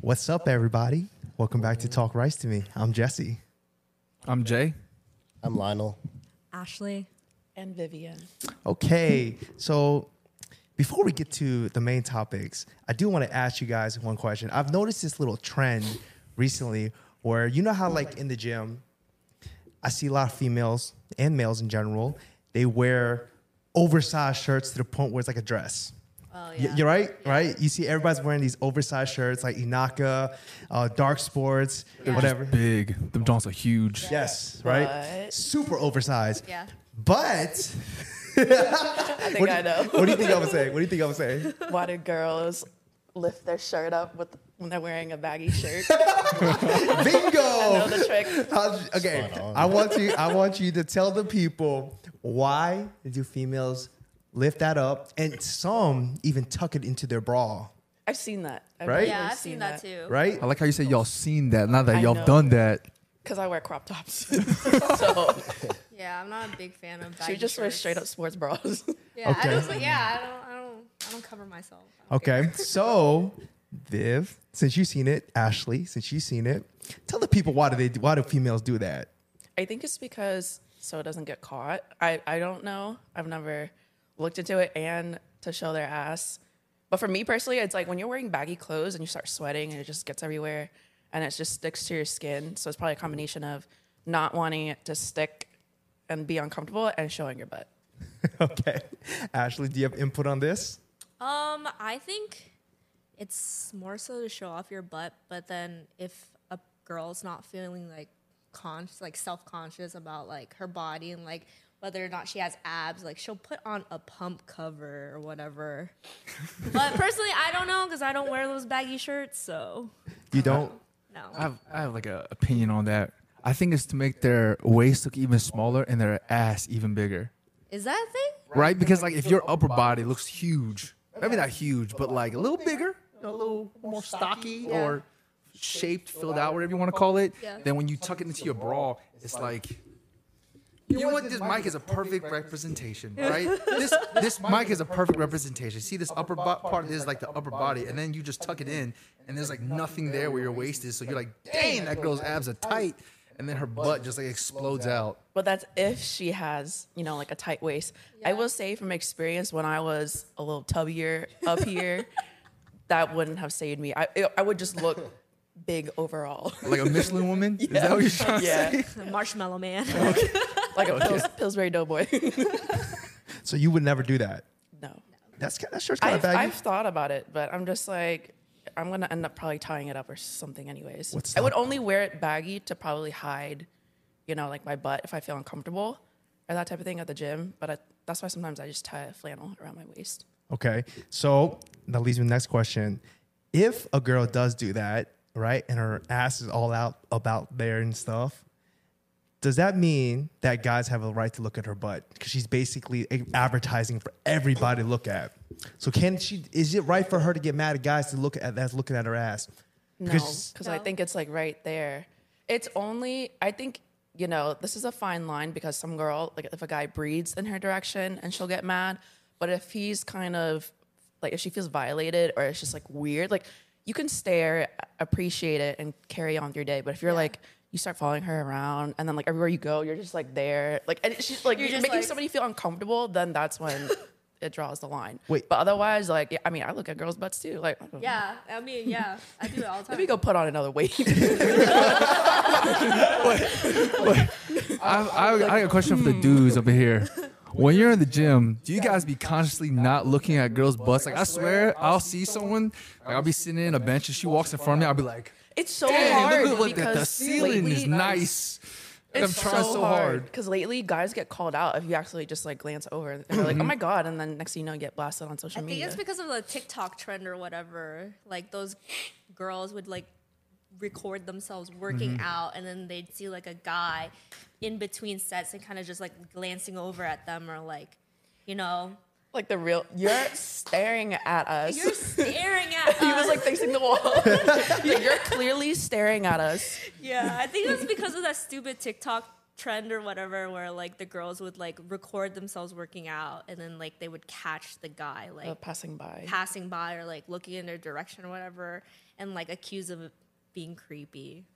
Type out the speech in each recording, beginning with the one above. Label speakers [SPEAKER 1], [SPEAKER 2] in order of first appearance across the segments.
[SPEAKER 1] What's up, everybody? Welcome back to Talk Rice to Me. I'm Jesse.
[SPEAKER 2] I'm Jay.
[SPEAKER 3] I'm Lionel.
[SPEAKER 4] Ashley.
[SPEAKER 5] and Vivian.
[SPEAKER 1] Okay, so before we get to the main topics, I do want to ask you guys one question. I've noticed this little trend recently where you know how, like, in the gym, I see a lot of females and males in general, they wear oversized shirts to the point where it's like a dress.
[SPEAKER 5] Oh
[SPEAKER 1] Y- You're right, right? You see everybody's wearing these oversized shirts like Inaka, uh, Dark Sports, whatever.
[SPEAKER 2] Big. Them Johns are huge.
[SPEAKER 1] Yes, right?
[SPEAKER 5] But-
[SPEAKER 1] Super oversized.
[SPEAKER 4] Yeah.
[SPEAKER 1] But
[SPEAKER 5] I think
[SPEAKER 1] what do,
[SPEAKER 5] I
[SPEAKER 1] you-
[SPEAKER 5] know.
[SPEAKER 1] what do you think I was saying? What do you think I was saying?
[SPEAKER 5] Why do girls lift their shirt up with when they're wearing a baggy shirt? know
[SPEAKER 1] Bingo!
[SPEAKER 5] the trick.
[SPEAKER 1] How- okay,
[SPEAKER 3] Spot on.
[SPEAKER 1] I want you. I want you to tell the people why do females lift that up, and some even tuck it into their bra,
[SPEAKER 5] I've seen that. I've
[SPEAKER 1] Right?
[SPEAKER 4] Yeah, I've seen that too.
[SPEAKER 1] right?
[SPEAKER 2] I like how you say y'all seen that. Not that
[SPEAKER 5] I
[SPEAKER 2] y'all
[SPEAKER 5] know.
[SPEAKER 2] done that.
[SPEAKER 5] Because I wear crop tops. so
[SPEAKER 4] Yeah, I'm not a big fan of baggy
[SPEAKER 5] she just wears
[SPEAKER 4] shirts.
[SPEAKER 5] straight up sports bras.
[SPEAKER 4] Yeah,
[SPEAKER 1] Okay.
[SPEAKER 4] I don't. Yeah, I don't. I don't. I don't cover myself.
[SPEAKER 1] Okay, so Viv, since you've seen it, Ashley, since you've seen it, tell the people why do they why do females do that?
[SPEAKER 5] I think it's because so it doesn't get caught. I, I don't know. I've never looked into it and to show their ass. But for me personally, it's like when you're wearing baggy clothes and you start sweating and it just gets everywhere and it just sticks to your skin. So it's probably a combination of not wanting it to stick and be uncomfortable and showing your butt.
[SPEAKER 1] okay, Ashley, do you have input on this?
[SPEAKER 4] Um, I think it's more so to show off your butt, but then if a girl's not feeling like con like self conscious about like her body and like whether or not she has abs, like she'll put on a pump cover or whatever. but personally, I don't know because I don't wear those baggy shirts, so
[SPEAKER 1] You don't.
[SPEAKER 4] no.
[SPEAKER 2] I have, I have like an opinion on that. I think it's to make their waist look even smaller and their ass even bigger.
[SPEAKER 4] Is that a thing?
[SPEAKER 2] Right? Because like if your upper body looks huge, maybe not huge, but like a little bigger, a little more stocky or shaped, filled out, whatever you want to call it,
[SPEAKER 4] Yeah.
[SPEAKER 2] then when you tuck it into your bra, it's like you know what? This mic is a perfect representation, right? This this mic is a perfect representation. See this upper bo- part is like the upper body, and then you just tuck it in, and there's like nothing there where your waist is. So you're like, dang, that girl's abs are tight, and then her butt just like explodes out.
[SPEAKER 5] But that's if she has, you know, like a tight waist. I will say from experience, when I was a little tubbier up here, that wouldn't have saved me. I, I would just look big overall.
[SPEAKER 2] Like a Michelin woman? Is that what you're trying to
[SPEAKER 5] Yeah.
[SPEAKER 2] say?
[SPEAKER 4] Marshmallow Man.
[SPEAKER 5] like a Pils- Pillsbury Doughboy.
[SPEAKER 1] So you would never do that.
[SPEAKER 5] no,
[SPEAKER 1] That's ki- that shirt's kind of
[SPEAKER 5] I've,
[SPEAKER 1] baggy.
[SPEAKER 5] I've thought about it, but I'm just like, I'm gonna end up probably tying it up or something, anyways.
[SPEAKER 1] What's
[SPEAKER 5] I would
[SPEAKER 1] that?
[SPEAKER 5] only wear it baggy to probably hide, you know, like my butt if I feel uncomfortable or that type of thing at the gym. But I, that's why sometimes I just tie a flannel around my waist.
[SPEAKER 1] Okay. So that leads me to the next question. If a girl does do that, right, and her ass is all out about there and stuff, does that mean that guys have a right to look at her butt? Because she's basically a- advertising for everybody to look at. So can she? Is it right for her to get mad at guys to look at that's looking at her ass?
[SPEAKER 5] No,
[SPEAKER 1] Because-
[SPEAKER 5] because I think it's like right there. It's only I think you know this is a fine line because some girl like if a guy breathes in her direction and she'll get mad, but if he's kind of like if she feels violated or it's just like weird, like you can stare, appreciate it, and carry on with your day. But if you're like you start following her around and then like everywhere you go, you're just like there, like and she's like
[SPEAKER 4] You're
[SPEAKER 5] you're,
[SPEAKER 4] just
[SPEAKER 5] making
[SPEAKER 4] like-
[SPEAKER 5] somebody feel uncomfortable, then that's when. It draws the line.
[SPEAKER 1] Wait.
[SPEAKER 5] but otherwise, like, yeah, I mean, I look at girls' butts too. Like,
[SPEAKER 4] Yeah, I mean, yeah, I do it all the time.
[SPEAKER 5] let me go put on another weight.
[SPEAKER 2] I, I, I got a question for the
[SPEAKER 5] Hmm.
[SPEAKER 2] dudes over here. When you're in the gym, do you guys be consciously not looking at girls' butts? Like I swear, I'll see someone, like I'll be sitting in a bench and she walks in front of me, I'll be like,
[SPEAKER 5] It's so
[SPEAKER 2] "Damn,
[SPEAKER 5] hard
[SPEAKER 2] look, look, look
[SPEAKER 5] because
[SPEAKER 2] the ceiling
[SPEAKER 5] lately,
[SPEAKER 2] is nice." I'm
[SPEAKER 5] It's
[SPEAKER 2] trying so hard.
[SPEAKER 5] because lately guys get called out if you actually just like glance over and they're like,
[SPEAKER 2] Mm-hmm.
[SPEAKER 5] "Oh my god!" and then next thing you know, you get blasted on social
[SPEAKER 4] I think
[SPEAKER 5] media.
[SPEAKER 4] it's because of the TikTok trend or whatever. Like those girls would like record themselves working
[SPEAKER 5] Mm-hmm.
[SPEAKER 4] out, and then they'd see like a guy in between sets and kind of just like glancing over at them or like, you know,
[SPEAKER 5] like the real, you're staring at us.
[SPEAKER 4] you're staring at.
[SPEAKER 5] he was
[SPEAKER 4] us.
[SPEAKER 5] like facing the wall. Like, you're clearly staring at us.
[SPEAKER 4] yeah, I think that's because of that stupid TikTok trend or whatever, where like the girls would like record themselves working out, and then like they would catch the guy like
[SPEAKER 5] Uh, passing by.
[SPEAKER 4] passing by or like looking in their direction or whatever. and like accused of being creepy.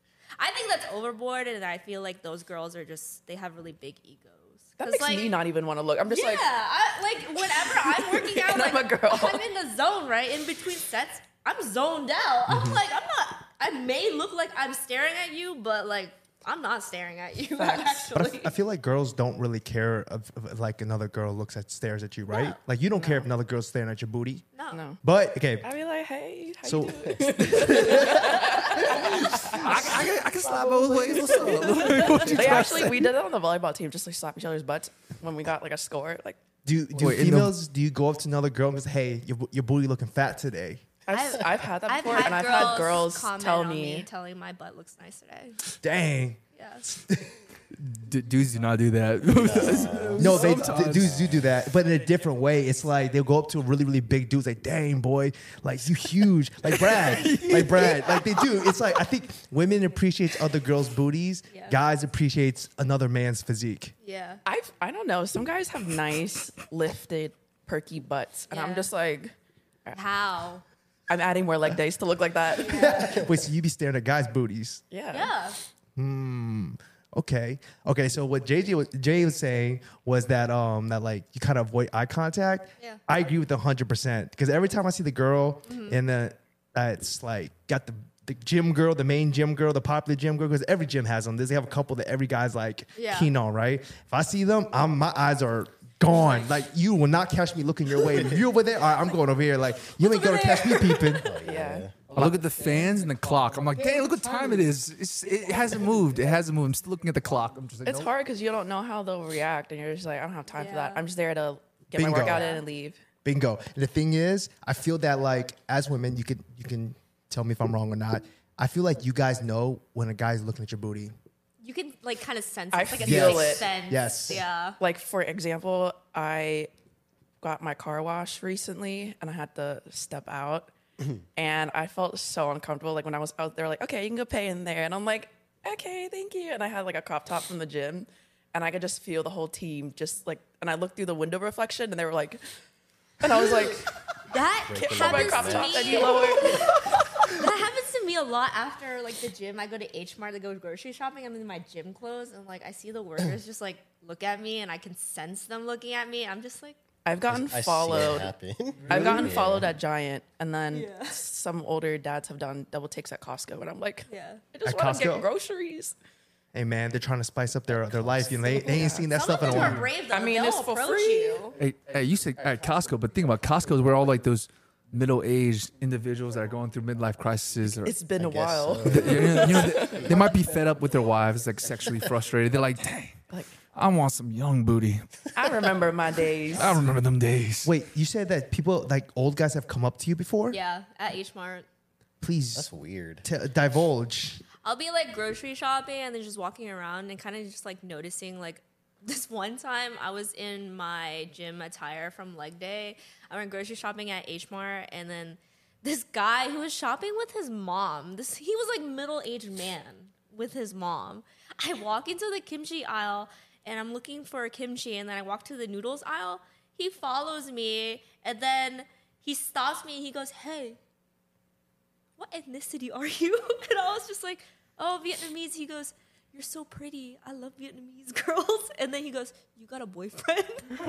[SPEAKER 4] I think that's overboard, and I feel like those girls are just they have really big egos.
[SPEAKER 5] That
[SPEAKER 4] 'Cause,
[SPEAKER 5] makes
[SPEAKER 4] like,
[SPEAKER 5] me not even want to look. I'm just
[SPEAKER 4] yeah,
[SPEAKER 5] like,
[SPEAKER 4] I, like whenever I'm working out,
[SPEAKER 5] And I'm
[SPEAKER 4] like,
[SPEAKER 5] a girl.
[SPEAKER 4] I'm in the zone, right? In between sets, I'm zoned out.
[SPEAKER 5] Mm-hmm.
[SPEAKER 4] I'm like, I'm not. I may look like I'm staring at you, but like I'm not staring at you.
[SPEAKER 5] Facts.
[SPEAKER 1] But I,
[SPEAKER 4] Actually,
[SPEAKER 1] f- I feel like girls don't really care if, if, like another girl looks at stares at you, right? Like you don't care if another girl's staring at your booty.
[SPEAKER 4] no.
[SPEAKER 5] no.
[SPEAKER 1] But okay,
[SPEAKER 5] I'd be like, hey, how
[SPEAKER 1] So-
[SPEAKER 5] you doing?
[SPEAKER 6] I, I, can- I can slap both ways. What's up?
[SPEAKER 5] Like, actually, we did that on the volleyball team, just like slap each other's butts when we got like a score. Like,
[SPEAKER 1] do do
[SPEAKER 6] Wait, in the-
[SPEAKER 1] females do you go up to another girl and say, "Hey, your, bo- your booty looking fat today"?
[SPEAKER 5] I've,
[SPEAKER 4] I've-
[SPEAKER 5] I've, had that before, and I've had girls
[SPEAKER 4] comment
[SPEAKER 5] tell
[SPEAKER 4] on
[SPEAKER 5] me,
[SPEAKER 4] telling my butt looks nice today.
[SPEAKER 1] Dang.
[SPEAKER 4] Yes.
[SPEAKER 6] D- dudes do not do that.
[SPEAKER 1] No, they, d- dudes do do that, but in a different way. It's like they'll go up to a really, really big dudes, like, "Dang, boy, like you huge, like Brad, like Brad, like they do." It's like I think women appreciates other girls' booties,
[SPEAKER 4] Yeah.
[SPEAKER 1] guys appreciates another man's physique.
[SPEAKER 4] Yeah.
[SPEAKER 5] I've, I don't know. Some guys have nice, lifted, perky butts, and I'm
[SPEAKER 4] Yeah.
[SPEAKER 5] just like,
[SPEAKER 4] How?
[SPEAKER 5] I'm adding more leg days to look like that.
[SPEAKER 1] Wait, so you be staring at guys' booties?
[SPEAKER 5] Yeah.
[SPEAKER 4] Yeah.
[SPEAKER 1] Okay. Okay. So what JJ was, Jay was saying was that um that like you kind of avoid eye contact.
[SPEAKER 4] Yeah.
[SPEAKER 1] I agree with hundred percent because every time I see the girl and the that's like got the the gym girl, the main gym girl, the popular gym girl, because every gym has them. They have a couple that every guy's like
[SPEAKER 4] Yeah.
[SPEAKER 1] keen on, right? If I see them, I'm my eyes are gone. Like you will not catch me looking your way. you over there, all right, I'm going over here. Like you ain't gonna catch me peeping.
[SPEAKER 5] Yeah.
[SPEAKER 6] I look at the fans and the clock. I'm like, dang, look what time it is. It's, it hasn't moved. It hasn't moved. I'm still looking at the clock. I'm just like,
[SPEAKER 5] It's hard because you don't know how they'll react, and you're just like, I don't have time for that.
[SPEAKER 4] Yeah.
[SPEAKER 5] I'm just there to get
[SPEAKER 1] Bingo.
[SPEAKER 5] my workout in and leave.
[SPEAKER 1] Bingo. And the thing is, I feel that like as women, you can you can tell me if I'm wrong or not. I feel like you guys know when a guy's looking at your booty.
[SPEAKER 4] You can like kind of sense.
[SPEAKER 5] I
[SPEAKER 4] it. It's like
[SPEAKER 5] feel
[SPEAKER 4] a sixth
[SPEAKER 5] it.
[SPEAKER 4] Sense.
[SPEAKER 1] Yes.
[SPEAKER 4] Yeah.
[SPEAKER 5] Like, for example, I got my car washed recently, and I had to step out, and I felt so uncomfortable. Like, when I was out there, like, okay, you can go pay in there. And I'm like, okay, thank you. And I had like a crop top from the gym, and I could just feel the whole team just like, and I looked through the window reflection, and they were like, and I was like,
[SPEAKER 4] That
[SPEAKER 5] put my
[SPEAKER 4] happens
[SPEAKER 5] crop top
[SPEAKER 4] to
[SPEAKER 5] and
[SPEAKER 4] me.
[SPEAKER 5] you lower.
[SPEAKER 4] That happens to me a lot after like the gym. I go to H Mart to go grocery shopping. I'm in my gym clothes and like I see the workers just like look at me and I can sense them looking at me. I'm just like,
[SPEAKER 5] I've gotten
[SPEAKER 3] I
[SPEAKER 5] followed.
[SPEAKER 3] See it happen.
[SPEAKER 5] I've gotten followed at Giant, and then
[SPEAKER 4] Yeah.
[SPEAKER 5] some older dads have done double takes at Costco, and I'm like,
[SPEAKER 4] yeah.
[SPEAKER 5] I just
[SPEAKER 1] At
[SPEAKER 5] want to
[SPEAKER 1] Costco?
[SPEAKER 5] get groceries.
[SPEAKER 1] Hey man, they're trying to spice up their their life. You know, they, they ain't seen that
[SPEAKER 4] Some of
[SPEAKER 1] stuff in
[SPEAKER 4] them
[SPEAKER 1] a
[SPEAKER 4] are
[SPEAKER 1] while.
[SPEAKER 4] brave though.
[SPEAKER 5] I mean,
[SPEAKER 4] They'll
[SPEAKER 5] it's for
[SPEAKER 4] approach
[SPEAKER 5] free.
[SPEAKER 4] you.
[SPEAKER 6] Hey, hey, you said at Costco, but think about Costco is where all like those middle-aged individuals that are going through midlife crises. Or,
[SPEAKER 5] It's been a
[SPEAKER 3] guess
[SPEAKER 5] while.
[SPEAKER 6] you know, you know, they, they might be fed up with their wives, like sexually frustrated. They're like, dang,
[SPEAKER 5] Like,
[SPEAKER 6] I want some young booty.
[SPEAKER 5] I remember my days.
[SPEAKER 6] I remember them days.
[SPEAKER 1] Wait, you said that people like old guys have come up to you before?
[SPEAKER 4] Yeah, at H Mart.
[SPEAKER 1] Please
[SPEAKER 3] That's weird.
[SPEAKER 1] t- divulge.
[SPEAKER 4] I'll be like grocery shopping and then just walking around and kind of just like noticing like this one time I was in my gym attire from leg day. I went grocery shopping at H Mart and then this guy who was shopping with his mom. This he was like middle-aged man with his mom. I walk into the kimchi aisle and I'm looking for kimchi and then I walk to the noodles aisle. He follows me and then he stops me and he goes, "Hey, what ethnicity are you? And I was just like, oh, Vietnamese. He goes, you're so pretty. I love Vietnamese girls. And then he goes, you got a boyfriend? and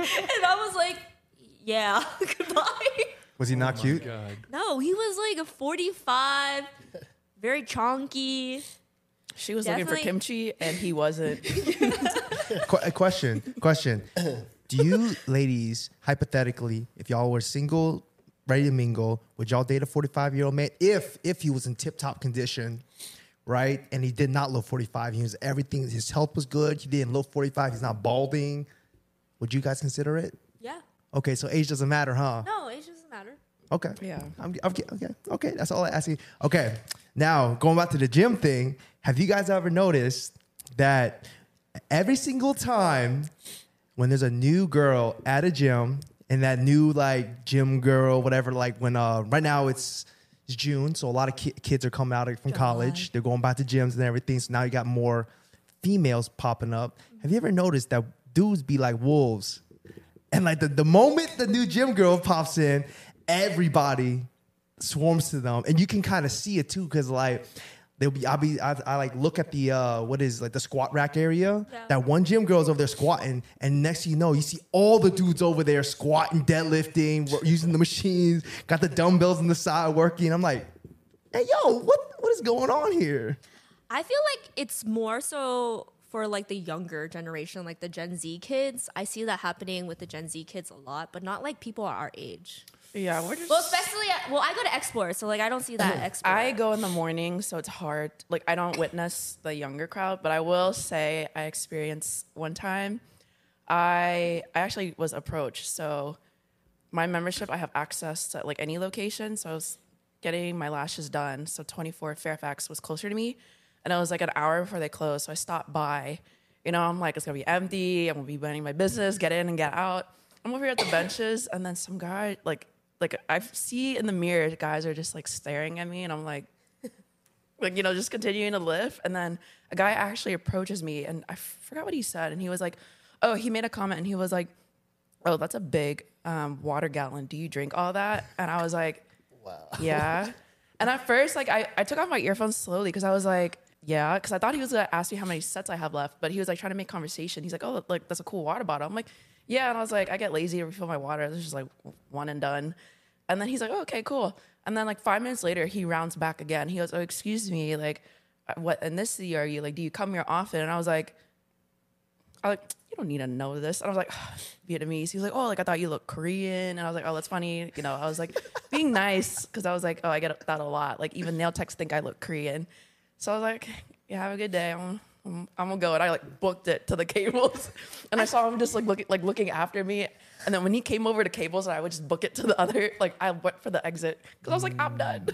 [SPEAKER 4] I was like, yeah, goodbye.
[SPEAKER 1] Was he not cute?
[SPEAKER 4] No, he was like a 45, very chonky.
[SPEAKER 5] She was looking for
[SPEAKER 4] Definitely.
[SPEAKER 5] kimchi, and he wasn't.
[SPEAKER 1] Qu- a question. Question. Do you ladies hypothetically, if y'all were single, ready to mingle, would y'all date a 45 year old man if if he was in tip top condition, right? And he did not look 45. He was everything. His health was good. He didn't look 45. He's not balding. Would you guys consider it?
[SPEAKER 4] Yeah.
[SPEAKER 1] Okay, so age doesn't matter, huh?
[SPEAKER 4] No, it doesn't matter.
[SPEAKER 1] Okay.
[SPEAKER 5] Yeah.
[SPEAKER 1] I'm, I'm, okay. Okay. That's all I ask you. Okay. Now going back to the gym thing, have you guys ever noticed that every single time when there's a new girl at a gym and that new like gym girl, whatever, like when uh right now it's it's June, so a lot of ki- kids are coming out from college. They're going back to gyms and everything. So now you got more females popping up. Have you ever noticed that dudes be like wolves? And like the, the moment the new gym girl pops in, everybody swarms to them, and you can kind of see it too, because like they'll be, I'll be, I, I like look at the uh, what is like the squat rack area.
[SPEAKER 4] Yeah.
[SPEAKER 1] That one gym girl's over there squatting, and next thing you know, you see all the dudes over there squatting, deadlifting, wo- using the machines, got the dumbbells on the side working. I'm like, hey yo, what what is going on here?
[SPEAKER 4] I feel like it's more so for like the younger generation, like the Gen Z kids. I see that happening with the Gen Z kids a lot, but not like people our age.
[SPEAKER 5] Yeah, we're just.
[SPEAKER 4] Well, especially at, well, I go to export, so like I don't see that export.
[SPEAKER 5] I go in the morning, so it's hard. Like I don't witness the younger crowd, but I will say I experienced one time. I I actually was approached. So my membership, I have access to like any location. So I was getting my lashes done. So 24 Fairfax was closer to me, and it was like an hour before they closed. So I stopped by. You know, I'm like, it's gonna be empty. I'm gonna be running my business, get in and get out. I'm over here at the benches, and then some guy like like I see in the mirror, guys are just like staring at me, and I'm like, like you know just continuing to live and then a guy actually approaches me and i forgot what he said and he was like oh he made a comment and he was like oh that's a big um, water gallon do you drink all that and i was like wow yeah and at first like i, I took off my earphones slowly because i was like yeah because i thought he was going to ask me how many sets i have left but he was like trying to make conversation he's like oh like that's a cool water bottle i'm like yeah and i was like i get lazy to refill my water this is just like one and done and then he's like, oh, okay, cool. And then like five minutes later, he rounds back again. He goes, oh, excuse me, like, uh, what in this city are you? Like, do you come here often? And I was like, I was like, you don't need to know this. And I was like, Vietnamese. He was like, oh, like I thought you looked Korean. And I was like, oh, that's funny. You know, I was like being nice because I was like, oh, I get that a lot. Like even nail techs think I look Korean. So I was like, yeah, have a good day. I'm, I'm, I'm gonna go. And I like booked it to the cables, and I saw him just like looking like looking after me. And then when he came over to cables, and I would just book it to the other. Like I went for the exit because I was like, I'm done.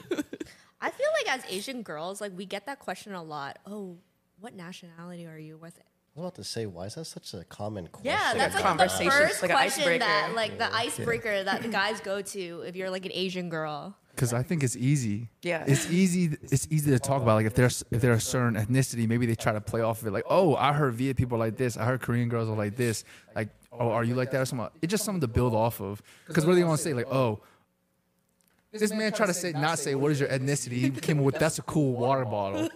[SPEAKER 4] I feel like as Asian girls, like we get that question a lot. Oh, what nationality are you? What's
[SPEAKER 3] I was about to say, why is that such a common question?
[SPEAKER 4] Yeah, that's like,
[SPEAKER 5] conversation.
[SPEAKER 4] the first
[SPEAKER 5] Like an
[SPEAKER 4] question that,
[SPEAKER 5] icebreaker.
[SPEAKER 4] like the icebreaker that the guys go to if you're like an Asian girl.
[SPEAKER 6] Because I think it's easy.
[SPEAKER 5] Yeah.
[SPEAKER 6] It's easy. It's easy to talk about. Like if there's if they're a certain ethnicity, maybe they try to play off of it. Like, oh, I heard Viet people like this. I heard Korean girls are like this. Like, oh, are you like that or something? It's just something to build off of. Because what are they gonna say? Like, oh, this man tried to say not say what is your ethnicity. He came up with that's a cool water bottle.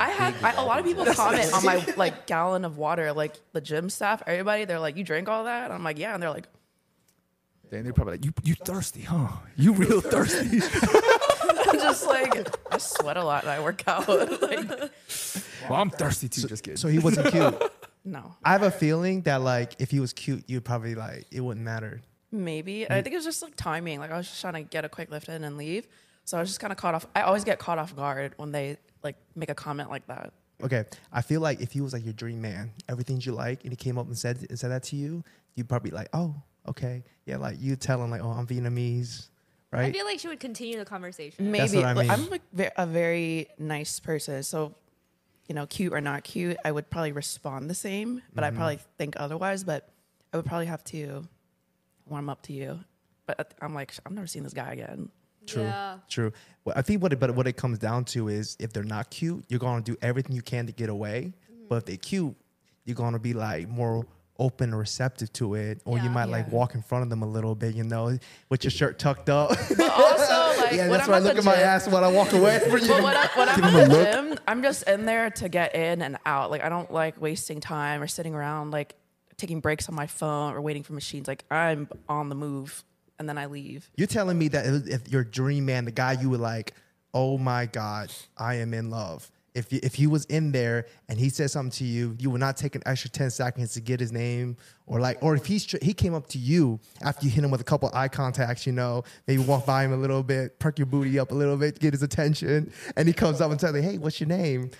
[SPEAKER 5] I had I, a lot of people comment on my like gallon of water. Like the gym staff, everybody, they're like, you drink all that? And I'm like, yeah. And they're like,
[SPEAKER 6] Then they're probably like, you you thirsty, huh? You real thirsty.
[SPEAKER 5] I'm just like, I sweat a lot and I work out. like,
[SPEAKER 6] well, I'm thirsty too. just kidding.
[SPEAKER 1] So he wasn't cute.
[SPEAKER 5] no.
[SPEAKER 1] I have a feeling that like if he was cute, you'd probably like it wouldn't matter.
[SPEAKER 5] Maybe. I think it was just like timing. Like I was just trying to get a quick lift in and leave. So I was just kind of caught off. I always get caught off guard when they like make a comment like that.
[SPEAKER 1] Okay, I feel like if he was like your dream man, everything you like, and he came up and said and said that to you, you'd probably be like, oh, okay, yeah, like you tell him like, oh, I'm Vietnamese,
[SPEAKER 4] I
[SPEAKER 1] right?
[SPEAKER 4] feel like she would continue the conversation.
[SPEAKER 5] Maybe
[SPEAKER 1] what I
[SPEAKER 5] like,
[SPEAKER 1] mean.
[SPEAKER 5] I'm like ve- a very nice person. So, you know, cute or not cute, I would probably respond the same, but
[SPEAKER 1] Mm-hmm.
[SPEAKER 5] I probably think otherwise. But I would probably have to warm up to you. But at- I'm like, I'm never seeing this guy again.
[SPEAKER 1] True.
[SPEAKER 4] Yeah.
[SPEAKER 1] True. Well, I think what it, but what it comes down to is if they're not cute, you're gonna do everything you can to get away.
[SPEAKER 4] Mm-hmm.
[SPEAKER 1] But if they're cute, you're gonna be like more open and receptive to it, or you
[SPEAKER 4] Yeah.
[SPEAKER 1] might like walk in front of them a little bit, you know, with your shirt tucked up.
[SPEAKER 5] Also, like,
[SPEAKER 1] yeah,
[SPEAKER 5] when
[SPEAKER 1] that's
[SPEAKER 5] I'm
[SPEAKER 1] why I
[SPEAKER 5] at the
[SPEAKER 1] look at my
[SPEAKER 5] gym-
[SPEAKER 1] ass when I walk away from you.
[SPEAKER 5] But when, I, when I'm at the gym, I'm just in there to get in and out. Like I don't like wasting time or sitting around like taking breaks on my phone or waiting for machines. Like I'm on the move and then I leave.
[SPEAKER 1] You're telling me that if- if your dream man, the guy you were like, oh my God, I am in love. If, you, if he was in there and he said something to you, you would not take an extra 10 seconds to get his name or like, or if he's, tr- he came up to you after you hit him with a couple eye contacts, you know, maybe walk by him a little bit, perk your booty up a little bit, get his attention. And he comes up and tells you, hey, what's your name?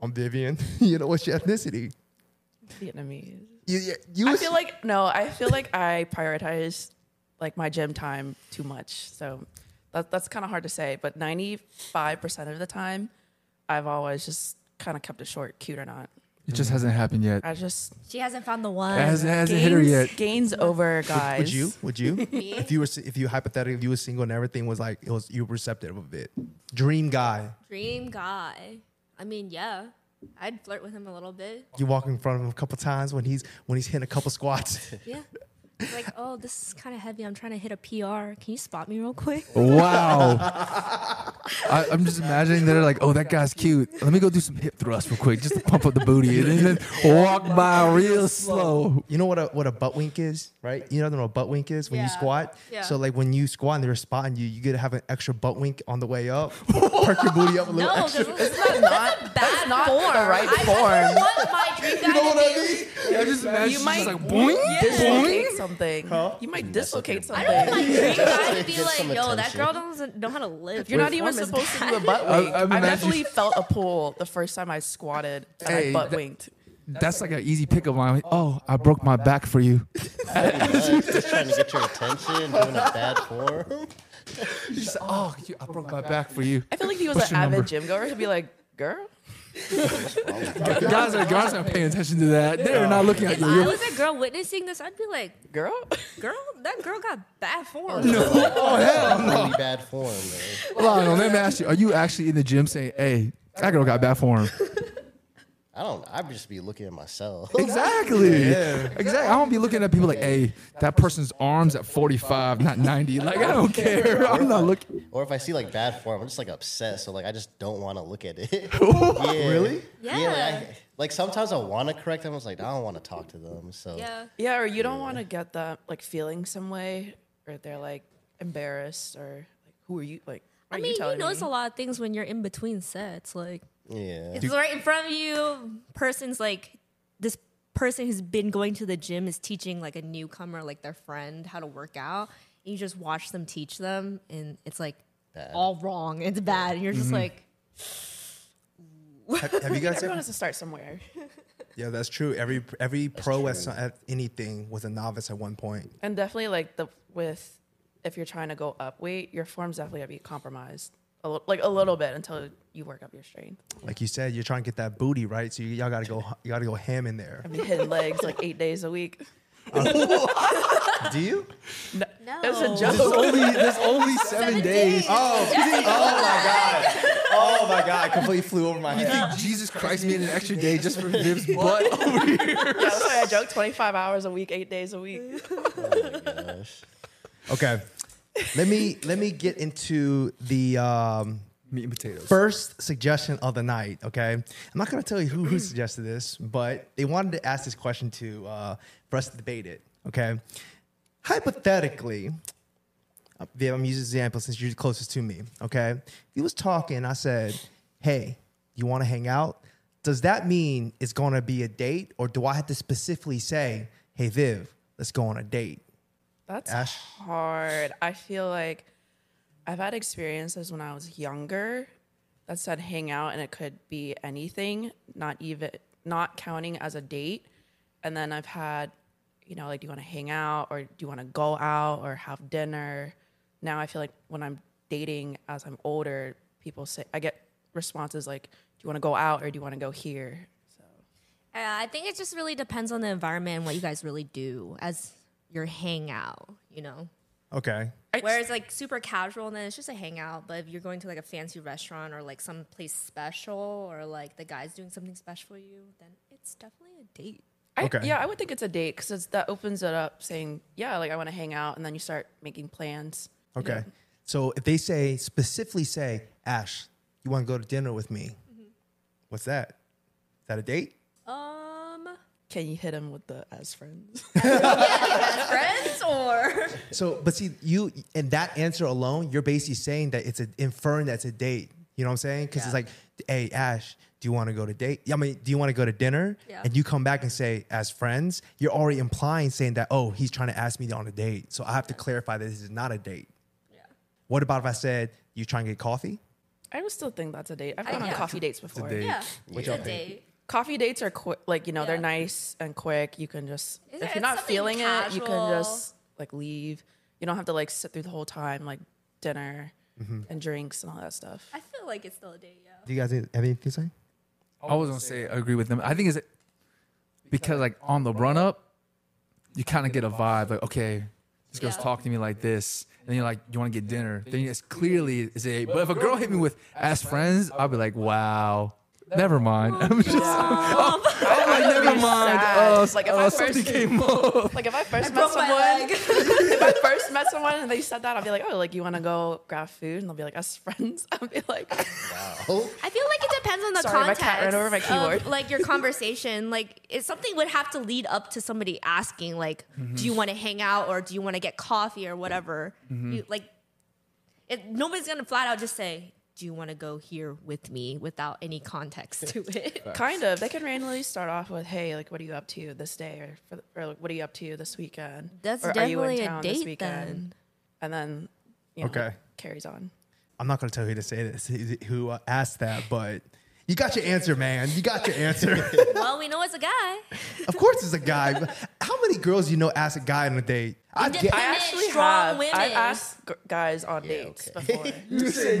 [SPEAKER 1] I'm Vivian. you know, what's your ethnicity?
[SPEAKER 5] Vietnamese.
[SPEAKER 1] You, you, you
[SPEAKER 5] I
[SPEAKER 1] was-
[SPEAKER 5] feel like no, I feel like I prioritize like my gym time too much. So that, that's kind of hard to say. But 95% of the time, I've always just kind of kept it short, cute or not.
[SPEAKER 6] it just hasn't happened yet.
[SPEAKER 5] I just
[SPEAKER 4] She hasn't found the one.
[SPEAKER 6] It hasn't, it hasn't hit her yet.
[SPEAKER 5] gains over guys.
[SPEAKER 1] would you? Would you? if you were, si- if you hypothetically, if you were single and everything was like, it was, you were receptive of it. Dream guy.
[SPEAKER 4] Dream guy. I mean, yeah. I'd flirt with him a little bit.
[SPEAKER 1] You walk in front of him a couple times when he's when he's hitting a couple squats.
[SPEAKER 4] Yeah.
[SPEAKER 6] like, oh, this is kind of heavy. I'm trying to hit a PR. Can you spot me real quick?
[SPEAKER 2] Wow. I, I'm just imagining they're like, oh, that guy's cute. Let me go do some hip thrusts real quick just to pump up the booty and then walk by real slow.
[SPEAKER 1] You know what a what a butt wink is, right? You know what a butt wink is when you
[SPEAKER 6] Yeah.
[SPEAKER 1] squat.
[SPEAKER 6] Yeah.
[SPEAKER 1] So like when you squat and they're spotting you, you get to have an extra butt wink on the way up, perk your booty up a little
[SPEAKER 6] No,
[SPEAKER 1] extra.
[SPEAKER 6] because that's not bad that's
[SPEAKER 5] not the
[SPEAKER 6] form.
[SPEAKER 5] right
[SPEAKER 6] I-
[SPEAKER 5] form.
[SPEAKER 6] I want my dream guy
[SPEAKER 1] You know
[SPEAKER 6] to
[SPEAKER 1] what I
[SPEAKER 6] be-
[SPEAKER 1] mean?
[SPEAKER 2] I just imagine
[SPEAKER 5] You
[SPEAKER 2] just
[SPEAKER 5] might
[SPEAKER 2] like boing, boing.
[SPEAKER 5] dislocate something. You might dislocate
[SPEAKER 6] I don't want
[SPEAKER 5] something.
[SPEAKER 6] my dream guy to
[SPEAKER 3] Get
[SPEAKER 6] be
[SPEAKER 3] some
[SPEAKER 6] like, yo, that
[SPEAKER 3] attention.
[SPEAKER 6] girl doesn't know how to live.
[SPEAKER 5] You're
[SPEAKER 6] Her
[SPEAKER 5] not even
[SPEAKER 6] form is
[SPEAKER 5] supposed to do a
[SPEAKER 6] bad.
[SPEAKER 5] butt
[SPEAKER 2] I-
[SPEAKER 5] wink. I,
[SPEAKER 2] I'm imagining-
[SPEAKER 5] definitely felt a pull the first time I squatted and
[SPEAKER 2] Hey,
[SPEAKER 5] I butt
[SPEAKER 2] that-
[SPEAKER 5] winked.
[SPEAKER 2] That's like an easy pickup line. Oh, I broke my back for you.
[SPEAKER 3] Just trying to get your attention, doing a bad form.
[SPEAKER 2] You just, oh, you, I broke my back for you.
[SPEAKER 5] I feel like he was
[SPEAKER 2] What's
[SPEAKER 5] an
[SPEAKER 2] your
[SPEAKER 5] avid
[SPEAKER 2] number?
[SPEAKER 5] gym goer. He'd be like, girl.
[SPEAKER 2] Guys are guys aren't paying attention to that. They're not looking at
[SPEAKER 6] If
[SPEAKER 2] you.
[SPEAKER 6] I
[SPEAKER 2] You're-
[SPEAKER 6] was a girl witnessing this, I'd be like,
[SPEAKER 5] Girl,
[SPEAKER 6] girl, that girl got bad form.
[SPEAKER 3] Oh hell no! Really bad form. Man.
[SPEAKER 2] Lionel, let me ask you: Are you actually in the gym saying, "Hey, that girl got bad form"?
[SPEAKER 3] I don't. I'd just be looking at myself.
[SPEAKER 2] Oh, Exactly. Exactly. I don't be looking at people like, hey, that person's arms at 45, not 90. Like, I don't care. I'm not looking.
[SPEAKER 3] Or if I see like bad form, I'm just like upset. So like I just don't want to look at it. yeah. Really? Yeah. like, I, like sometimes I want to correct them. I was like, I don't want to talk to them. So
[SPEAKER 6] Yeah.
[SPEAKER 5] Yeah, or you don't want to get that like feeling some way, or they're like embarrassed, or like, who are you? Like,
[SPEAKER 6] I
[SPEAKER 5] are
[SPEAKER 6] mean, you,
[SPEAKER 5] telling
[SPEAKER 6] notice
[SPEAKER 5] me?
[SPEAKER 6] a lot of things when you're in between sets. Like,
[SPEAKER 3] yeah.
[SPEAKER 6] it's right in front of you. Person's like, this person who's been going to the gym is teaching like a newcomer, like their friend, how to work out. And you just watch them teach them, and it's like
[SPEAKER 3] Bad.
[SPEAKER 6] all wrong. It's bad. And you're just like,
[SPEAKER 1] Have, have you guys
[SPEAKER 5] Everyone
[SPEAKER 1] ever?
[SPEAKER 5] has to start somewhere.
[SPEAKER 1] Yeah, that's true. Every every pro at, some, at anything was a novice at one point.
[SPEAKER 5] And definitely, like the with if you're trying to go up weight, your form's definitely gonna be compromised, a li- like a little bit until you work up your strength.
[SPEAKER 1] Like you said, you're trying to get that booty right, so you, y'all gotta go. You gotta go ham in there.
[SPEAKER 5] I mean, hitting legs like eight days a week.
[SPEAKER 1] Do you?
[SPEAKER 6] no.
[SPEAKER 5] It was Oh. a joke.
[SPEAKER 1] Only there's only seven days. Oh, oh my god! Oh my god! I completely flew over my head.
[SPEAKER 2] Jesus Christ made an extra day just for Viv's butt.
[SPEAKER 5] yeah, that's why I joke. Twenty-five hours a week, eight days a week.
[SPEAKER 3] Gosh.
[SPEAKER 1] Okay, let me let me get into the um,
[SPEAKER 2] Meat and potatoes.
[SPEAKER 1] first suggestion of the night. Okay, I'm not gonna tell you who who suggested this, but they wanted to ask this question to uh, for us to debate it. Okay, hypothetically, uh, Viv, I'm using this example since you're closest to me. Okay, if you was talking, I said, "Hey, you want to hang out?" Does that mean it's gonna be a date, or do I have to specifically say, "Hey, Viv, let's go on a date"?
[SPEAKER 5] That's
[SPEAKER 1] Ash?
[SPEAKER 5] hard. I feel like I've had experiences when I was younger that said hang out and it could be anything, not even not counting as a date. And then I've had, you know, like do you want to hang out or do you want to go out or have dinner? Now I feel like when I'm dating as I'm older, people say I get responses like, Do you want to go out or do you want to go here? So
[SPEAKER 6] Uh, I think it just really depends on the environment and what you guys really do as your hangout, you know?
[SPEAKER 1] Okay,
[SPEAKER 6] Whereas like super casual and then it's just a hangout, but if you're going to like a fancy restaurant or like some place special or like the guy's doing something special for you, then it's definitely a date.
[SPEAKER 5] I,
[SPEAKER 1] Okay.
[SPEAKER 5] Yeah, I would think it's a date because that opens it up saying, yeah, like I want to hang out. And then you start making plans. you
[SPEAKER 1] okay.
[SPEAKER 5] know.
[SPEAKER 1] So if they say specifically say, "Ash, you want to go to dinner with me?"
[SPEAKER 6] Mm-hmm.
[SPEAKER 1] What's that? Is that a date?
[SPEAKER 6] Um
[SPEAKER 5] Can you hit him with the as friends?
[SPEAKER 6] friends or
[SPEAKER 1] So, but see, you and that answer alone, you're basically saying that it's a, inferring that's a date. You know what I'm saying? Because it's like, hey, Ash, do you want to go to date? I mean, do you want to go to dinner?
[SPEAKER 6] Yeah.
[SPEAKER 1] And you come back and say, as friends, you're already implying saying that, oh, he's trying to ask me on a date. So I have to clarify that this is not a date.
[SPEAKER 6] yeah.
[SPEAKER 1] What about if I said, you trying to get coffee?
[SPEAKER 5] I would still think that's a date. I've
[SPEAKER 6] I-
[SPEAKER 5] gone on
[SPEAKER 6] yeah.
[SPEAKER 5] coffee dates before.
[SPEAKER 2] date.
[SPEAKER 6] Yeah.
[SPEAKER 1] What
[SPEAKER 6] It's
[SPEAKER 1] y'all
[SPEAKER 6] a
[SPEAKER 1] think?
[SPEAKER 6] date.
[SPEAKER 5] Coffee dates are quick, like, you know, they're
[SPEAKER 6] Yeah.
[SPEAKER 5] nice and quick. You can just,
[SPEAKER 6] It's-
[SPEAKER 5] if
[SPEAKER 6] it's
[SPEAKER 5] you're not
[SPEAKER 6] something
[SPEAKER 5] feeling it, you
[SPEAKER 6] casual.
[SPEAKER 5] can just like leave. You don't have to like sit through the whole time, like dinner
[SPEAKER 2] Mm-hmm.
[SPEAKER 5] and drinks and all that stuff.
[SPEAKER 6] I feel like it's still a date, yeah.
[SPEAKER 1] Do you guys have anything to say?
[SPEAKER 2] I was gonna say I agree with them. I think it's because like on the run up, you kind of get a vibe like, okay, this girl's
[SPEAKER 6] Yeah.
[SPEAKER 2] talking to me like this, and you're like, you want to get dinner? Then it's clearly is a. But if a girl hit me with ask friends, I'll be like, wow, Never mind. I'm just. oh, I'm like, never mind.
[SPEAKER 5] sad.
[SPEAKER 2] Uh,
[SPEAKER 5] It's like if I
[SPEAKER 2] uh,
[SPEAKER 5] first-
[SPEAKER 2] something came up.
[SPEAKER 5] Like if I first met
[SPEAKER 6] broke my
[SPEAKER 5] someone,
[SPEAKER 6] leg.
[SPEAKER 5] if I first met someone and they said that, I'll be like, oh, like you want to go grab food, and they'll be like, us friends. I'll be like,
[SPEAKER 3] Oh,
[SPEAKER 6] I feel like it depends on the
[SPEAKER 5] Sorry, my
[SPEAKER 6] context
[SPEAKER 5] cat ran over my keyboard.
[SPEAKER 6] of like your conversation. Like it's something would have to lead up to somebody asking, like,
[SPEAKER 5] Mm-hmm.
[SPEAKER 6] do you want to hang out or do you want to get coffee or whatever.
[SPEAKER 5] Mm-hmm.
[SPEAKER 6] You, like, it, nobody's gonna flat out just say, "Do you want to go here with me?" without any context to it.
[SPEAKER 5] kind of. They can randomly start off with, hey, like what are you up to this day, or, for the, or like, what are you up to this weekend?
[SPEAKER 6] That's
[SPEAKER 5] or
[SPEAKER 6] definitely a date then.
[SPEAKER 5] And then, you know,
[SPEAKER 1] Okay.
[SPEAKER 5] carries on.
[SPEAKER 1] I'm not gonna tell who to say this, who uh, asked that, but you got your answer, man. You got your answer.
[SPEAKER 6] well, we know it's a guy.
[SPEAKER 1] of course, it's a guy. but How many girls you know ask a guy on a date? I get
[SPEAKER 5] I
[SPEAKER 6] Women,
[SPEAKER 5] actually
[SPEAKER 6] strong
[SPEAKER 5] have.
[SPEAKER 6] women.
[SPEAKER 5] I've asked g- guys on
[SPEAKER 3] Yeah,
[SPEAKER 5] dates
[SPEAKER 3] okay.
[SPEAKER 5] before.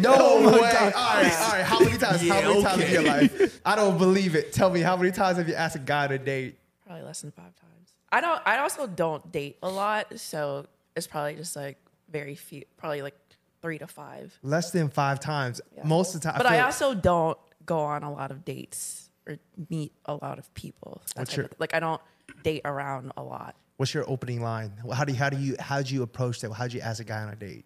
[SPEAKER 1] no way. All right, all right. How many times? how many times in your life? I don't believe it. Tell me, how many times have you asked a guy on a date?
[SPEAKER 5] probably less than five times. I don't. I also don't date a lot, so it's probably just like very few. Probably like three to five.
[SPEAKER 1] Less than five times. Most of the time.
[SPEAKER 5] But I,
[SPEAKER 1] feel-
[SPEAKER 5] also don't go on a lot of dates or meet a lot of people. That
[SPEAKER 1] What's
[SPEAKER 5] type
[SPEAKER 1] your-
[SPEAKER 5] of- like I don't date around a lot.
[SPEAKER 1] What's your opening line? How do you, how do you how'd you approach that? How'd you ask a guy on a date?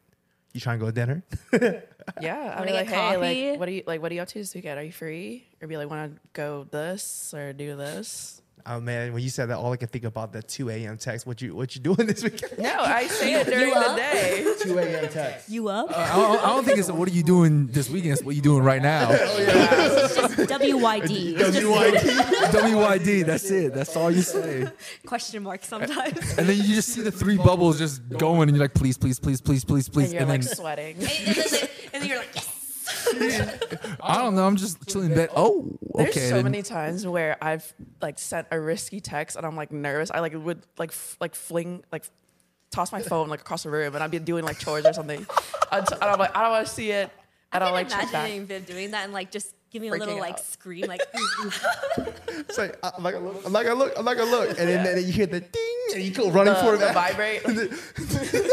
[SPEAKER 1] You trying to go to dinner?
[SPEAKER 5] Yeah, I'd
[SPEAKER 6] Wanna
[SPEAKER 5] be
[SPEAKER 6] get
[SPEAKER 5] like, hey,
[SPEAKER 6] coffee?"
[SPEAKER 5] like, what are you like? What are you up to this weekend? Are you free? Or be like, want to go this or do this?
[SPEAKER 1] Oh man, when you said that, all I could think about that 2 a.m. text. What you what you doing this weekend?
[SPEAKER 5] No, I say it during the
[SPEAKER 6] up?
[SPEAKER 5] day.
[SPEAKER 1] 2 a.m. text.
[SPEAKER 6] You up?
[SPEAKER 2] I don't, I don't think it's what are you doing this weekend. It's what you doing right now.
[SPEAKER 6] it's just
[SPEAKER 5] Oh.
[SPEAKER 6] WYD. It's just
[SPEAKER 2] WYD. That's it. That's all you say.
[SPEAKER 6] question mark sometimes.
[SPEAKER 2] And then you just see the three bubbles just going, and you're like, please, please, please, please, please,
[SPEAKER 5] And
[SPEAKER 2] please.
[SPEAKER 5] you're
[SPEAKER 2] And
[SPEAKER 5] like
[SPEAKER 2] then
[SPEAKER 5] sweating.
[SPEAKER 6] and, then they- and then you're like, yes.
[SPEAKER 2] I don't know. I'm just chilling in bed. Oh, okay.
[SPEAKER 5] There's so
[SPEAKER 2] then-
[SPEAKER 5] many times where I've like sent a risky text and I'm like nervous. I like would like f- like fling like toss my phone like across the room and I'd be doing like chores or something. I'd t- and I'm like I don't want to see it. I don't like check back.
[SPEAKER 6] imagining Viv doing that and like just giving a
[SPEAKER 5] Freaking
[SPEAKER 6] little like
[SPEAKER 5] out.
[SPEAKER 6] scream, like
[SPEAKER 1] It's like I- I'm like a look, I'm like a look, I'm like a look, and then, then you hear the ding, and you go running for
[SPEAKER 5] The,
[SPEAKER 1] it.
[SPEAKER 5] the
[SPEAKER 1] back.
[SPEAKER 5] vibrate.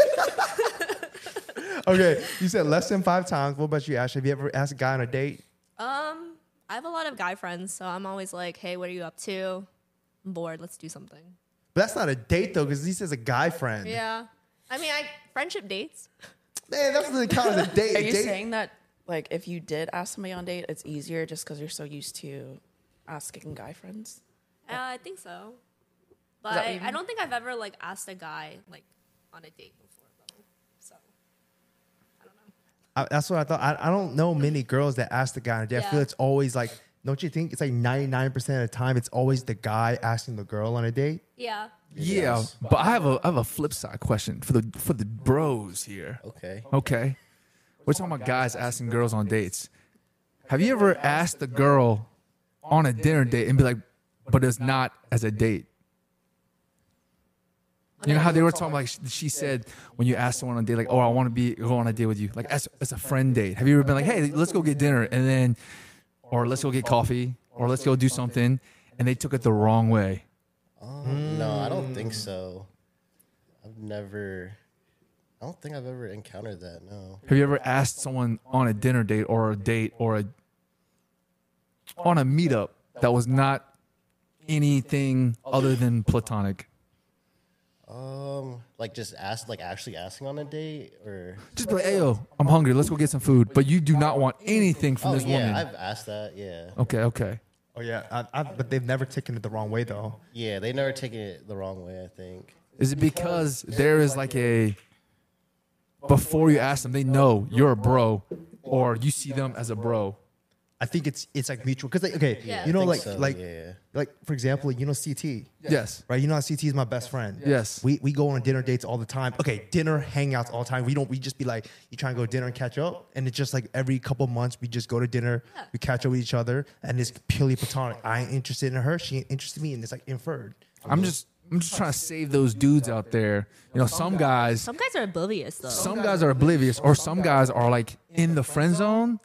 [SPEAKER 1] Okay, you said less than five times. What about you, Ashley? Have you ever asked a guy on a date?
[SPEAKER 6] Um, I have a lot of guy friends, so I'm always like, "Hey, what are you up to? I'm bored. Let's do something."
[SPEAKER 1] But that's not a date though, because he says a guy friend.
[SPEAKER 6] Yeah, I mean, I friendship dates.
[SPEAKER 1] man, that doesn't count as a date.
[SPEAKER 5] Are you
[SPEAKER 1] date.
[SPEAKER 5] saying that like if you did ask somebody on date, it's easier just because you're so used to asking guy friends?
[SPEAKER 6] Uh, I think so,
[SPEAKER 5] that
[SPEAKER 6] but
[SPEAKER 5] what you
[SPEAKER 6] I,
[SPEAKER 5] mean?
[SPEAKER 6] don't think I've ever like asked a guy like on a date before though. So
[SPEAKER 1] I, that's what I thought. I, I don't know many girls that ask the guy on a date. I
[SPEAKER 6] Yeah.
[SPEAKER 1] feel it's always like, don't you think? It's like ninety nine percent of the time, it's always the guy asking the girl on a date.
[SPEAKER 6] yeah,
[SPEAKER 2] Yeah, but I have a I have a flip side question for the for the bros here.
[SPEAKER 3] okay.
[SPEAKER 2] Okay, we're talking about guys asking girls on dates. Have you ever asked a girl on a dinner date and be like, but it's not as a date? You know how they were talking like she said when you asked someone on a date like, oh, I want to be go on a date with you like as as a friend date. Have you ever been like, hey, let's go get dinner and then, or let's go get coffee or let's go do something, and they took it the wrong way.
[SPEAKER 3] No, I don't think so. I've never. I don't think I've ever encountered that. No.
[SPEAKER 2] Have you ever asked someone on a dinner date or a date or a on a meetup that was not anything other than platonic?
[SPEAKER 3] Um, like just ask, like actually asking on a date, or
[SPEAKER 2] Just be like, "Hey, yo, I'm hungry. Let's go get some food." But you do not want anything from
[SPEAKER 3] oh
[SPEAKER 2] this
[SPEAKER 3] yeah,
[SPEAKER 2] woman.
[SPEAKER 3] I've asked that. Yeah,
[SPEAKER 2] okay, okay.
[SPEAKER 1] Oh yeah, I, I, but they've never taken it the wrong way though.
[SPEAKER 3] yeah, they never take it the wrong way. I think.
[SPEAKER 2] Is it because there is like a before you ask them, they know you're a bro or you see them as a bro.
[SPEAKER 1] I think it's it's like mutual because like, okay,
[SPEAKER 6] Yeah.
[SPEAKER 1] you know
[SPEAKER 3] I
[SPEAKER 1] like
[SPEAKER 3] think so,
[SPEAKER 1] like
[SPEAKER 3] yeah.
[SPEAKER 1] like for example, you know CT,
[SPEAKER 2] Yes.
[SPEAKER 1] right? You know how CT is my best friend.
[SPEAKER 2] Yes.
[SPEAKER 1] we we go on dinner dates all the time. Okay, dinner hangouts all the time. We don't we just be like you try and go to dinner and catch up, and it's just like every couple months we just go to dinner,
[SPEAKER 6] Yeah.
[SPEAKER 1] we catch up with each other, and it's purely platonic. I ain't interested in her, she ain't interested in me, and it's like inferred.
[SPEAKER 2] I'm just I'm just trying to save those dudes out there. You know, some guys
[SPEAKER 6] some guys are oblivious though.
[SPEAKER 2] some guys are oblivious or some guys are like in the friend zone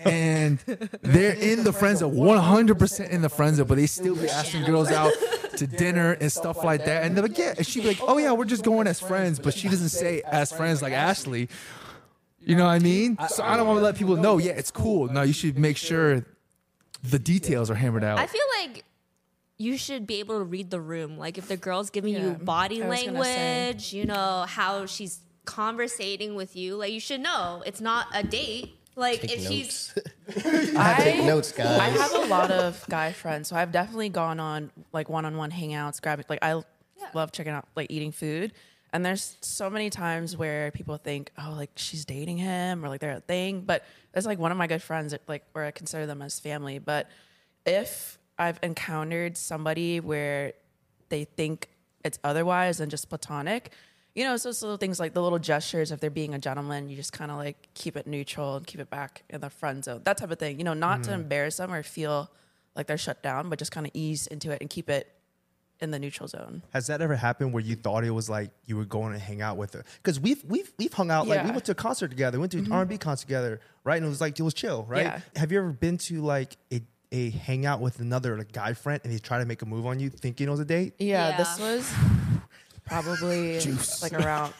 [SPEAKER 2] and they're in the friend zone 100% in the friend zone but they still be asking girls out to dinner and stuff like that and they're like yeah and she'd be like oh yeah we're just going as friends but she doesn't say as friends like ashley you know what i mean so i don't want to let people know yeah it's cool no you should make sure
[SPEAKER 6] the details are hammered out.
[SPEAKER 4] I feel like you should be able to read the room. Like if the girl's giving you
[SPEAKER 5] Yeah,
[SPEAKER 4] body
[SPEAKER 5] I was gonna say.
[SPEAKER 4] language, you know, how she's conversating with you, like you should know it's not a date. Like
[SPEAKER 3] Take
[SPEAKER 4] if she's
[SPEAKER 3] notes.
[SPEAKER 5] I
[SPEAKER 3] Take notes,
[SPEAKER 5] I
[SPEAKER 3] guys.
[SPEAKER 5] have a lot of guy friends, so I've definitely gone on like one-on-one hangouts, grabbing like I love checking out like eating food. And there's so many times where people think, oh, like she's dating him or like they're a thing. But that's like one of my good friends, like where I consider them as family. But if I've encountered somebody where they think it's otherwise than just platonic. You know, so it's little things like the little gestures. If they're being a gentleman, you just kind of like keep it neutral and keep it back in the friend zone, that type of thing. You know, not to embarrass them or feel like they're shut down, but just kind of ease into it and keep it in the neutral zone.
[SPEAKER 1] Has that ever happened where you thought it was like you were going to hang out with her? Because we've we've we've hung out like we
[SPEAKER 5] Yeah. Mm-hmm.
[SPEAKER 1] went to a concert together, went to an R and B concert together, right? And it was like it was chill, right?
[SPEAKER 5] Yeah.
[SPEAKER 1] Have you ever been to like a a hangout with another like, guy friend and they try to make a move on you thinking it was a date?
[SPEAKER 5] Yeah,
[SPEAKER 4] Yeah.
[SPEAKER 5] this was probably like around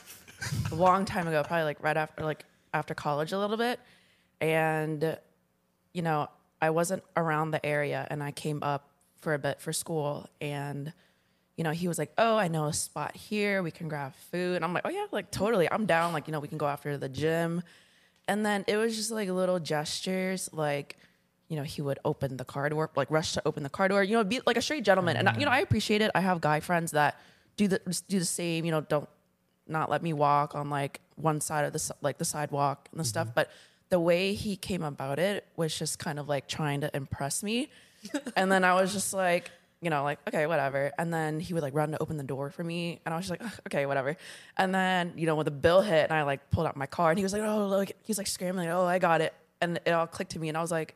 [SPEAKER 5] a long time ago, probably like right after like after college a little bit. And you know, I wasn't around the area and I came up for a bit for school and you know, he was like, "Oh, I know a spot here. We can grab food." And I'm like, "Oh yeah, like totally. I'm down. Like, you know, we can go after the gym." And then it was just like little gestures, like, you know, he would open the car door, like rush to open the car door. You know, be like a straight gentleman. And I, you know, I appreciate it. I have guy friends that do the just do the same. You know, don't not let me walk on like one side of the si- like the sidewalk and the stuff. But the way he came about it was just kind of like trying to impress me, and then I was just like, you know, like okay, whatever. And then he would like run to open the door for me, and I was just like, ugh, okay, whatever. And then you know when the bill hit, and I like pulled out my card, and he was like, oh, like he's like scrambling, oh, I got it, and it all clicked to me, and I was like,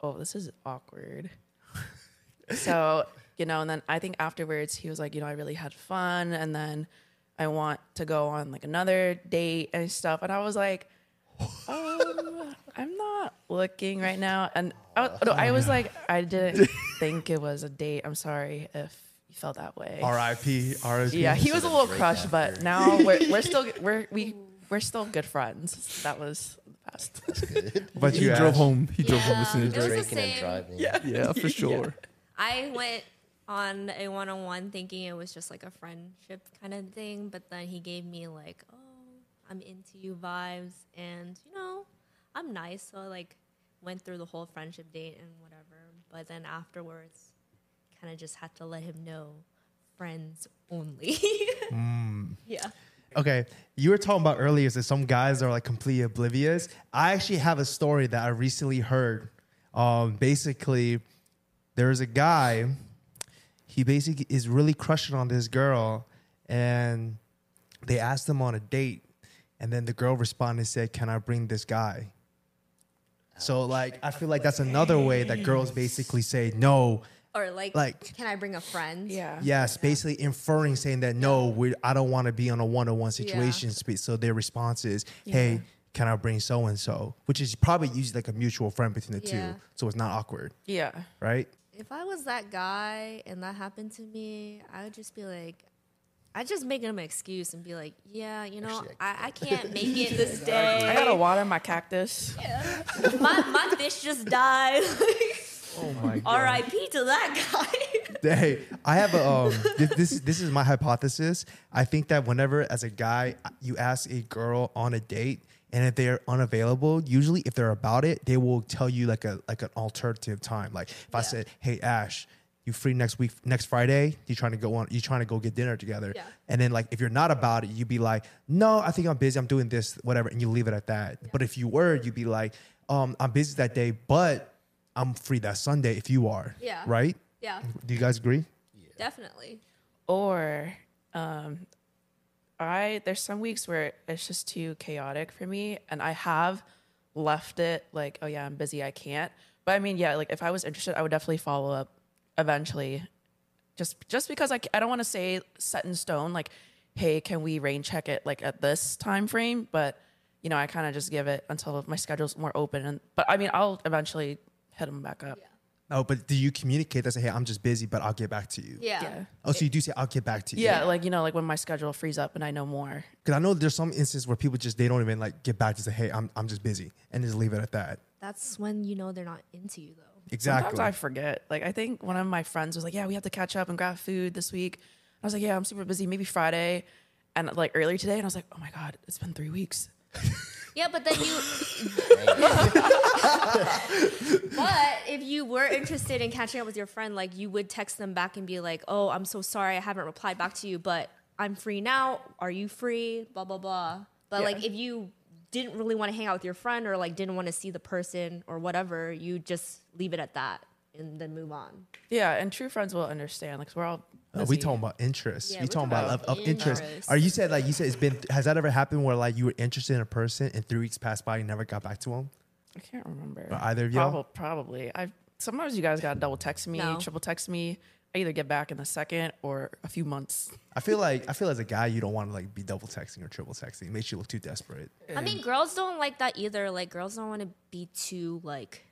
[SPEAKER 5] oh, this is awkward. so, you know, and then I think afterwards he was like, you know, I really had fun. And then I want to go on like another date and stuff. And I was like, um, I'm not looking right now. And I, no, I was like, I didn't think it was a date. I'm sorry if you felt that way.
[SPEAKER 1] R.I.P. R.I.P.
[SPEAKER 5] Yeah, he was a little
[SPEAKER 3] Break
[SPEAKER 5] crushed, but now we're, we're still, we're, we, we're still good friends. That was the best.
[SPEAKER 1] But you
[SPEAKER 6] he drove
[SPEAKER 1] asked-
[SPEAKER 6] home. He drove home
[SPEAKER 4] Yeah.
[SPEAKER 6] as soon as
[SPEAKER 4] It was the
[SPEAKER 3] Drinking and
[SPEAKER 4] same.
[SPEAKER 3] driving.
[SPEAKER 6] Yeah, for sure.
[SPEAKER 4] I went on a one on one thinking it was just like a friendship kind of thing, but then he gave me like, oh, I'm into you vibes, and you know, I'm nice. So I like went through the whole friendship date and whatever, but then afterwards, kind of just had to let him know friends only. Yeah.
[SPEAKER 1] Okay, you were talking about earlier is that some guys are like completely oblivious. I actually have a story that I recently heard. Um, basically, there was a guy. He basically is really crushing on this girl, and they asked him on a date, and then the girl responded and said, "Can I bring this guy?" So like, I feel like that's another way that girls basically say no.
[SPEAKER 4] Or like,
[SPEAKER 1] Like-
[SPEAKER 4] can I bring a friend?
[SPEAKER 5] Yeah.
[SPEAKER 1] Yes, basically inferring saying that no, we I don't want to be on a one on one situation. spe- So their response is, "Hey, can I bring so and so?" Which is probably usually like a mutual friend between the
[SPEAKER 4] Yeah.
[SPEAKER 1] two, so it's not awkward,
[SPEAKER 5] Yeah.
[SPEAKER 1] right?
[SPEAKER 4] If I was that guy and that happened to me, I would just be like, I'd just make him an excuse and be like, yeah, you know,
[SPEAKER 3] Actually,
[SPEAKER 4] I, I can't make it this
[SPEAKER 5] I gotta
[SPEAKER 4] day.
[SPEAKER 5] water my cactus.
[SPEAKER 4] My, my fish just died.
[SPEAKER 6] Oh my god.
[SPEAKER 4] RIP to that guy.
[SPEAKER 1] Hey, I have a um, this, this this is my hypothesis. I think that whenever as a guy you ask a girl on a date and if they're unavailable, usually if they're about it, they will tell you like a like an alternative time. Like if I said, "Hey Ash, you free next week next Friday? You trying to go on you trying to go get dinner together?"
[SPEAKER 4] Yeah.
[SPEAKER 1] And then like if you're not about it, you'd be like, "No, I think I'm busy. I'm doing this whatever." And you leave it at that. But if you were, you'd be like, um, "I'm busy that day, but I'm free that Sunday if you are."
[SPEAKER 4] Yeah.
[SPEAKER 1] Right?
[SPEAKER 4] yeah,
[SPEAKER 1] Do you guys agree?
[SPEAKER 4] definitely.
[SPEAKER 5] Or um I there's some weeks where it's just too chaotic for me and I have left it like, oh yeah, I'm busy, I can't. But I mean, yeah, like if I was interested, I would definitely follow up eventually. Just just because I c- I don't want to say set in stone like, hey, can we rain check it like at this time frame, but you know, I kind of just give it until my schedule's more open and but I mean, I'll eventually hit them back up.
[SPEAKER 1] Oh, but do you communicate that say, "Hey, I'm just busy, but I'll get back to you"?
[SPEAKER 4] Yeah.
[SPEAKER 5] yeah.
[SPEAKER 1] Oh, so you do say, "I'll get back to you."
[SPEAKER 5] Yeah, like you know, like when my schedule frees up and I know more.
[SPEAKER 1] Because I know there's some instances where people just they don't even like get back to say, "Hey, I'm I'm just busy," and just leave it at that.
[SPEAKER 4] that's when you know they're not into you though.
[SPEAKER 1] Exactly.
[SPEAKER 5] Sometimes I forget. Like I think one of my friends was like, "Yeah, we have to catch up and grab food this week." I was like, "Yeah, I'm super busy. Maybe Friday." And like earlier today, and I was like, "Oh my god, it's been three weeks."
[SPEAKER 4] Yeah, but then you. but if you were interested in catching up with your friend, like you would text them back and be like, "Oh, I'm so sorry, I haven't replied back to you, but I'm free now. Are you free?" Blah blah blah. But
[SPEAKER 5] Yeah.
[SPEAKER 4] like if you didn't really want to hang out with your friend or like didn't want to see the person or whatever, you just leave it at that and then move on.
[SPEAKER 5] Yeah, and true friends will understand. Like 'cause we're all
[SPEAKER 1] Uh, we
[SPEAKER 5] busy.
[SPEAKER 1] talking about interest.
[SPEAKER 4] Yeah,
[SPEAKER 1] we
[SPEAKER 4] we're
[SPEAKER 1] talking about love of interest.
[SPEAKER 4] interest.
[SPEAKER 1] Are you said like you said it's been has that ever happened where like you were interested in a person and three weeks passed by and never got back to them?
[SPEAKER 5] I can't remember.
[SPEAKER 1] Or either of y'all?
[SPEAKER 5] Probab- Probably. I sometimes you guys gotta double text me,
[SPEAKER 4] No.
[SPEAKER 5] triple text me. I either get back in a second or a few months.
[SPEAKER 1] I feel like I feel as a guy you don't want to like be double texting or triple texting. It makes you look too desperate.
[SPEAKER 4] I mean, girls don't like that either. Like girls don't want to be too like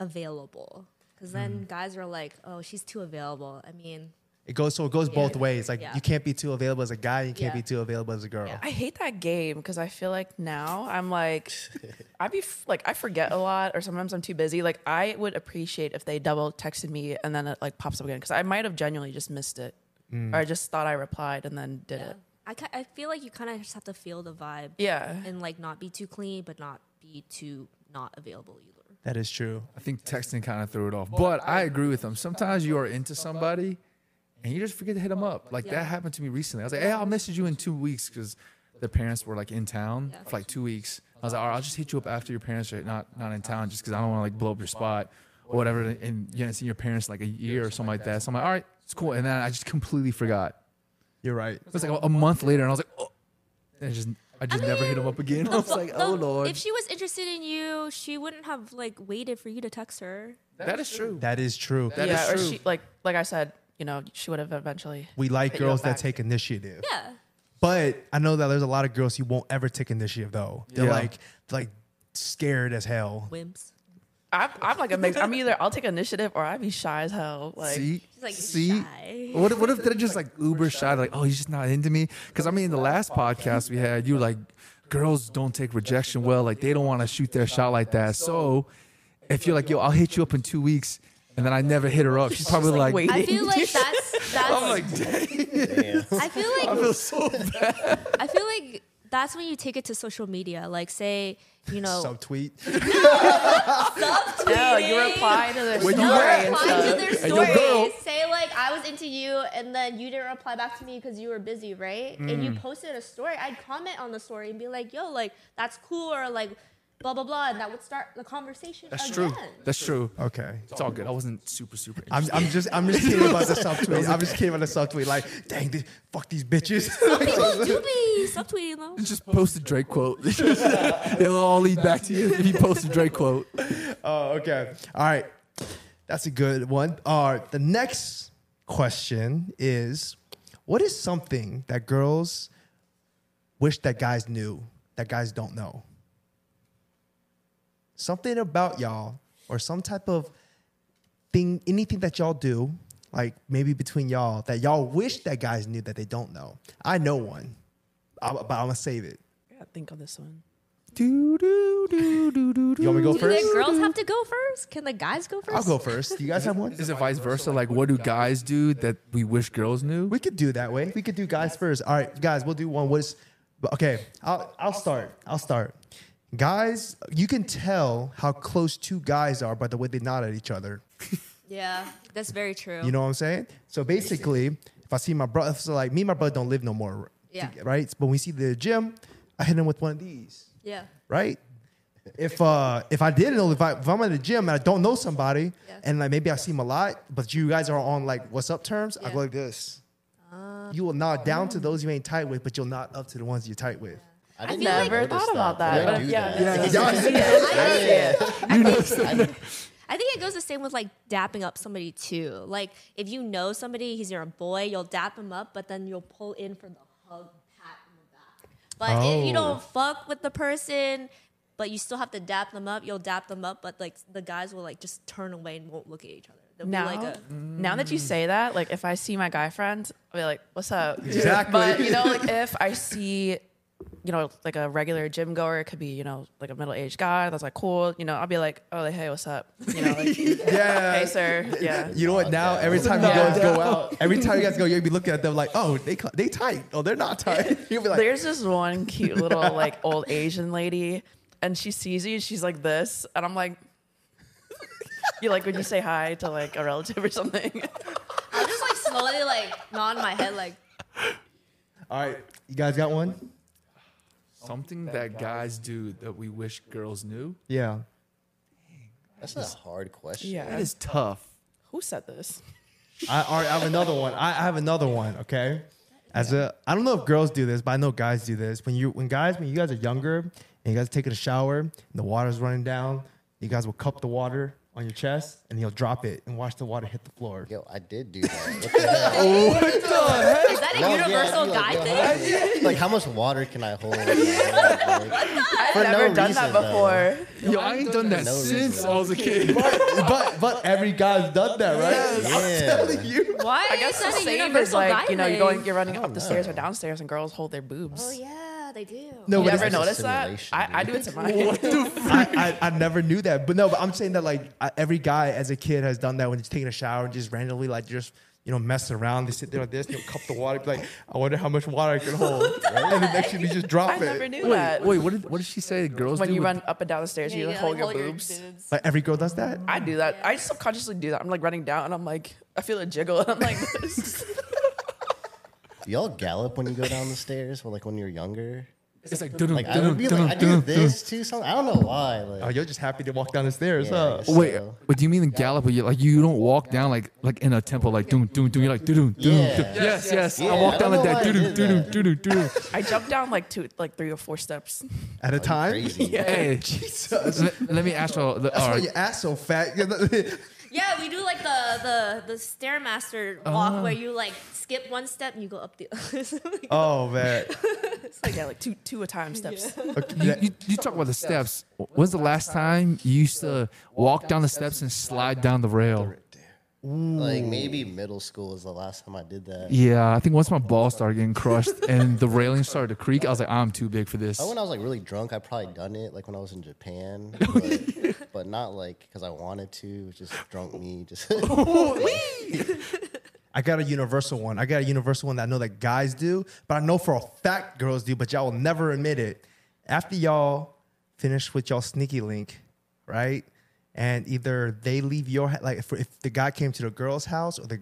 [SPEAKER 4] available because
[SPEAKER 2] Mm-hmm.
[SPEAKER 4] then guys are like, "Oh, she's too available." I mean.
[SPEAKER 1] It goes so it goes both ways. Like
[SPEAKER 4] Yeah.
[SPEAKER 1] you can't be too available as a guy, you can't
[SPEAKER 4] Yeah.
[SPEAKER 1] be too available as a girl.
[SPEAKER 5] I hate that game because I feel like now I'm like, I be f- like I forget a lot, or sometimes I'm too busy. Like I would appreciate if they double texted me and then it like pops up again because I might have genuinely just missed it,
[SPEAKER 2] Mm.
[SPEAKER 5] or I just thought I replied and then did it.
[SPEAKER 4] I, ki- I feel like you kind of just have to feel the vibe.
[SPEAKER 5] Yeah.
[SPEAKER 4] And like not be too clean, but not be too not available either.
[SPEAKER 1] That is true.
[SPEAKER 2] I think texting kind of threw it off. But I agree with them. Sometimes you are into somebody and you just forget to hit them up. Like that happened to me recently. I was like, hey, I'll message you in two weeks because their parents were like in town for like two weeks. I was like, all right, I'll just hit you up after your parents are not, not in town just because I don't want to like blow up your spot or whatever. And you haven't seen your parents in, like a year or something like that. So I'm like, all right, it's cool. And then I just completely forgot.
[SPEAKER 1] You're right.
[SPEAKER 2] It was like a, a month later and I was like, oh. And I just, I just never hit them up again. I was like, oh, Lord.
[SPEAKER 4] If she was interested in you, she wouldn't have like waited for you to text her.
[SPEAKER 2] that is true.
[SPEAKER 1] That is true.
[SPEAKER 2] That
[SPEAKER 5] yeah,
[SPEAKER 2] is
[SPEAKER 5] or
[SPEAKER 2] true.
[SPEAKER 5] she like like I said, you know, she would have eventually.
[SPEAKER 1] we like
[SPEAKER 5] Hit you up
[SPEAKER 1] girls that
[SPEAKER 5] back.
[SPEAKER 1] take initiative.
[SPEAKER 4] Yeah.
[SPEAKER 1] But I know that there's a lot of girls who won't ever take initiative though. They're
[SPEAKER 2] Yeah.
[SPEAKER 1] like like scared as hell.
[SPEAKER 4] Wimps.
[SPEAKER 5] I'm, I'm like a mix. I'm either I'll take initiative or I'd be shy as hell. Like
[SPEAKER 2] see,
[SPEAKER 4] like,
[SPEAKER 2] see,
[SPEAKER 4] shy.
[SPEAKER 2] what if, what if they're just like uber shy? Like, oh, he's just not into me. Because I mean, the last podcast we had, you were like, girls don't take rejection well. Like, they don't want to shoot their shot like that. So, if you're like, yo, I'll hit you up in two weeks, and then I never hit her up, she's probably
[SPEAKER 5] like,
[SPEAKER 2] like,
[SPEAKER 5] wait.
[SPEAKER 4] I feel like that's that's
[SPEAKER 2] I'm like, dang,
[SPEAKER 4] I feel like
[SPEAKER 2] Oh I feel so bad.
[SPEAKER 4] I feel like that's when you take it to social media. Like say, you know,
[SPEAKER 1] Subtweet.
[SPEAKER 5] no, you reply to their
[SPEAKER 2] When you
[SPEAKER 5] story
[SPEAKER 2] were-
[SPEAKER 5] and
[SPEAKER 4] reply
[SPEAKER 1] Uh,
[SPEAKER 5] stuff.
[SPEAKER 4] to their
[SPEAKER 2] your girl-
[SPEAKER 4] stories. Say like I was into you, and then you didn't reply back to me because you were busy, right? And
[SPEAKER 1] Mm.
[SPEAKER 4] you posted a story. I'd comment on the story and be like, "Yo, like that's cool," or like, "Blah blah blah," and that would start the conversation
[SPEAKER 2] That's true.
[SPEAKER 4] again.
[SPEAKER 2] That's true.
[SPEAKER 1] Okay.
[SPEAKER 2] It's all good. I wasn't super, super.
[SPEAKER 1] I'm, I'm just I'm just kidding about the subtweet. I'm just kidding about the subtweet. Like, dang, this, fuck these bitches.
[SPEAKER 4] People do be subtweeting though.
[SPEAKER 2] just post a Drake quote. They'll all lead back to you if you post a Drake quote.
[SPEAKER 1] Oh, okay. All right. That's a good one. All right. The next question is what is something that girls wish that guys knew that guys don't know? Something about y'all or some type of thing, anything that y'all do, like maybe between y'all, that y'all wish that guys knew that they don't know. I know one, I- but I'm going to save it.
[SPEAKER 5] I gotta think on this one.
[SPEAKER 2] Do, do, do, do, do, do.
[SPEAKER 1] Mm, You want me to go
[SPEAKER 4] Do the
[SPEAKER 1] first?
[SPEAKER 4] girls have to go first? Can the guys go 1st
[SPEAKER 1] I'll go first. You guys have one?
[SPEAKER 2] Is it vice versa? Like, what do guys do that we wish girls knew?
[SPEAKER 1] We could do that way. We could do guys first. All right, guys, we'll do one. What is okay? I'll I'll start. I'll start. Guys, you can tell how close two guys are by the way they nod at each other.
[SPEAKER 4] Yeah, that's very true.
[SPEAKER 1] You know what I'm saying? So basically, if I see my brother, so like me and my brother don't live no more,
[SPEAKER 4] Yeah.
[SPEAKER 1] right? But when we see the gym, I hit him with one of these,
[SPEAKER 4] yeah.
[SPEAKER 1] right? If uh if I didn't know if I if I'm at the gym and I don't know somebody
[SPEAKER 4] Yeah.
[SPEAKER 1] and like maybe I see him a lot, but you guys are on like what's up terms, I
[SPEAKER 4] Yeah. Ah.
[SPEAKER 1] go like this. you will nod down to those you ain't tight with, but you'll nod up to the ones you're tight with.
[SPEAKER 3] I
[SPEAKER 4] feel
[SPEAKER 3] didn't
[SPEAKER 4] like-
[SPEAKER 5] Never
[SPEAKER 3] notice
[SPEAKER 5] thought about that.
[SPEAKER 3] I
[SPEAKER 5] But
[SPEAKER 3] do
[SPEAKER 5] yeah,
[SPEAKER 3] that.
[SPEAKER 5] that's-
[SPEAKER 4] I think it goes the same with like dapping up somebody too. Like if you know somebody, he's your boy, you'll dap him up, but then you'll pull in for the hug, pat on the back. But if you
[SPEAKER 1] Oh.
[SPEAKER 4] don't fuck with the person, but you still have to dap them up, you'll dap them up, but like the guys will like just turn away and won't look at each other. They'll
[SPEAKER 5] Now,
[SPEAKER 4] be like a
[SPEAKER 5] now that you say that, like if I see my guy friends, I'll be like, "What's up?"
[SPEAKER 1] Exactly.
[SPEAKER 5] But you know, like if I see you know, like a regular gym goer. It could be, you know, like a middle aged guy that's like cool. You know, I'll be like, oh, like, hey, what's up? You know, like,
[SPEAKER 1] Yeah.
[SPEAKER 5] hey, sir. Yeah.
[SPEAKER 1] You know what? Now every time you
[SPEAKER 5] No
[SPEAKER 1] guys go out, every time you guys go, you'll be looking at them like, oh, they cu- they tight. Oh, they're not tight. You'll be like,
[SPEAKER 5] There's this one cute little like old Asian lady, and she sees you. She's like this, and I'm like, you like when you say hi to like a relative or something.
[SPEAKER 4] I'm just like slowly like nod my head like
[SPEAKER 1] all right, you guys got one?
[SPEAKER 2] Something that guys do that we wish girls knew.
[SPEAKER 1] Yeah.
[SPEAKER 3] That's a hard question.
[SPEAKER 5] Yeah.
[SPEAKER 2] That is tough.
[SPEAKER 5] Who said this?
[SPEAKER 1] I, all right, I have another one. I, I have another one. Okay. As a, I don't know if girls do this, but I know guys do this. When you, when guys, when you guys are younger and you guys are taking a shower and the water's running down, you guys will cup the water on your chest and you'll drop it and watch the water hit the floor.
[SPEAKER 3] Yo, I did do that. What the hell?
[SPEAKER 4] is that a
[SPEAKER 3] No, yeah,
[SPEAKER 4] universal
[SPEAKER 3] I'd be
[SPEAKER 4] guy
[SPEAKER 3] like, yo,
[SPEAKER 4] thing?
[SPEAKER 3] how do you- Like, how much water can I hold? in my hand? Like, for
[SPEAKER 5] I've never
[SPEAKER 3] no
[SPEAKER 5] done
[SPEAKER 3] reason,
[SPEAKER 5] that
[SPEAKER 3] though.
[SPEAKER 5] before.
[SPEAKER 2] Yo, I ain't done that
[SPEAKER 3] No reason.
[SPEAKER 2] since I was a kid.
[SPEAKER 1] but but every guy's done that, right?
[SPEAKER 3] Yeah.
[SPEAKER 1] you.
[SPEAKER 4] Why
[SPEAKER 5] I guess
[SPEAKER 4] is that
[SPEAKER 5] the
[SPEAKER 4] a
[SPEAKER 5] same is
[SPEAKER 4] universal guy
[SPEAKER 5] like you know you're going
[SPEAKER 4] thing?
[SPEAKER 5] you're running
[SPEAKER 3] I
[SPEAKER 5] up
[SPEAKER 3] don't
[SPEAKER 5] the stairs or
[SPEAKER 3] know.
[SPEAKER 5] downstairs and girls hold their boobs.
[SPEAKER 4] Oh yeah, they do.
[SPEAKER 1] No,
[SPEAKER 5] You
[SPEAKER 1] but
[SPEAKER 5] ever
[SPEAKER 1] it's-
[SPEAKER 3] know-
[SPEAKER 5] notice that?
[SPEAKER 3] simulation,
[SPEAKER 5] I, I do
[SPEAKER 3] dude.
[SPEAKER 5] it to mine.
[SPEAKER 1] I, I, I never knew that, but no, but I'm saying that like I, every guy as a kid has done that when he's taking a shower and just randomly like just you know mess around. They sit there like this, they'll cup the water, be like, I wonder how much water I can hold, and then next thing you just drop
[SPEAKER 5] I
[SPEAKER 1] it.
[SPEAKER 5] never knew
[SPEAKER 2] Wait,
[SPEAKER 5] that.
[SPEAKER 2] wait, what did, what did she say? Girls
[SPEAKER 5] when
[SPEAKER 2] do
[SPEAKER 5] you
[SPEAKER 2] with-
[SPEAKER 5] run up and down the stairs, you,
[SPEAKER 4] Yeah,
[SPEAKER 5] hold,
[SPEAKER 4] like,
[SPEAKER 5] your, boobs.
[SPEAKER 1] Like every girl does that.
[SPEAKER 5] I do that. I subconsciously do that. I'm like running down and I'm like, I feel a jiggle and I'm like, this.
[SPEAKER 3] Do y'all gallop when you go down the stairs? Or like when you're younger?
[SPEAKER 2] It's like,
[SPEAKER 3] Like I would be like, I do this too. Something I don't know why.
[SPEAKER 1] Oh,
[SPEAKER 3] Like,
[SPEAKER 1] you're just happy to walk down the stairs,
[SPEAKER 3] Yeah, I
[SPEAKER 1] huh?
[SPEAKER 3] guess.
[SPEAKER 2] Wait,
[SPEAKER 3] So-
[SPEAKER 2] but do you mean the gallop? Where you like you don't walk down like like in a tempo like doom doom doom. You're like doom doom doom.
[SPEAKER 3] Yeah.
[SPEAKER 2] Yes, yes.
[SPEAKER 3] Yeah,
[SPEAKER 2] I walk
[SPEAKER 3] I
[SPEAKER 2] down
[SPEAKER 3] don't
[SPEAKER 2] like that.
[SPEAKER 3] know why
[SPEAKER 2] Doo
[SPEAKER 3] I
[SPEAKER 2] doo
[SPEAKER 3] did
[SPEAKER 2] doo
[SPEAKER 3] that.
[SPEAKER 2] doo doo doo.
[SPEAKER 5] I jump down like two, like three or four steps.
[SPEAKER 1] At a time.
[SPEAKER 3] crazy.
[SPEAKER 2] Hey, Jesus. Let, let me ask y'all. The,
[SPEAKER 1] That's
[SPEAKER 2] all
[SPEAKER 1] why
[SPEAKER 2] right.
[SPEAKER 1] your ass so fat. That's
[SPEAKER 4] Yeah, we do like the the the stairmaster walk where you like skip one step and you go up the. it's like,
[SPEAKER 1] oh man.
[SPEAKER 5] It's like, yeah, like two, two a time steps.
[SPEAKER 2] You, you, you talk about the steps. When's the last time you used to walk down the steps and slide down the rail?
[SPEAKER 3] Like maybe middle school is the last time I did that.
[SPEAKER 2] Yeah, I think once my ball started getting crushed and the railing started to creak, I was like, I'm too big for this.
[SPEAKER 3] Oh, when I was like really drunk, I probably done it. Like when I was in Japan, but, but not like because I wanted to. It was Just drunk me. Just
[SPEAKER 1] I got a universal one. I got a universal one that I know that guys do, but I know for a fact girls do, but y'all will never admit it. After y'all finish with y'all sneaky link, right? And either they leave your ha- like if, if the guy came to the girl's house or the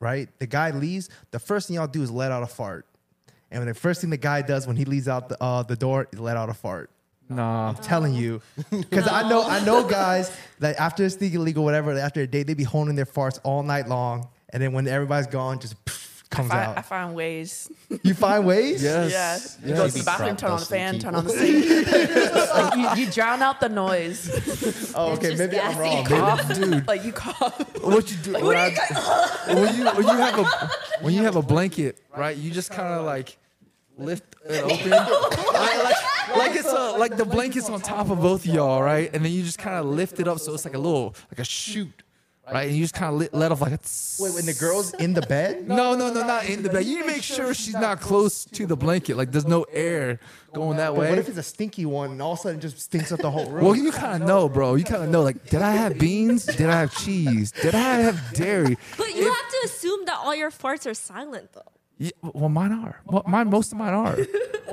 [SPEAKER 1] right, the guy leaves. The first thing y'all do is let out a fart, and when the first thing the guy does when he leaves out the uh, the door is let out a fart
[SPEAKER 2] Nah.
[SPEAKER 1] telling you because I know I know guys that after it's legal, legal, whatever, after a date, they be holding their farts all night long, and then when everybody's gone, just pff, comes
[SPEAKER 5] I,
[SPEAKER 1] out.
[SPEAKER 5] I find ways.
[SPEAKER 1] you find ways.
[SPEAKER 2] Yes.
[SPEAKER 5] Yeah. You Go to the
[SPEAKER 3] Yes.
[SPEAKER 5] bathroom, turn on the
[SPEAKER 3] Crop-dusting
[SPEAKER 5] fan, turn on the sink. like you, you drown out the noise.
[SPEAKER 1] Oh, okay.
[SPEAKER 4] just
[SPEAKER 1] Maybe I'm
[SPEAKER 4] gassy.
[SPEAKER 1] wrong. Maybe-
[SPEAKER 5] Cough. Like you cough.
[SPEAKER 2] What you do? when, I- when you when you have a when you have a blanket, right? You just kind of like lift it open, like, like, like it's a, like the blanket's on top of both of y'all, right? And then you just kind of lift it up, so it's like a little like a chute, right? And you just kind of let off like a. tss.
[SPEAKER 1] Wait, when the girl's in the bed,
[SPEAKER 2] No, no, no, not in the bed. You make sure she's not close to the blanket. Like there's no air going that
[SPEAKER 1] what
[SPEAKER 2] way.
[SPEAKER 1] if it's a stinky one and all of a sudden just stinks up the whole room?
[SPEAKER 2] Well, you kind of know, bro. You kind of know. Like, did I have beans? Did I have cheese? Did I have dairy?
[SPEAKER 4] but you have to assume that all your farts are silent though.
[SPEAKER 2] Yeah, well, mine are. Well, mine, most of mine are.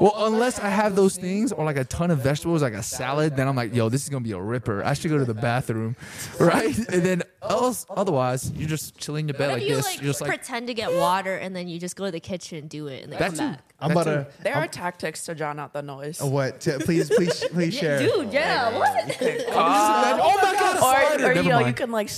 [SPEAKER 2] Well, unless I have those things or like a ton of vegetables, like a salad, then I'm like, yo, this is gonna be a ripper. I should go to the bathroom, right? And then else, otherwise, you're just chilling in your bed
[SPEAKER 4] What
[SPEAKER 2] like
[SPEAKER 4] if you
[SPEAKER 2] this.
[SPEAKER 4] like,
[SPEAKER 2] you're just like,
[SPEAKER 4] pretend to get water and then you just go to the kitchen and do it and then
[SPEAKER 2] that's
[SPEAKER 4] come
[SPEAKER 2] you.
[SPEAKER 4] back?
[SPEAKER 1] I'm about
[SPEAKER 2] That's
[SPEAKER 1] to. uh,
[SPEAKER 5] There are tactics to drown out the noise.
[SPEAKER 1] What? T- please, please, please share.
[SPEAKER 4] Dude, yeah, what?
[SPEAKER 2] you. Oh my god, a spider.
[SPEAKER 5] or, or
[SPEAKER 2] Never
[SPEAKER 5] you know, you
[SPEAKER 2] mind.
[SPEAKER 5] can like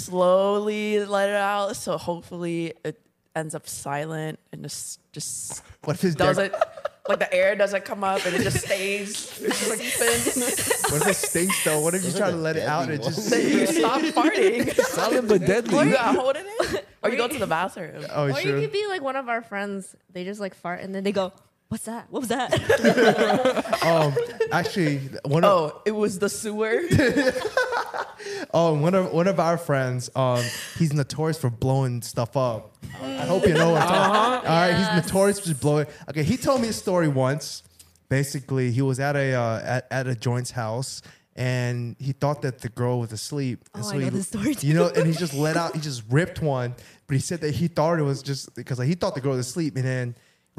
[SPEAKER 5] slowly let it out, so hopefully it ends up silent and just just
[SPEAKER 1] What if it's
[SPEAKER 5] does
[SPEAKER 1] dead-
[SPEAKER 5] it like the air doesn't come up and it just stays. It's just like spins.
[SPEAKER 1] What if it stinks though? What if you
[SPEAKER 3] Those are
[SPEAKER 1] try to
[SPEAKER 3] the
[SPEAKER 1] let it
[SPEAKER 3] deadly
[SPEAKER 1] out and it just?
[SPEAKER 5] Then you stop farting.
[SPEAKER 2] solid but
[SPEAKER 5] or
[SPEAKER 2] deadly.
[SPEAKER 5] you gotta hold it in, or you go to the bathroom.
[SPEAKER 1] Oh,
[SPEAKER 4] Or you
[SPEAKER 1] sure.
[SPEAKER 4] could be like one of our friends. They just like fart and then they go, "What's that? What was that?"
[SPEAKER 1] Um, actually, one of
[SPEAKER 5] Oh, it was the sewer.
[SPEAKER 1] Oh, and one of one of our friends, um, he's notorious for blowing stuff up. I hope you know what I'm talking. All right, he's notorious for just blowing. Okay, he told me a story once. basically he was at a uh, at, at a joint's house and he thought that the girl was asleep. And
[SPEAKER 4] Oh, I know
[SPEAKER 1] he,
[SPEAKER 4] this story
[SPEAKER 1] You know,
[SPEAKER 4] too.
[SPEAKER 1] and he just let out, he just ripped one, but he said that he thought it was just because like, he thought the girl was asleep and then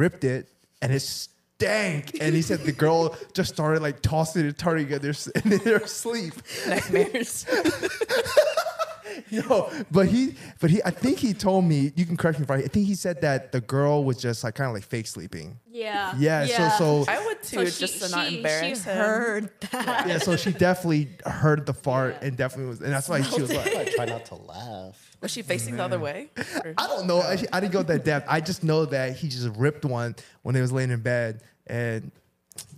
[SPEAKER 1] ripped it and it stank. And he said the girl just started like tossing and turning and they're, s- and they're asleep.
[SPEAKER 5] Nightmares.
[SPEAKER 1] Yo, but he, but he, I think he told me, you can correct me if I, I think he said that the girl was just like kind of like fake sleeping.
[SPEAKER 4] Yeah.
[SPEAKER 1] Yeah, so, so,
[SPEAKER 5] I would
[SPEAKER 4] So
[SPEAKER 5] too,
[SPEAKER 4] she-
[SPEAKER 5] just to not
[SPEAKER 4] she-
[SPEAKER 5] embarrass
[SPEAKER 4] she
[SPEAKER 5] him.
[SPEAKER 4] heard that.
[SPEAKER 1] yeah, so she definitely heard the fart and definitely was, and that's why she was like,
[SPEAKER 3] I try not to laugh.
[SPEAKER 5] Was she facing the other way? Or-
[SPEAKER 1] I don't know. I, I didn't go that depth. I just know that he just ripped one when they was laying in bed, and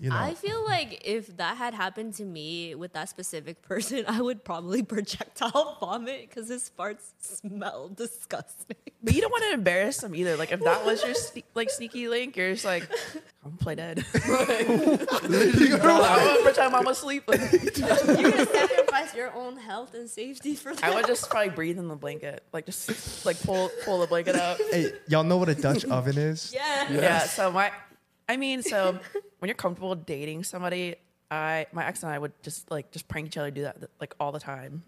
[SPEAKER 1] you know,
[SPEAKER 4] I feel like if that had happened to me with that specific person, I would probably projectile vomit because his farts smell disgusting.
[SPEAKER 5] But you don't want to embarrass him either. Like if that was your sne- like sneaky link, you're just like, I'm play dead. like, I would pretend I'm asleep. Like,
[SPEAKER 4] You're gonna sacrifice your own health and safety for that.
[SPEAKER 5] I would just probably breathe in the blanket. Like just like pull pull the blanket out.
[SPEAKER 1] hey, y'all know what a Dutch oven is?
[SPEAKER 4] yeah.
[SPEAKER 5] Yeah. So my, I mean, so when you're comfortable dating somebody, I my ex and I would just like just prank each other, do that like all the time.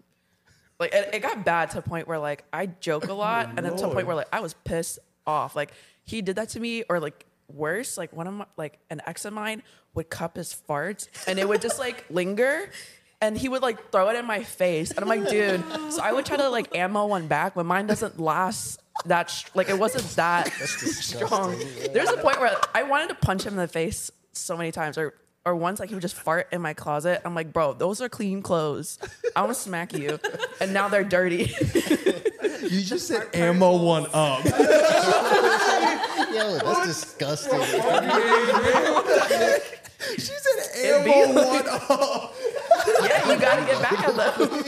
[SPEAKER 5] Like it, it got bad to a point where like I joke a lot, and then to a point where like I was pissed off. Like he did that to me, or like worse, like one of my like an ex of mine would cup his farts, and it would just like linger. And he would like throw it in my face, and I'm like, dude. So I would try to like ammo one back, but mine doesn't last that. Sh- like it wasn't that strong. There's a point where I wanted to punch him in the face so many times, or or once like he would just fart in my closet. I'm like, bro, those are clean clothes. I want to smack you, and now they're dirty.
[SPEAKER 1] You just said ammo one up.
[SPEAKER 3] Yo, that's disgusting.
[SPEAKER 1] she said
[SPEAKER 5] It'd be
[SPEAKER 1] ammo
[SPEAKER 5] like-
[SPEAKER 1] one up.
[SPEAKER 5] yeah, you gotta get back at them.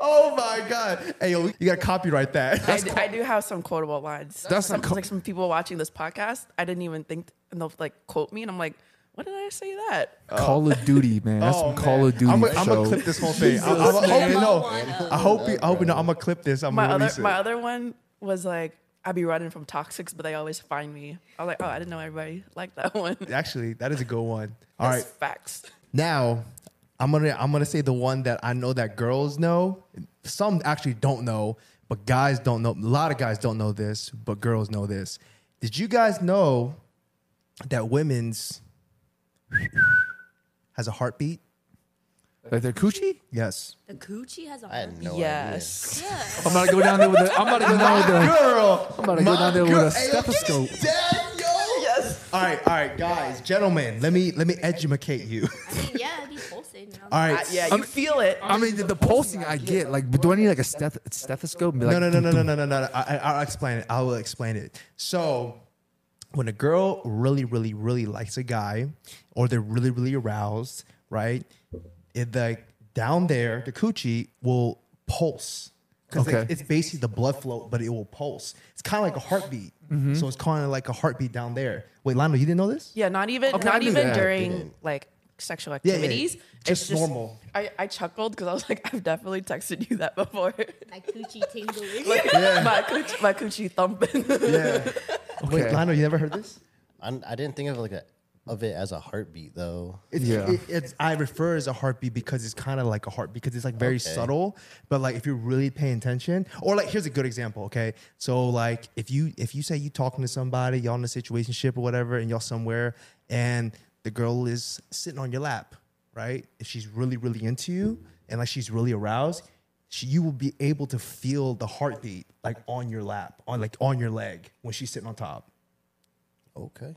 [SPEAKER 1] Oh my god! Hey, yo, you gotta copyright that.
[SPEAKER 5] I, d- I do have some quotable lines.
[SPEAKER 1] That's
[SPEAKER 5] some,
[SPEAKER 1] not co-
[SPEAKER 5] like some people watching this podcast. I didn't even think, and they'll like quote me, and I'm like, what did I say that?
[SPEAKER 2] Call of Duty, man. That's
[SPEAKER 1] Oh,
[SPEAKER 2] some Call of
[SPEAKER 1] man.
[SPEAKER 2] Duty
[SPEAKER 1] I'm
[SPEAKER 2] show.
[SPEAKER 1] gonna clip this whole thing. I, I, I hope you know. I hope you. I hope you know. I'm gonna clip this. I'm
[SPEAKER 5] my
[SPEAKER 1] gonna
[SPEAKER 5] other
[SPEAKER 1] release it.
[SPEAKER 5] my other one was like I'd be running from toxics, but they always find me. I was like, oh, I didn't know everybody liked that one.
[SPEAKER 1] Actually, that is a good one. All right.
[SPEAKER 5] That's facts.
[SPEAKER 1] Now, I'm gonna I'm gonna say the one that I know that girls know. Some actually don't know, but guys don't know. A lot of guys don't know this, but girls know this. Did you guys know that women's has a heartbeat?
[SPEAKER 2] Like their coochie?
[SPEAKER 1] Yes.
[SPEAKER 4] The coochie has a
[SPEAKER 3] I had
[SPEAKER 4] heartbeat.
[SPEAKER 3] no
[SPEAKER 5] yes.
[SPEAKER 4] Yeah.
[SPEAKER 2] I'm about to go down there with a. I'm about to go down with a.
[SPEAKER 1] Girl.
[SPEAKER 2] I'm about to go down there with a stethoscope.
[SPEAKER 5] Yes.
[SPEAKER 1] All right, all right, guys, gentlemen, let me let me educate you.
[SPEAKER 4] I mean, yeah, it'd be pulsating.
[SPEAKER 1] All right.
[SPEAKER 5] I- Uh, yeah, you feel it.
[SPEAKER 6] I mean, the, the pulsing I get, like, but do I need like a steth- stethoscope? And be like,
[SPEAKER 1] no, no, no, no, no, no, no, no. I, I- I'll explain it. I will explain it. So, when a girl really, really, really likes a guy, or they're really, really aroused, right? It like down there, the coochie will pulse because
[SPEAKER 2] Okay.
[SPEAKER 1] it's basically the blood flow, but it will pulse. It's kind of like a heartbeat.
[SPEAKER 2] Mm-hmm.
[SPEAKER 1] So it's kind of like a heartbeat down there. Wait, Lionel, you didn't know this?
[SPEAKER 5] Yeah, not even
[SPEAKER 2] Okay, I
[SPEAKER 5] not
[SPEAKER 2] knew
[SPEAKER 5] even
[SPEAKER 2] that.
[SPEAKER 5] during like sexual
[SPEAKER 1] yeah, yeah.
[SPEAKER 5] activities.
[SPEAKER 1] Just normal.
[SPEAKER 5] I, I chuckled because I was like, I've definitely texted you that before.
[SPEAKER 4] My coochie tingling.
[SPEAKER 5] like my coochie, my coochie thumping.
[SPEAKER 1] Yeah. Wait,
[SPEAKER 2] Okay.
[SPEAKER 1] Lionel, you never heard this?
[SPEAKER 3] I, I didn't think of like a, of it as a heartbeat though.
[SPEAKER 1] It's,
[SPEAKER 2] Yeah.
[SPEAKER 1] it, it's I refer as a heartbeat because it's kind of like a heartbeat because it's like very subtle, but like if you're really paying attention, or like here's a good example, okay? So like if you if you say you talking to somebody, y'all in a situationship or whatever, and y'all somewhere, and the girl is sitting on your lap, right? If she's really really into you and like she's really aroused, she, you will be able to feel the heartbeat like on your lap, on like on your leg when she's sitting on top.
[SPEAKER 3] Okay.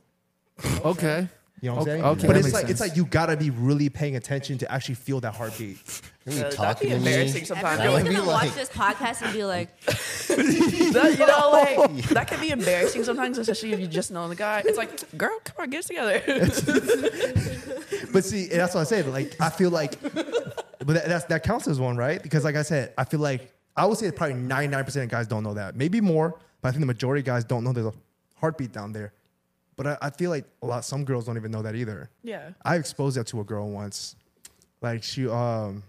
[SPEAKER 2] Okay.
[SPEAKER 1] You know what I'm
[SPEAKER 2] Okay,
[SPEAKER 1] saying? but
[SPEAKER 2] okay, that
[SPEAKER 1] it's
[SPEAKER 2] makes
[SPEAKER 1] like it's
[SPEAKER 2] sense.
[SPEAKER 1] like you gotta be really paying attention to actually feel that heartbeat.
[SPEAKER 3] You're really
[SPEAKER 5] That'd
[SPEAKER 3] talking
[SPEAKER 5] be
[SPEAKER 3] to
[SPEAKER 5] embarrassing
[SPEAKER 3] me.
[SPEAKER 5] sometimes.
[SPEAKER 4] Everybody's
[SPEAKER 3] That would
[SPEAKER 4] gonna
[SPEAKER 3] be
[SPEAKER 4] watch
[SPEAKER 3] like-
[SPEAKER 4] this podcast and be like,
[SPEAKER 5] That- you know, like that can be embarrassing sometimes, especially if you just know the guy. It's like, girl, come on, get it together.
[SPEAKER 1] But see, and that's what I said. Like I feel like, but that, that's that counts as one, right? Because like I said, I feel like I would say that probably 99 percent of guys don't know that. Maybe more, but I think the majority of guys don't know there's a heartbeat down there. But I, I feel like a lot some girls don't even know that either.
[SPEAKER 5] yeah.
[SPEAKER 1] I exposed that to a girl once. Like she um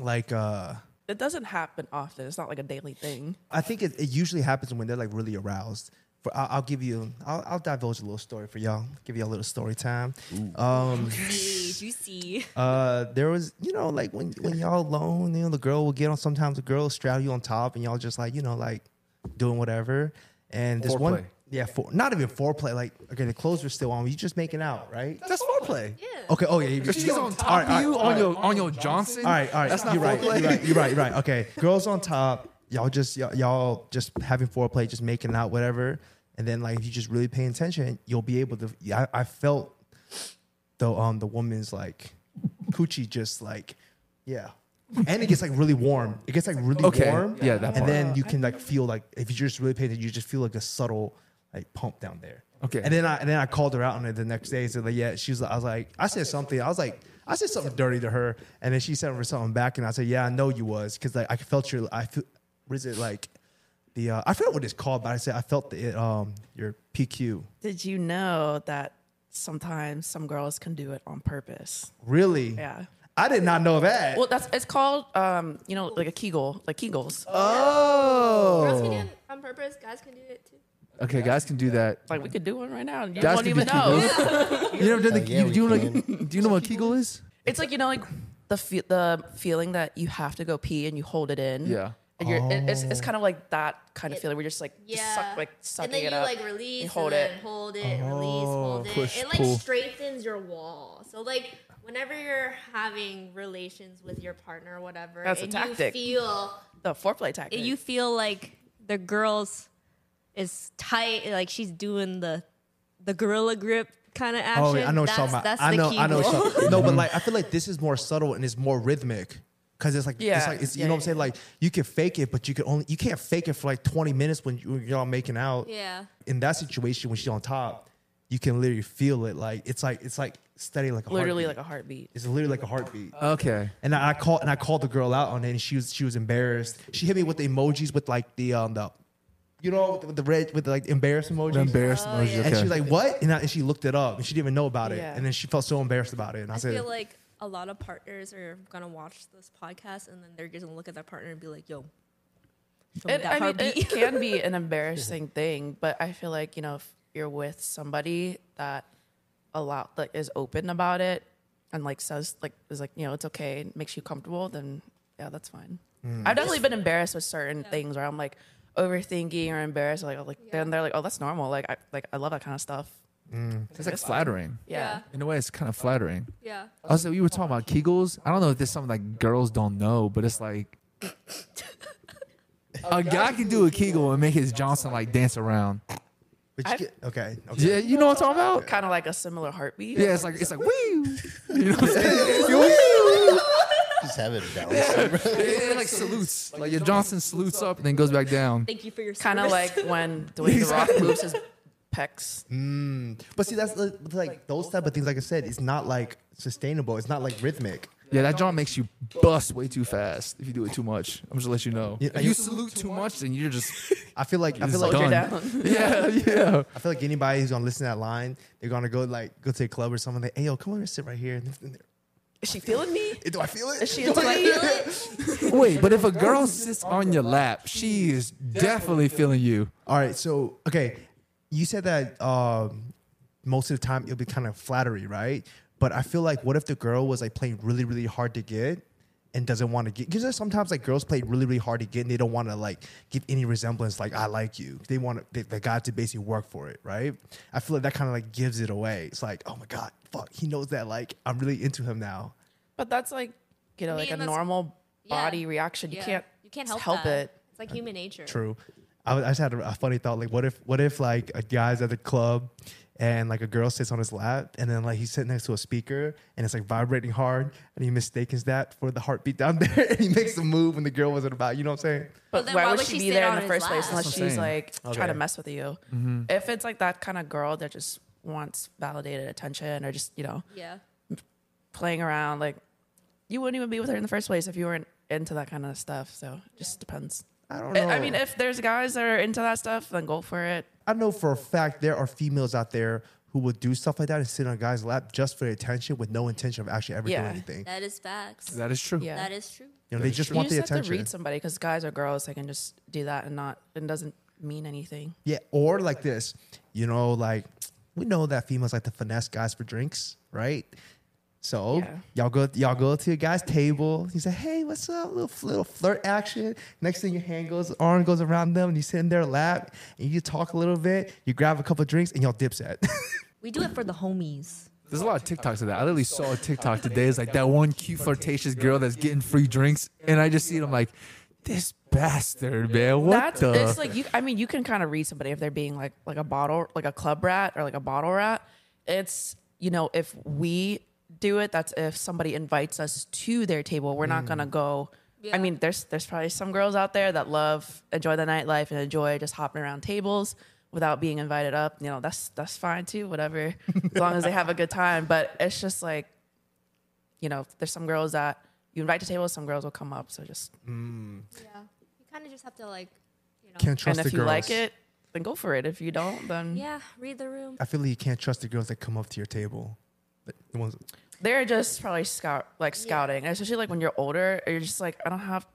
[SPEAKER 1] like uh
[SPEAKER 5] It doesn't happen often. It's not like a daily thing.
[SPEAKER 1] I think it, it usually happens when they're like really aroused. For, I'll, I'll give you. I'll, I'll divulge a little story for y'all. Give you a little story time. Um,
[SPEAKER 4] Juicy, juicy.
[SPEAKER 1] uh, there was, you know, like when when y'all alone, you know, the girl will get on. Sometimes the girl will straddle you on top, and y'all just like, you know, like doing whatever. And this
[SPEAKER 6] Foreplay.
[SPEAKER 1] one, yeah, for, not even foreplay. Like, okay, the clothes are still on. You just making out, right?
[SPEAKER 6] That's foreplay.
[SPEAKER 4] Yeah.
[SPEAKER 1] Okay. Oh yeah. you-
[SPEAKER 6] She's on top
[SPEAKER 1] All right, all
[SPEAKER 6] of
[SPEAKER 1] right,
[SPEAKER 6] you
[SPEAKER 1] all
[SPEAKER 6] on
[SPEAKER 1] right.
[SPEAKER 6] your on your Johnson.
[SPEAKER 1] All right, all right.
[SPEAKER 6] That's not
[SPEAKER 1] you're right. You're
[SPEAKER 6] foreplay.
[SPEAKER 1] right. You're right. You're right. Okay. Girls on top. Y'all just y'all, y'all just having foreplay, just making out, whatever. And then like if you just really pay attention, you'll be able to. Yeah, I, I felt the um the woman's like coochie just like yeah. And it gets like really warm. It gets like really
[SPEAKER 2] Okay.
[SPEAKER 1] warm.
[SPEAKER 2] Yeah, that
[SPEAKER 1] And
[SPEAKER 2] part.
[SPEAKER 1] then you can like feel like if you just really pay attention, you just feel like a subtle like pump down there.
[SPEAKER 2] Okay.
[SPEAKER 1] And then I and then I called her out on it the next day. So like, yeah, she was. I was like, I said something. I was like, I said something dirty to her, and then she sent her something back, and I said, yeah, I know you was, because like I felt your. I feel. What is it like? The uh, I forgot what it's called, but I said I felt the um your PQ.
[SPEAKER 5] Did you know that sometimes some girls can do it on purpose?
[SPEAKER 1] Really?
[SPEAKER 5] Yeah.
[SPEAKER 1] I did not know that.
[SPEAKER 5] Well, that's it's called um, you know, like a kegel, like kegels.
[SPEAKER 1] Uh,
[SPEAKER 4] Girls can do
[SPEAKER 1] oh.
[SPEAKER 4] it on purpose. Guys can do it too.
[SPEAKER 2] Okay, guys can do that.
[SPEAKER 5] Like we could do one right now, and you
[SPEAKER 2] Guys
[SPEAKER 5] won't
[SPEAKER 2] can do
[SPEAKER 5] even know.
[SPEAKER 2] You never done
[SPEAKER 3] Oh,
[SPEAKER 2] the,
[SPEAKER 3] yeah,
[SPEAKER 2] you,
[SPEAKER 3] we
[SPEAKER 2] do, you know,
[SPEAKER 3] can.
[SPEAKER 2] like, do you know what a Kegel is?
[SPEAKER 5] It's like you know, like the fe- the feeling that you have to go pee and you hold it in.
[SPEAKER 2] Yeah.
[SPEAKER 5] And you're, it- it's, it's kind of like that kind of feeling where you're just like just suck, like
[SPEAKER 4] Oh. and
[SPEAKER 5] sucking
[SPEAKER 4] then
[SPEAKER 5] it
[SPEAKER 4] you
[SPEAKER 5] up.
[SPEAKER 4] like release,
[SPEAKER 5] you hold
[SPEAKER 4] and
[SPEAKER 5] it.
[SPEAKER 4] then hold it, release, hold it.
[SPEAKER 2] push,
[SPEAKER 4] it like
[SPEAKER 2] pull.
[SPEAKER 4] straightens your wall. So like whenever you're having relations with your partner or whatever,
[SPEAKER 5] That's a
[SPEAKER 4] and
[SPEAKER 5] tactic.
[SPEAKER 4] You feel
[SPEAKER 5] the foreplay tactic.
[SPEAKER 4] you feel like the girl's is tight, like she's doing the the gorilla grip kind of action.
[SPEAKER 1] Oh, yeah, I know what
[SPEAKER 4] that's,
[SPEAKER 1] you're talking about.
[SPEAKER 4] That's
[SPEAKER 1] I
[SPEAKER 4] the
[SPEAKER 1] know,
[SPEAKER 4] key
[SPEAKER 1] I know. what
[SPEAKER 4] goal.
[SPEAKER 1] you're talking- no, but like, I feel like this is more subtle and it's more rhythmic, because it's like, it's
[SPEAKER 5] Yeah.
[SPEAKER 1] like, it's, you
[SPEAKER 5] Yeah,
[SPEAKER 1] know what
[SPEAKER 5] yeah,
[SPEAKER 1] I'm saying? Like, you can fake it, but you can only, you can't fake it for like 20 minutes when you, y'all making out.
[SPEAKER 4] Yeah.
[SPEAKER 1] In that situation, when she's on top, you can literally feel it. Like it's like it's like steady, like a
[SPEAKER 5] literally like
[SPEAKER 1] heartbeat.
[SPEAKER 5] a heartbeat.
[SPEAKER 1] It's literally like a heartbeat.
[SPEAKER 2] Okay.
[SPEAKER 1] And I, I called and I called the girl out on it, and she was she was embarrassed. She hit me with the emojis with like the um the, you know, with the red with like embarrassed emojis.
[SPEAKER 2] The embarrassed emojis,
[SPEAKER 1] And she
[SPEAKER 2] okay.
[SPEAKER 1] was like, "What?" And, I, and she looked it up, and she didn't even know about it.
[SPEAKER 5] Yeah.
[SPEAKER 1] And then she felt so embarrassed about it. And I,
[SPEAKER 4] I
[SPEAKER 1] said,
[SPEAKER 4] feel like a lot of partners are gonna watch this podcast and then they're just gonna look at their partner and be like, "Yo, show me
[SPEAKER 5] It,
[SPEAKER 4] that
[SPEAKER 5] I mean,
[SPEAKER 4] heartbeat."
[SPEAKER 5] it can be an embarrassing thing, but I feel like you know if you're with somebody that allow that is open about it and like says like is like you know it's okay, and makes you comfortable, then yeah, that's fine.
[SPEAKER 2] Hmm.
[SPEAKER 5] I've definitely been embarrassed with certain things where I'm like overthinking or embarrassed, like oh, like then they're like oh that's normal, like I like I love that kind of stuff.
[SPEAKER 2] It's like flattering.
[SPEAKER 5] Yeah.
[SPEAKER 2] In a way, it's kind of flattering.
[SPEAKER 4] yeah.
[SPEAKER 2] Also, you were talking about Kegels. I don't know if there's something like girls don't know, but it's like a guy can do a Kegel and make his Johnson like dance around.
[SPEAKER 1] but you get, "Okay, okay."
[SPEAKER 2] Yeah, you know what I'm talking about?
[SPEAKER 5] Kind of like a similar heartbeat.
[SPEAKER 2] Yeah, it's like it's like woo. You know what I'm saying?
[SPEAKER 3] Just have it down.
[SPEAKER 2] It, it, like salutes. Like your Johnson salutes up and then goes back down.
[SPEAKER 4] Thank you for your
[SPEAKER 5] Kind of
[SPEAKER 4] service.
[SPEAKER 5] like when Dwayne the Rock moves his pecs.
[SPEAKER 2] Mm.
[SPEAKER 1] But see, that's like, like those type of things. Like I said, it's not like sustainable. It's not like rhythmic.
[SPEAKER 2] Yeah, that John makes you bust way too fast if you do it too much. I'm just let you know.
[SPEAKER 1] Yeah,
[SPEAKER 2] If you salute too much, then you're just
[SPEAKER 1] I feel like I
[SPEAKER 2] It's
[SPEAKER 1] feel like
[SPEAKER 2] done.
[SPEAKER 5] You're down.
[SPEAKER 2] yeah, yeah.
[SPEAKER 1] I feel like anybody who's gonna listen to that line, they're gonna go like go to a club or something. Like, hey, yo, come over and sit right here. And then
[SPEAKER 5] Is she feeling me?
[SPEAKER 1] they're, do I feel it?
[SPEAKER 5] Is she into my
[SPEAKER 2] Wait, but if a girl sits on your lap, she is definitely feeling you.
[SPEAKER 1] All right, so okay, you said that um, most of the time it'll be kind of flattery, right? But I feel like what if the girl was like playing really, really hard to get and doesn't want to get? Because sometimes like girls play really, really hard to get and they don't want to like give any resemblance like I like you. They want the, the guy to basically work for it, right? I feel like that kind of like gives it away. It's like, oh my god, fuck, he knows that like I'm really into him now.
[SPEAKER 5] But that's like, you know,
[SPEAKER 4] I
[SPEAKER 5] like a
[SPEAKER 4] mean, that's-
[SPEAKER 5] normal
[SPEAKER 4] yeah.
[SPEAKER 5] body reaction. You
[SPEAKER 4] Yeah.
[SPEAKER 5] can't
[SPEAKER 4] you can't help, that.
[SPEAKER 5] it.
[SPEAKER 4] It's like human nature.
[SPEAKER 1] True. I, was- I just had a, a funny thought. Like, what if, what if, like, a guy's at the club and like a girl sits on his lap, and then like he's sitting next to a speaker, and it's like vibrating hard, and he mistakes that for the heartbeat down there, and he makes a move when the girl wasn't about. You know what I'm saying?
[SPEAKER 5] But
[SPEAKER 4] then
[SPEAKER 5] why,
[SPEAKER 4] why
[SPEAKER 5] would
[SPEAKER 4] would
[SPEAKER 5] she
[SPEAKER 4] she
[SPEAKER 5] be
[SPEAKER 4] sit
[SPEAKER 5] there in
[SPEAKER 4] on
[SPEAKER 5] the
[SPEAKER 4] his
[SPEAKER 5] first place
[SPEAKER 4] lap?
[SPEAKER 5] unless
[SPEAKER 2] That's what I'm
[SPEAKER 5] she's
[SPEAKER 2] saying.
[SPEAKER 5] like trying to
[SPEAKER 1] Okay. Mm-hmm.
[SPEAKER 5] mess with you? If it's like that kind of girl that just wants validated attention or just, you know,
[SPEAKER 4] Yeah.
[SPEAKER 5] playing around, like you wouldn't even be with her in the first place if you weren't into that kind of stuff. So it just depends.
[SPEAKER 1] I don't know.
[SPEAKER 5] I I mean, if there's guys that are into that stuff, then go for it.
[SPEAKER 1] I know for a fact there are females out there who will do stuff like that and sit on a guy's lap just for attention with no intention of actually ever
[SPEAKER 5] Yeah.
[SPEAKER 1] doing anything.
[SPEAKER 4] That is facts.
[SPEAKER 2] That is true.
[SPEAKER 5] Yeah.
[SPEAKER 4] that is true.
[SPEAKER 1] You know, they just
[SPEAKER 5] You
[SPEAKER 1] want
[SPEAKER 5] just
[SPEAKER 1] the
[SPEAKER 5] have to
[SPEAKER 1] attention.
[SPEAKER 5] read somebody because guys or girls, they can just do that and not, and doesn't mean anything.
[SPEAKER 1] Yeah, or like this, you know, like we know that females like to finesse guys for drinks, right? So
[SPEAKER 5] Yeah.
[SPEAKER 1] y'all go, y'all go to a guy's table. You say, "Hey, what's up?" Little little flirt action. Next thing, your hand goes, arm goes around them, and you sit in their lap, and you talk a little bit. You grab a couple drinks, and y'all dipset.
[SPEAKER 4] We do it for the homies.
[SPEAKER 2] There's a lot of TikToks of that. I literally saw a TikTok today. It's like that one cute flirtatious girl that's getting free drinks, and I just see it. I'm like, this bastard, man. What
[SPEAKER 5] That's
[SPEAKER 2] the?
[SPEAKER 5] it's like you. I mean, you can kind of read somebody if they're being like like a bottle, like a club rat or like a bottle rat. It's you know if we do it, that's if somebody invites us to their table. We're not
[SPEAKER 2] Mm.
[SPEAKER 5] gonna go.
[SPEAKER 4] Yeah.
[SPEAKER 5] I mean, there's there's probably some girls out there that love enjoy the nightlife and enjoy just hopping around tables without being invited up. You know, that's that's fine too. Whatever, as long as they have a good time. But it's just like, you know, there's some girls that you invite to tables, some girls will come up. So just
[SPEAKER 4] Yeah, you kind of just have to like, you know.
[SPEAKER 1] Can't trust
[SPEAKER 5] and
[SPEAKER 1] the
[SPEAKER 5] if you
[SPEAKER 1] girls.
[SPEAKER 5] like it, then go for it. If you don't, then
[SPEAKER 4] yeah, read the room.
[SPEAKER 1] I feel like you can't trust the girls that come up to your table. The the ones,
[SPEAKER 5] they're just probably scout like scouting, and especially like when you're older. You're just like, I don't have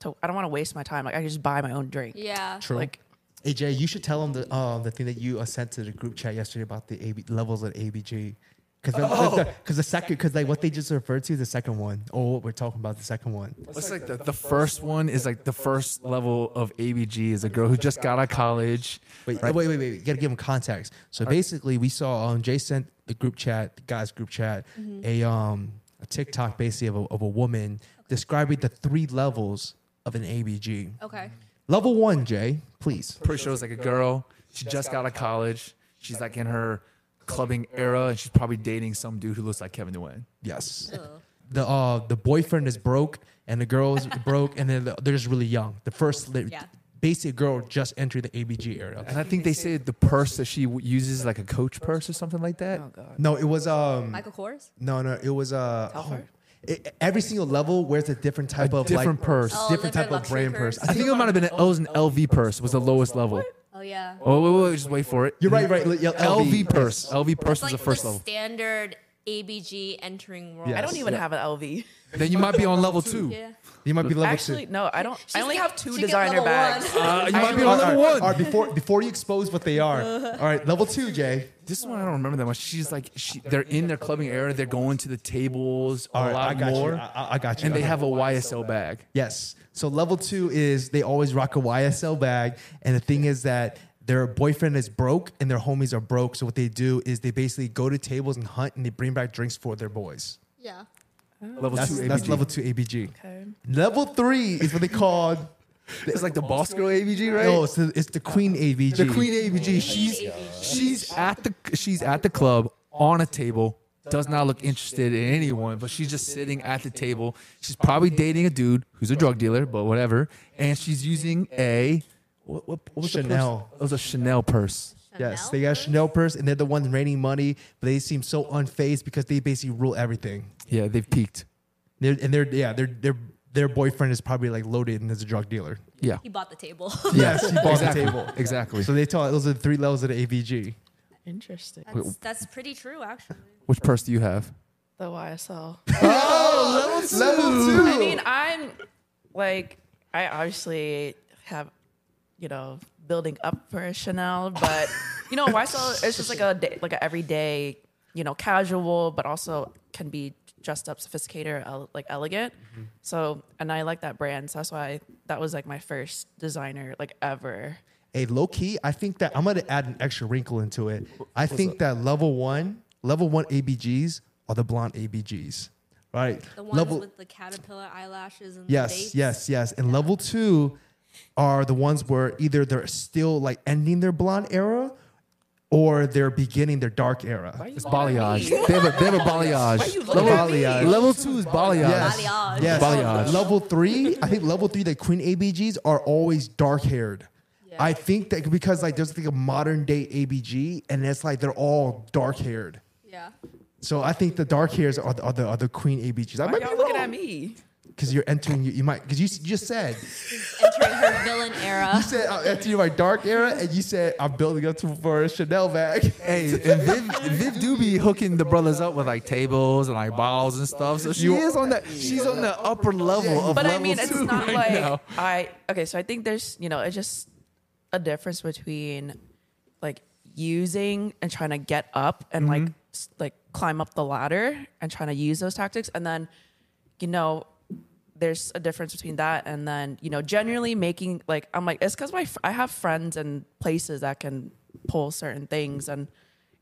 [SPEAKER 5] to. I don't want to waste my time. Like I can just buy my own drink.
[SPEAKER 4] Yeah.
[SPEAKER 1] True.
[SPEAKER 5] Like
[SPEAKER 1] AJ, you should tell them the um, the thing that you uh, sent to the group chat yesterday about the AB, levels of ABG. Because the, because the second, because like what they just referred to, is the second one, or what we're talking about, the second one.
[SPEAKER 2] What's like the, the first one is like the first level of ABG is a girl who just got out of college.
[SPEAKER 1] Wait, wait, wait, wait, wait. You gotta give them context. So basically, we saw um, Jay sent the group chat, the guys group chat, a um a TikTok basically of a, of a woman describing the three levels of an ABG.
[SPEAKER 6] Oh.
[SPEAKER 4] Okay.
[SPEAKER 1] Level one, Jay, please.
[SPEAKER 2] Pretty sure it's like a girl. She just got out of college. She's like in her clubbing era, and she's probably dating some dude who looks like Kevin Durant.
[SPEAKER 1] Yes.
[SPEAKER 4] Ugh.
[SPEAKER 1] The uh the boyfriend is broke and the girl is broke and then they're just really young. The first li-
[SPEAKER 4] Yeah.
[SPEAKER 1] basic girl just entered the ABG era.
[SPEAKER 2] And I think they say the purse that she w- uses is like a coach purse or something like that.
[SPEAKER 1] No, it was um
[SPEAKER 4] Michael Kors.
[SPEAKER 1] no no it was uh oh, it, every single level wears a different type of
[SPEAKER 2] different
[SPEAKER 1] like,
[SPEAKER 2] purse.
[SPEAKER 4] Oh,
[SPEAKER 1] different
[SPEAKER 4] different
[SPEAKER 1] type of
[SPEAKER 4] luxury
[SPEAKER 1] brand purse.
[SPEAKER 4] purse.
[SPEAKER 2] I think it might have been an, it was an LV purse was the lowest level.
[SPEAKER 4] Oh yeah.
[SPEAKER 2] Oh wait, wait, wait, just wait for it.
[SPEAKER 1] You're right, right, li- yeah, LV.
[SPEAKER 2] LV purse. LV purse
[SPEAKER 4] It's like
[SPEAKER 2] was the first level.
[SPEAKER 4] standard ABG entering world.
[SPEAKER 5] I don't even have an LV.
[SPEAKER 2] Then you might be on level two.
[SPEAKER 4] Yeah.
[SPEAKER 1] You might be level
[SPEAKER 5] Actually,
[SPEAKER 1] two.
[SPEAKER 5] no, I don't. I only
[SPEAKER 4] She's-
[SPEAKER 5] have two
[SPEAKER 4] she gets
[SPEAKER 5] designer
[SPEAKER 4] level
[SPEAKER 5] bags.
[SPEAKER 4] one.
[SPEAKER 2] Uh, you might be
[SPEAKER 1] All
[SPEAKER 2] on
[SPEAKER 1] right,
[SPEAKER 2] level
[SPEAKER 1] all right,
[SPEAKER 2] one.
[SPEAKER 1] all right, before before you expose what they are. All right, level two, Jay.
[SPEAKER 2] This is one I don't remember that much. She's like, she, they're in their clubbing era. They're going to the tables a
[SPEAKER 1] All right, I
[SPEAKER 2] lot
[SPEAKER 1] got
[SPEAKER 2] more,
[SPEAKER 1] you. I, I- I got you.
[SPEAKER 2] and they
[SPEAKER 1] Okay.
[SPEAKER 2] have a YSL bag.
[SPEAKER 1] Yes. So level two is they always rock a YSL bag, and the thing is that their boyfriend is broke and their homies are broke. So what they do is they basically go to tables and hunt, and they bring back drinks for their boys.
[SPEAKER 4] Yeah.
[SPEAKER 2] Level
[SPEAKER 1] That's,
[SPEAKER 2] two,
[SPEAKER 1] that's
[SPEAKER 2] ABG.
[SPEAKER 1] level two ABG.
[SPEAKER 5] Okay.
[SPEAKER 1] Level three is what they call
[SPEAKER 2] It's like the boss girl ABG, right?
[SPEAKER 1] no, it's the, it's the queen ABG.
[SPEAKER 2] the queen ABG. She's she's at the she's at the club on a table. Does not look interested in anyone, but she's just sitting at the table. She's probably dating a dude who's a drug dealer, but whatever. And she's using a what, what, what was the purse?
[SPEAKER 1] Chanel.
[SPEAKER 2] It was a Chanel purse.
[SPEAKER 1] Yes, they got Chanel purse, and they're the ones raining money, but they seem so unfazed because they basically rule everything.
[SPEAKER 2] Yeah, they've peaked.
[SPEAKER 1] They're, and they're yeah, they're, they're, their boyfriend is probably like loaded and is a drug dealer.
[SPEAKER 2] Yeah.
[SPEAKER 4] He bought the table.
[SPEAKER 1] Yes, he bought
[SPEAKER 2] exactly.
[SPEAKER 1] the table.
[SPEAKER 2] Exactly.
[SPEAKER 1] So they tell those are the three levels of the ABG.
[SPEAKER 5] Interesting.
[SPEAKER 4] that's, that's pretty true, actually.
[SPEAKER 2] Which purse do you have?
[SPEAKER 5] The YSL.
[SPEAKER 1] Oh, Level two.
[SPEAKER 5] I mean, I'm like, I obviously have, you know, building up for Chanel, but you know, YSL is just like a day, like a everyday, you know, casual, but also can be dressed up, sophisticated, or ele- like elegant.
[SPEAKER 1] Mm-hmm.
[SPEAKER 5] So, and I like that brand, so that's why that was like my first designer like ever.
[SPEAKER 1] Hey, low key, I think that I'm gonna add an extra wrinkle into it. I think that level one, level one ABGs are the blonde ABGs, right?
[SPEAKER 4] The ones
[SPEAKER 1] level
[SPEAKER 4] with the caterpillar eyelashes and the
[SPEAKER 1] yes,
[SPEAKER 4] dates.
[SPEAKER 1] yes, yes, and level two are the ones where either they're still like ending their blonde era or they're beginning their dark era.
[SPEAKER 2] It's balayage. They have a, they have a
[SPEAKER 5] Why you
[SPEAKER 2] balayage.
[SPEAKER 5] looking at me?
[SPEAKER 1] Balayage.
[SPEAKER 2] Level two is balayage.
[SPEAKER 1] Yes,
[SPEAKER 4] Balayage.
[SPEAKER 1] yes.
[SPEAKER 2] Balayage.
[SPEAKER 1] Level three, I think level three, the queen ABGs are always dark haired. I think that because like there's like a modern day ABG and it's like they're all dark haired.
[SPEAKER 4] Yeah.
[SPEAKER 1] So I think the dark hairs are the, are the, are the queen ABGs. I
[SPEAKER 5] Why
[SPEAKER 1] might
[SPEAKER 5] y'all
[SPEAKER 1] be
[SPEAKER 5] looking
[SPEAKER 1] looking
[SPEAKER 5] at me?
[SPEAKER 1] because you're entering. You, you might because you, s- you just said
[SPEAKER 4] Entering her villain era.
[SPEAKER 1] you said I'm entering my dark era, and you said I'm building up to, for a Chanel bag.
[SPEAKER 2] Hey, and Viv, Viv do be hooking the brothers up with like tables and like balls and stuff. So she is on that. She's on the upper level of
[SPEAKER 5] But I
[SPEAKER 2] level
[SPEAKER 5] mean, it's
[SPEAKER 2] two
[SPEAKER 5] not
[SPEAKER 2] right
[SPEAKER 5] like
[SPEAKER 2] now.
[SPEAKER 5] I okay. So I think there's you know it just a difference between like using and trying to get up and
[SPEAKER 2] Mm-hmm.
[SPEAKER 5] like s- like climb up the ladder and trying to use those tactics and then you know there's a difference between that and then you know generally making like i'm like it's because my fr- i have friends and places that can pull certain things and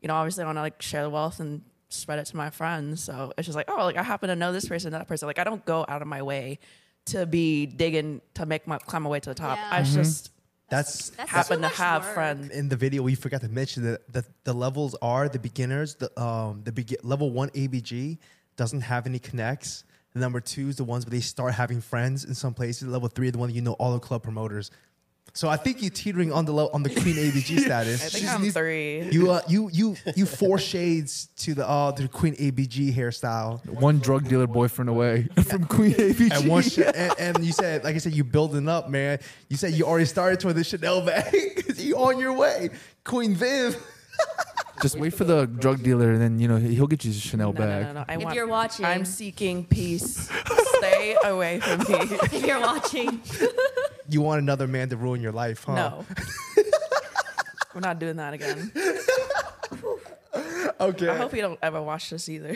[SPEAKER 5] you know obviously i want to like share the wealth and spread it to my friends so it's just like oh like i happen to know this person that person like i don't go out of my way to be digging to make my climb my way to the top
[SPEAKER 4] Yeah.
[SPEAKER 5] i just
[SPEAKER 1] That's
[SPEAKER 4] That's so
[SPEAKER 5] happen to
[SPEAKER 4] much
[SPEAKER 5] have
[SPEAKER 4] work.
[SPEAKER 5] friends
[SPEAKER 1] in the video we forgot to mention that the, the levels are the beginners the um the begi- level one abg doesn't have any connects The number two is the ones where they start having friends in some places level three is the one that you know all the club promoters so i think you're teetering on the low on the queen abg status
[SPEAKER 5] i think i'm three
[SPEAKER 1] you uh, you you you four shades to the uh to the queen abg hairstyle
[SPEAKER 2] One drug dealer boyfriend away from Queen ABG.
[SPEAKER 1] and one sh- and, and you said like i said you building up man you said you already started toward the chanel bag you on your way queen viv
[SPEAKER 2] Just wait for the drug dealer, and then you know he'll get you the Chanel
[SPEAKER 5] no, no,
[SPEAKER 2] bag.
[SPEAKER 5] no, no. I
[SPEAKER 4] If
[SPEAKER 5] want,
[SPEAKER 4] you're watching.
[SPEAKER 5] i'm seeking peace stay away from me
[SPEAKER 4] if you're watching.
[SPEAKER 1] you want another man to ruin your life huh
[SPEAKER 5] no we're not doing that again
[SPEAKER 1] okay
[SPEAKER 5] i hope you don't ever watch this either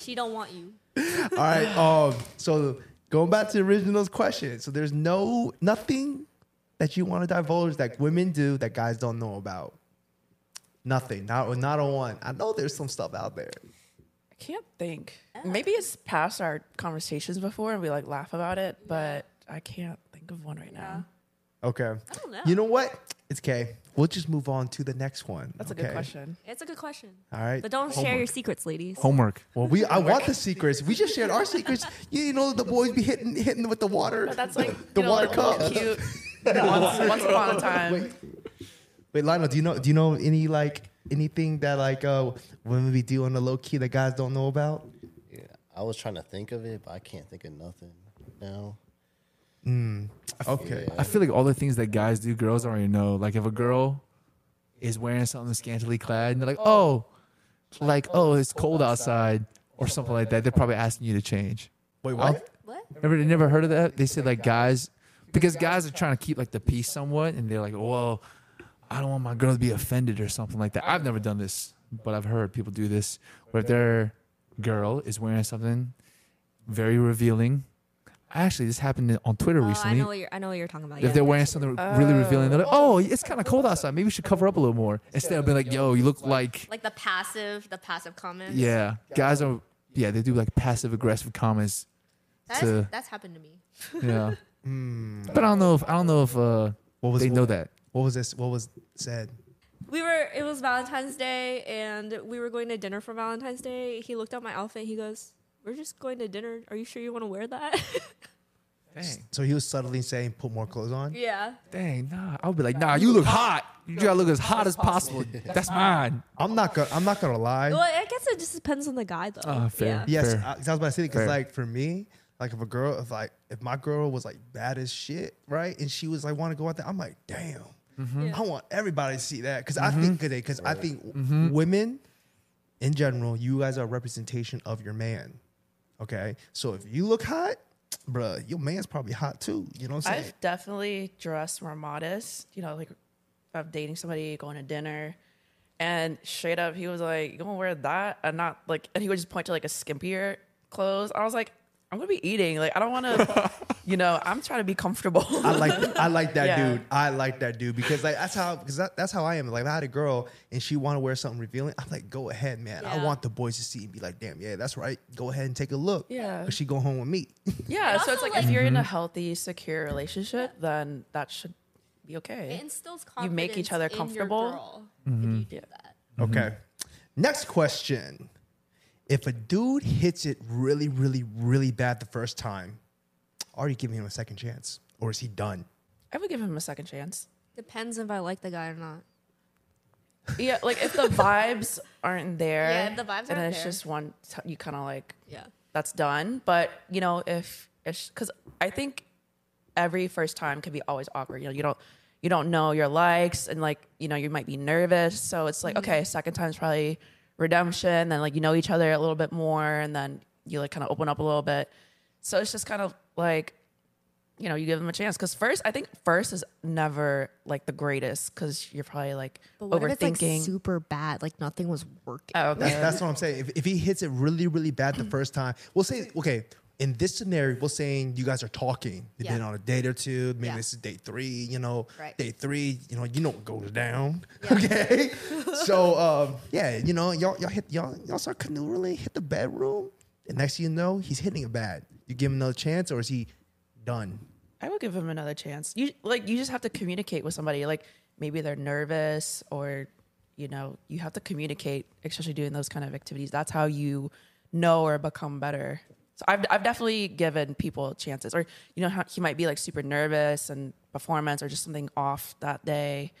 [SPEAKER 4] She don't want you.
[SPEAKER 1] All right. Um. So going back to the original's question. So there's no nothing that you want to divulge that women do that guys don't know about. Nothing. Not not a one. I know there's some stuff out there.
[SPEAKER 5] I can't think. Maybe it's past our conversations before and we like laugh about it, but I can't think of one right now.
[SPEAKER 1] Okay.
[SPEAKER 4] don't know.
[SPEAKER 1] You know what? It's okay. We'll just move on to the next one.
[SPEAKER 5] That's a
[SPEAKER 1] okay?
[SPEAKER 5] good question.
[SPEAKER 4] It's a good question.
[SPEAKER 1] All right.
[SPEAKER 4] But don't share your secrets, ladies.
[SPEAKER 2] Homework.
[SPEAKER 1] Well, we I want the secrets. We just shared our secrets. You know the boys be hitting hitting with the water.
[SPEAKER 5] But that's like
[SPEAKER 1] The
[SPEAKER 5] you know,
[SPEAKER 1] water
[SPEAKER 5] like,
[SPEAKER 1] cup.
[SPEAKER 5] cute. once, once upon a time.
[SPEAKER 1] Wait. Wait, Lionel, do you know do you know any like anything that like uh women be doing the low key that guys don't know about?
[SPEAKER 3] Yeah, I was trying to think of it, but I can't think of nothing now.
[SPEAKER 1] Okay.
[SPEAKER 2] I feel like all the things that guys do, girls already know. Like if a girl is wearing something scantily clad, and they're like, "Oh, like oh, it's cold outside," or something like that, they're probably asking you to change.
[SPEAKER 1] Wait,
[SPEAKER 2] what?
[SPEAKER 4] What?
[SPEAKER 2] Never, never heard of that. They said like guys, because guys are trying to keep like the peace somewhat, and they're like, "Well, I don't want my girl to be offended or something like that." I've never done this, but I've heard people do this, where their girl is wearing something very revealing. Actually, this happened on Twitter
[SPEAKER 4] Oh, I
[SPEAKER 2] recently.
[SPEAKER 4] know what you're. I know what you're talking about.
[SPEAKER 2] If they're wearing something really revealing, they're like, "Oh, it's kind of cold outside. Maybe we should cover up a little more." Instead of being like, "Yo, you look like,"
[SPEAKER 4] like the passive, the passive comments.
[SPEAKER 2] yeah, guys are, yeah, they do like passive aggressive comments.
[SPEAKER 4] that's
[SPEAKER 2] to-
[SPEAKER 4] that's happened to me.
[SPEAKER 2] Yeah, but I don't know if I don't know if uh,
[SPEAKER 1] What was
[SPEAKER 2] they know that.
[SPEAKER 1] What was this? What was said?
[SPEAKER 4] We were. It was Valentine's Day, and we were going to dinner for Valentine's Day. He looked at my outfit. He goes, "We're just going to dinner. Are you sure you want to wear that?"
[SPEAKER 2] Dang,
[SPEAKER 1] So he was subtly saying, "Put more clothes on."
[SPEAKER 4] yeah.
[SPEAKER 2] dang, nah. I would be like, "Nah, you look hot. You gotta look as hot as possible. That's mine."
[SPEAKER 1] I'm not gonna. I'm not gonna lie.
[SPEAKER 4] Well, I guess it just depends on the guy, though.
[SPEAKER 2] Oh, fair.
[SPEAKER 4] Yeah.
[SPEAKER 1] yes,
[SPEAKER 2] Fair.
[SPEAKER 1] I, 'cause I was about to say because
[SPEAKER 2] Fair.
[SPEAKER 1] like for me, like if a girl, if like if my girl was like bad as shit, right, and she was like want to go out there, I'm like, damn, I want everybody to see that because I
[SPEAKER 2] Mm-hmm.
[SPEAKER 1] think today because I think women in general, you guys are a representation of your man. Okay, so if you look hot, bruh, your man's probably hot too. You know what I'm saying?
[SPEAKER 5] I've definitely dressed more modest, you know, like of dating somebody, going to dinner. And straight up, he was like, You gonna wear that? And not like, and he would just point to like a skimpier clothes. I was like, I'm gonna be eating. Like, I don't wanna, you know, I'm trying to be comfortable.
[SPEAKER 1] I like I like that
[SPEAKER 5] Yeah.
[SPEAKER 1] dude. I like that dude because like that's how because that, that's how I am. Like if I had a girl and she want to wear something revealing, I'm like, go ahead, man. I
[SPEAKER 4] Yeah.
[SPEAKER 1] want the boys to see and be like, damn, yeah, that's right. Go ahead and take a look.
[SPEAKER 5] Yeah.
[SPEAKER 1] but she go home with me.
[SPEAKER 5] yeah.
[SPEAKER 4] It
[SPEAKER 5] So it's
[SPEAKER 4] also,
[SPEAKER 5] like, if you're in a healthy, secure relationship, then that should be okay.
[SPEAKER 4] It instills
[SPEAKER 5] You
[SPEAKER 4] confidence.
[SPEAKER 5] make each other
[SPEAKER 4] in your
[SPEAKER 5] comfortable.
[SPEAKER 4] girl
[SPEAKER 2] Mm-hmm.
[SPEAKER 4] If you do that.
[SPEAKER 1] Okay. Mm-hmm. Next question: If a dude hits it really, really, really bad the first time, are you giving him a second chance, or is he done?
[SPEAKER 5] I would give him a second chance.
[SPEAKER 4] Depends if I like the guy or not.
[SPEAKER 5] Yeah, like if the vibes aren't there,
[SPEAKER 4] Yeah, if the vibes
[SPEAKER 5] and
[SPEAKER 4] aren't
[SPEAKER 5] it's
[SPEAKER 4] there.
[SPEAKER 5] just one, t- you kind of like
[SPEAKER 4] Yeah.
[SPEAKER 5] that's done. But you know, if because I think every first time can be always awkward. You know, you don't you don't know your likes, and like you know, you might be nervous. So it's like okay, second time's probably redemption. Then like you know each other a little bit more, and then you like kind of open up a little bit. So it's just kind of like you know, you give them a chance. Because first, I think first is never like the greatest because you're probably like
[SPEAKER 4] But what if it's like
[SPEAKER 5] overthinking.
[SPEAKER 4] super bad? Like nothing was working.
[SPEAKER 5] oh, okay.
[SPEAKER 1] That's what I'm saying. If, if he hits it really, really bad the first time, we'll say, okay, in this scenario, we're saying you guys are talking. You've
[SPEAKER 4] Yeah.
[SPEAKER 1] been on a date or two. Maybe
[SPEAKER 4] Yeah.
[SPEAKER 1] this is day three, you know.
[SPEAKER 4] Right.
[SPEAKER 1] Day three, you know, you know what goes down. Okay. so um, yeah, you know, y'all y'all hit y'all y'all start canoodling, hit the bedroom. And next thing you know, he's hitting it bad. You give him another chance or is he done?
[SPEAKER 5] I would give him another chance. You like you just have to communicate with somebody. Like maybe they're nervous or you know, you have to communicate, especially doing those kind of activities. That's how you know or become better. So I've I've definitely given people chances. Or you know how he might be like super nervous and performance or just something off that day.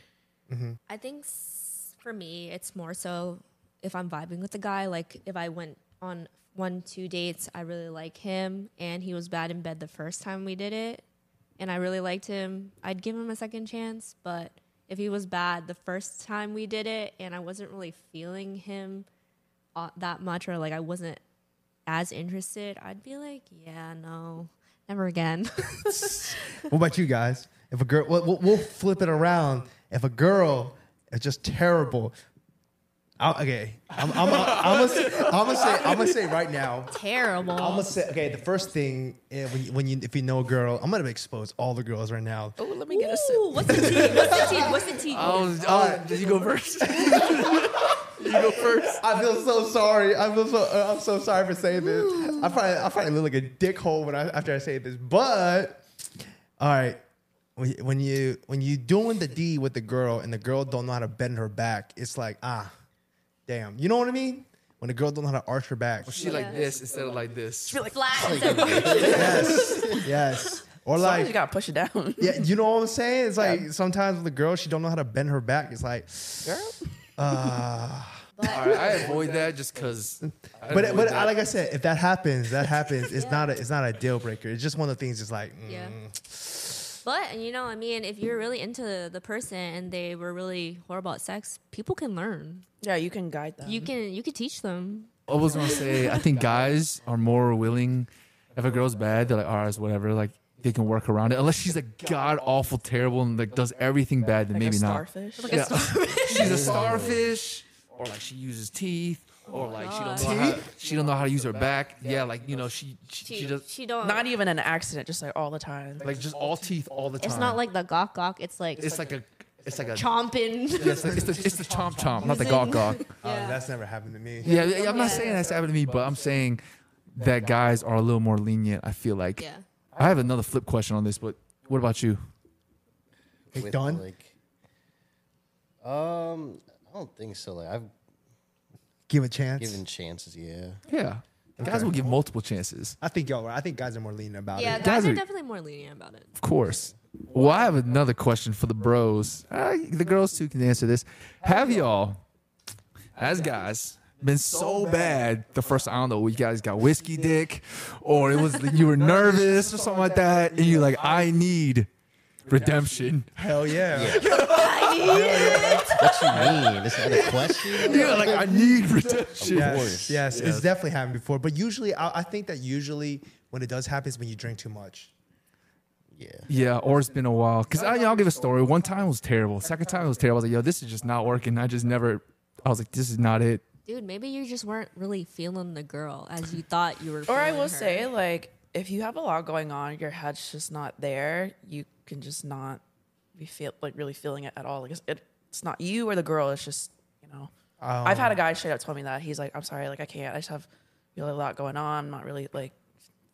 [SPEAKER 4] I think s- for me, it's more so if I'm vibing with the guy. Like if I went on one, two dates, I really like him, and he was bad in bed the first time we did it, and I really liked him. I'd give him a second chance, but if he was bad the first time we did it, and I wasn't really feeling him uh, that much, or like I wasn't as interested, I'd be like, yeah, no, never again.
[SPEAKER 1] What about you guys? If a girl, we'll, we'll- we'll flip it around. If a girl is just terrible, I, okay, I'm, I'm, I'm, gonna, say- I'm gonna say, I'm gonna say right now.
[SPEAKER 4] Terrible.
[SPEAKER 1] I'm gonna say, okay, the first thing eh, when you, when you if you know a girl, I'm gonna expose all the girls right now.
[SPEAKER 5] Oh, let me get a sip.
[SPEAKER 4] Ooh, what's the tea? What's the tea? What's the tea?
[SPEAKER 2] Oh, oh, did you go first? you go first.
[SPEAKER 1] I feel so sorry. I feel so. uh, I'm so sorry for saying this. I probably I probably look like a dickhole when I after I say this. But all right, when you- when you when you doing the D with the girl and the girl don't know how to bend her back, it's like ah, damn. You know what I mean? When the girl don't know how to arch her back.
[SPEAKER 2] She like this instead of like this.
[SPEAKER 4] Flat.
[SPEAKER 1] yes, yes. Or
[SPEAKER 5] Sometimes you
[SPEAKER 1] like.
[SPEAKER 5] gotta push it down.
[SPEAKER 1] Yeah, you know what I'm saying? It's like sometimes with the girl, she don't know how to bend her back. It's like,
[SPEAKER 5] Girl.
[SPEAKER 2] All right, I avoid that just because.
[SPEAKER 1] but but I, like I said, if that happens, that happens. It's not a it's not a deal breaker. It's just one of the things. It's like, mm,
[SPEAKER 4] Yeah. But you know, I mean, if you're really into the person and they were really horrible at sex, people can learn.
[SPEAKER 5] Yeah, you can guide them.
[SPEAKER 4] You can you could teach them.
[SPEAKER 2] I was gonna say, I think guys are more willing. If a girl's bad, they're like, all right, it's whatever. Like they can work around it, unless she's like god awful, terrible, and like does everything bad. Then
[SPEAKER 5] like
[SPEAKER 2] maybe
[SPEAKER 5] a
[SPEAKER 2] not.
[SPEAKER 5] starfish.
[SPEAKER 2] Yeah. she's a starfish, or like she uses teeth, or like she don't know how she don't know how to use her back. Yeah, like you know she she,
[SPEAKER 4] She,
[SPEAKER 2] she does
[SPEAKER 4] she don't.
[SPEAKER 5] Not even an accident, just like all the time.
[SPEAKER 2] like just all teeth all the time.
[SPEAKER 4] It's not like the gawk gawk. It's like
[SPEAKER 2] it's like a it's like a
[SPEAKER 4] chomping.
[SPEAKER 2] it's the, it's the, it's the chomp chomp, not the gawk gawk.
[SPEAKER 1] Oh, that's never happened to me.
[SPEAKER 2] Yeah, yeah, I'm not saying that's happened to me, but I'm saying that guys are a little more lenient. I feel like.
[SPEAKER 4] Yeah.
[SPEAKER 2] I have another flip question on this, but what about you?
[SPEAKER 1] Hey,
[SPEAKER 3] with,
[SPEAKER 1] Don?
[SPEAKER 3] Like, um, I don't think so. Like I've
[SPEAKER 1] Give a chance.
[SPEAKER 3] given chances. Yeah.
[SPEAKER 2] Yeah, guys will give multiple chances,
[SPEAKER 1] I think y'all. are- I think guys are more lenient about
[SPEAKER 4] yeah,
[SPEAKER 1] it.
[SPEAKER 4] guys
[SPEAKER 2] Guys
[SPEAKER 4] are
[SPEAKER 2] are-
[SPEAKER 4] definitely more lenient about it.
[SPEAKER 2] of course. Well, I have another question for the bros. Uh, the girls too can answer this. Have y'all, as guys, been so bad the first I don't know, you guys got whiskey dick, or it was you were nervous or something like that, and you're like, I need redemption.
[SPEAKER 1] Hell yeah.
[SPEAKER 3] What you mean? Is that a question?
[SPEAKER 2] Yeah, like I need redemption.
[SPEAKER 3] Of
[SPEAKER 1] Yes,
[SPEAKER 3] course.
[SPEAKER 1] yes, it's definitely happened before. But usually, I, I think that usually when it does happen is when you drink too much.
[SPEAKER 3] Yeah.
[SPEAKER 2] Yeah, or it's been a while. Cause I, I'll give a story. One time was terrible. Second time was terrible. I was like, yo, this is just not working. I just never. I was like, this is not it.
[SPEAKER 4] Dude, maybe you just weren't really feeling the girl as you thought you were.
[SPEAKER 5] Or I
[SPEAKER 4] feeling
[SPEAKER 5] will
[SPEAKER 4] her.
[SPEAKER 5] say, like, if you have a lot going on, your head's just not there. You can just not be feel like really feeling it at all. Like it's, it, it's not you or the girl. It's just you know. I've had a guy straight up tell me that he's like, I'm sorry, like I can't. I just have really a lot going on. I'm not really like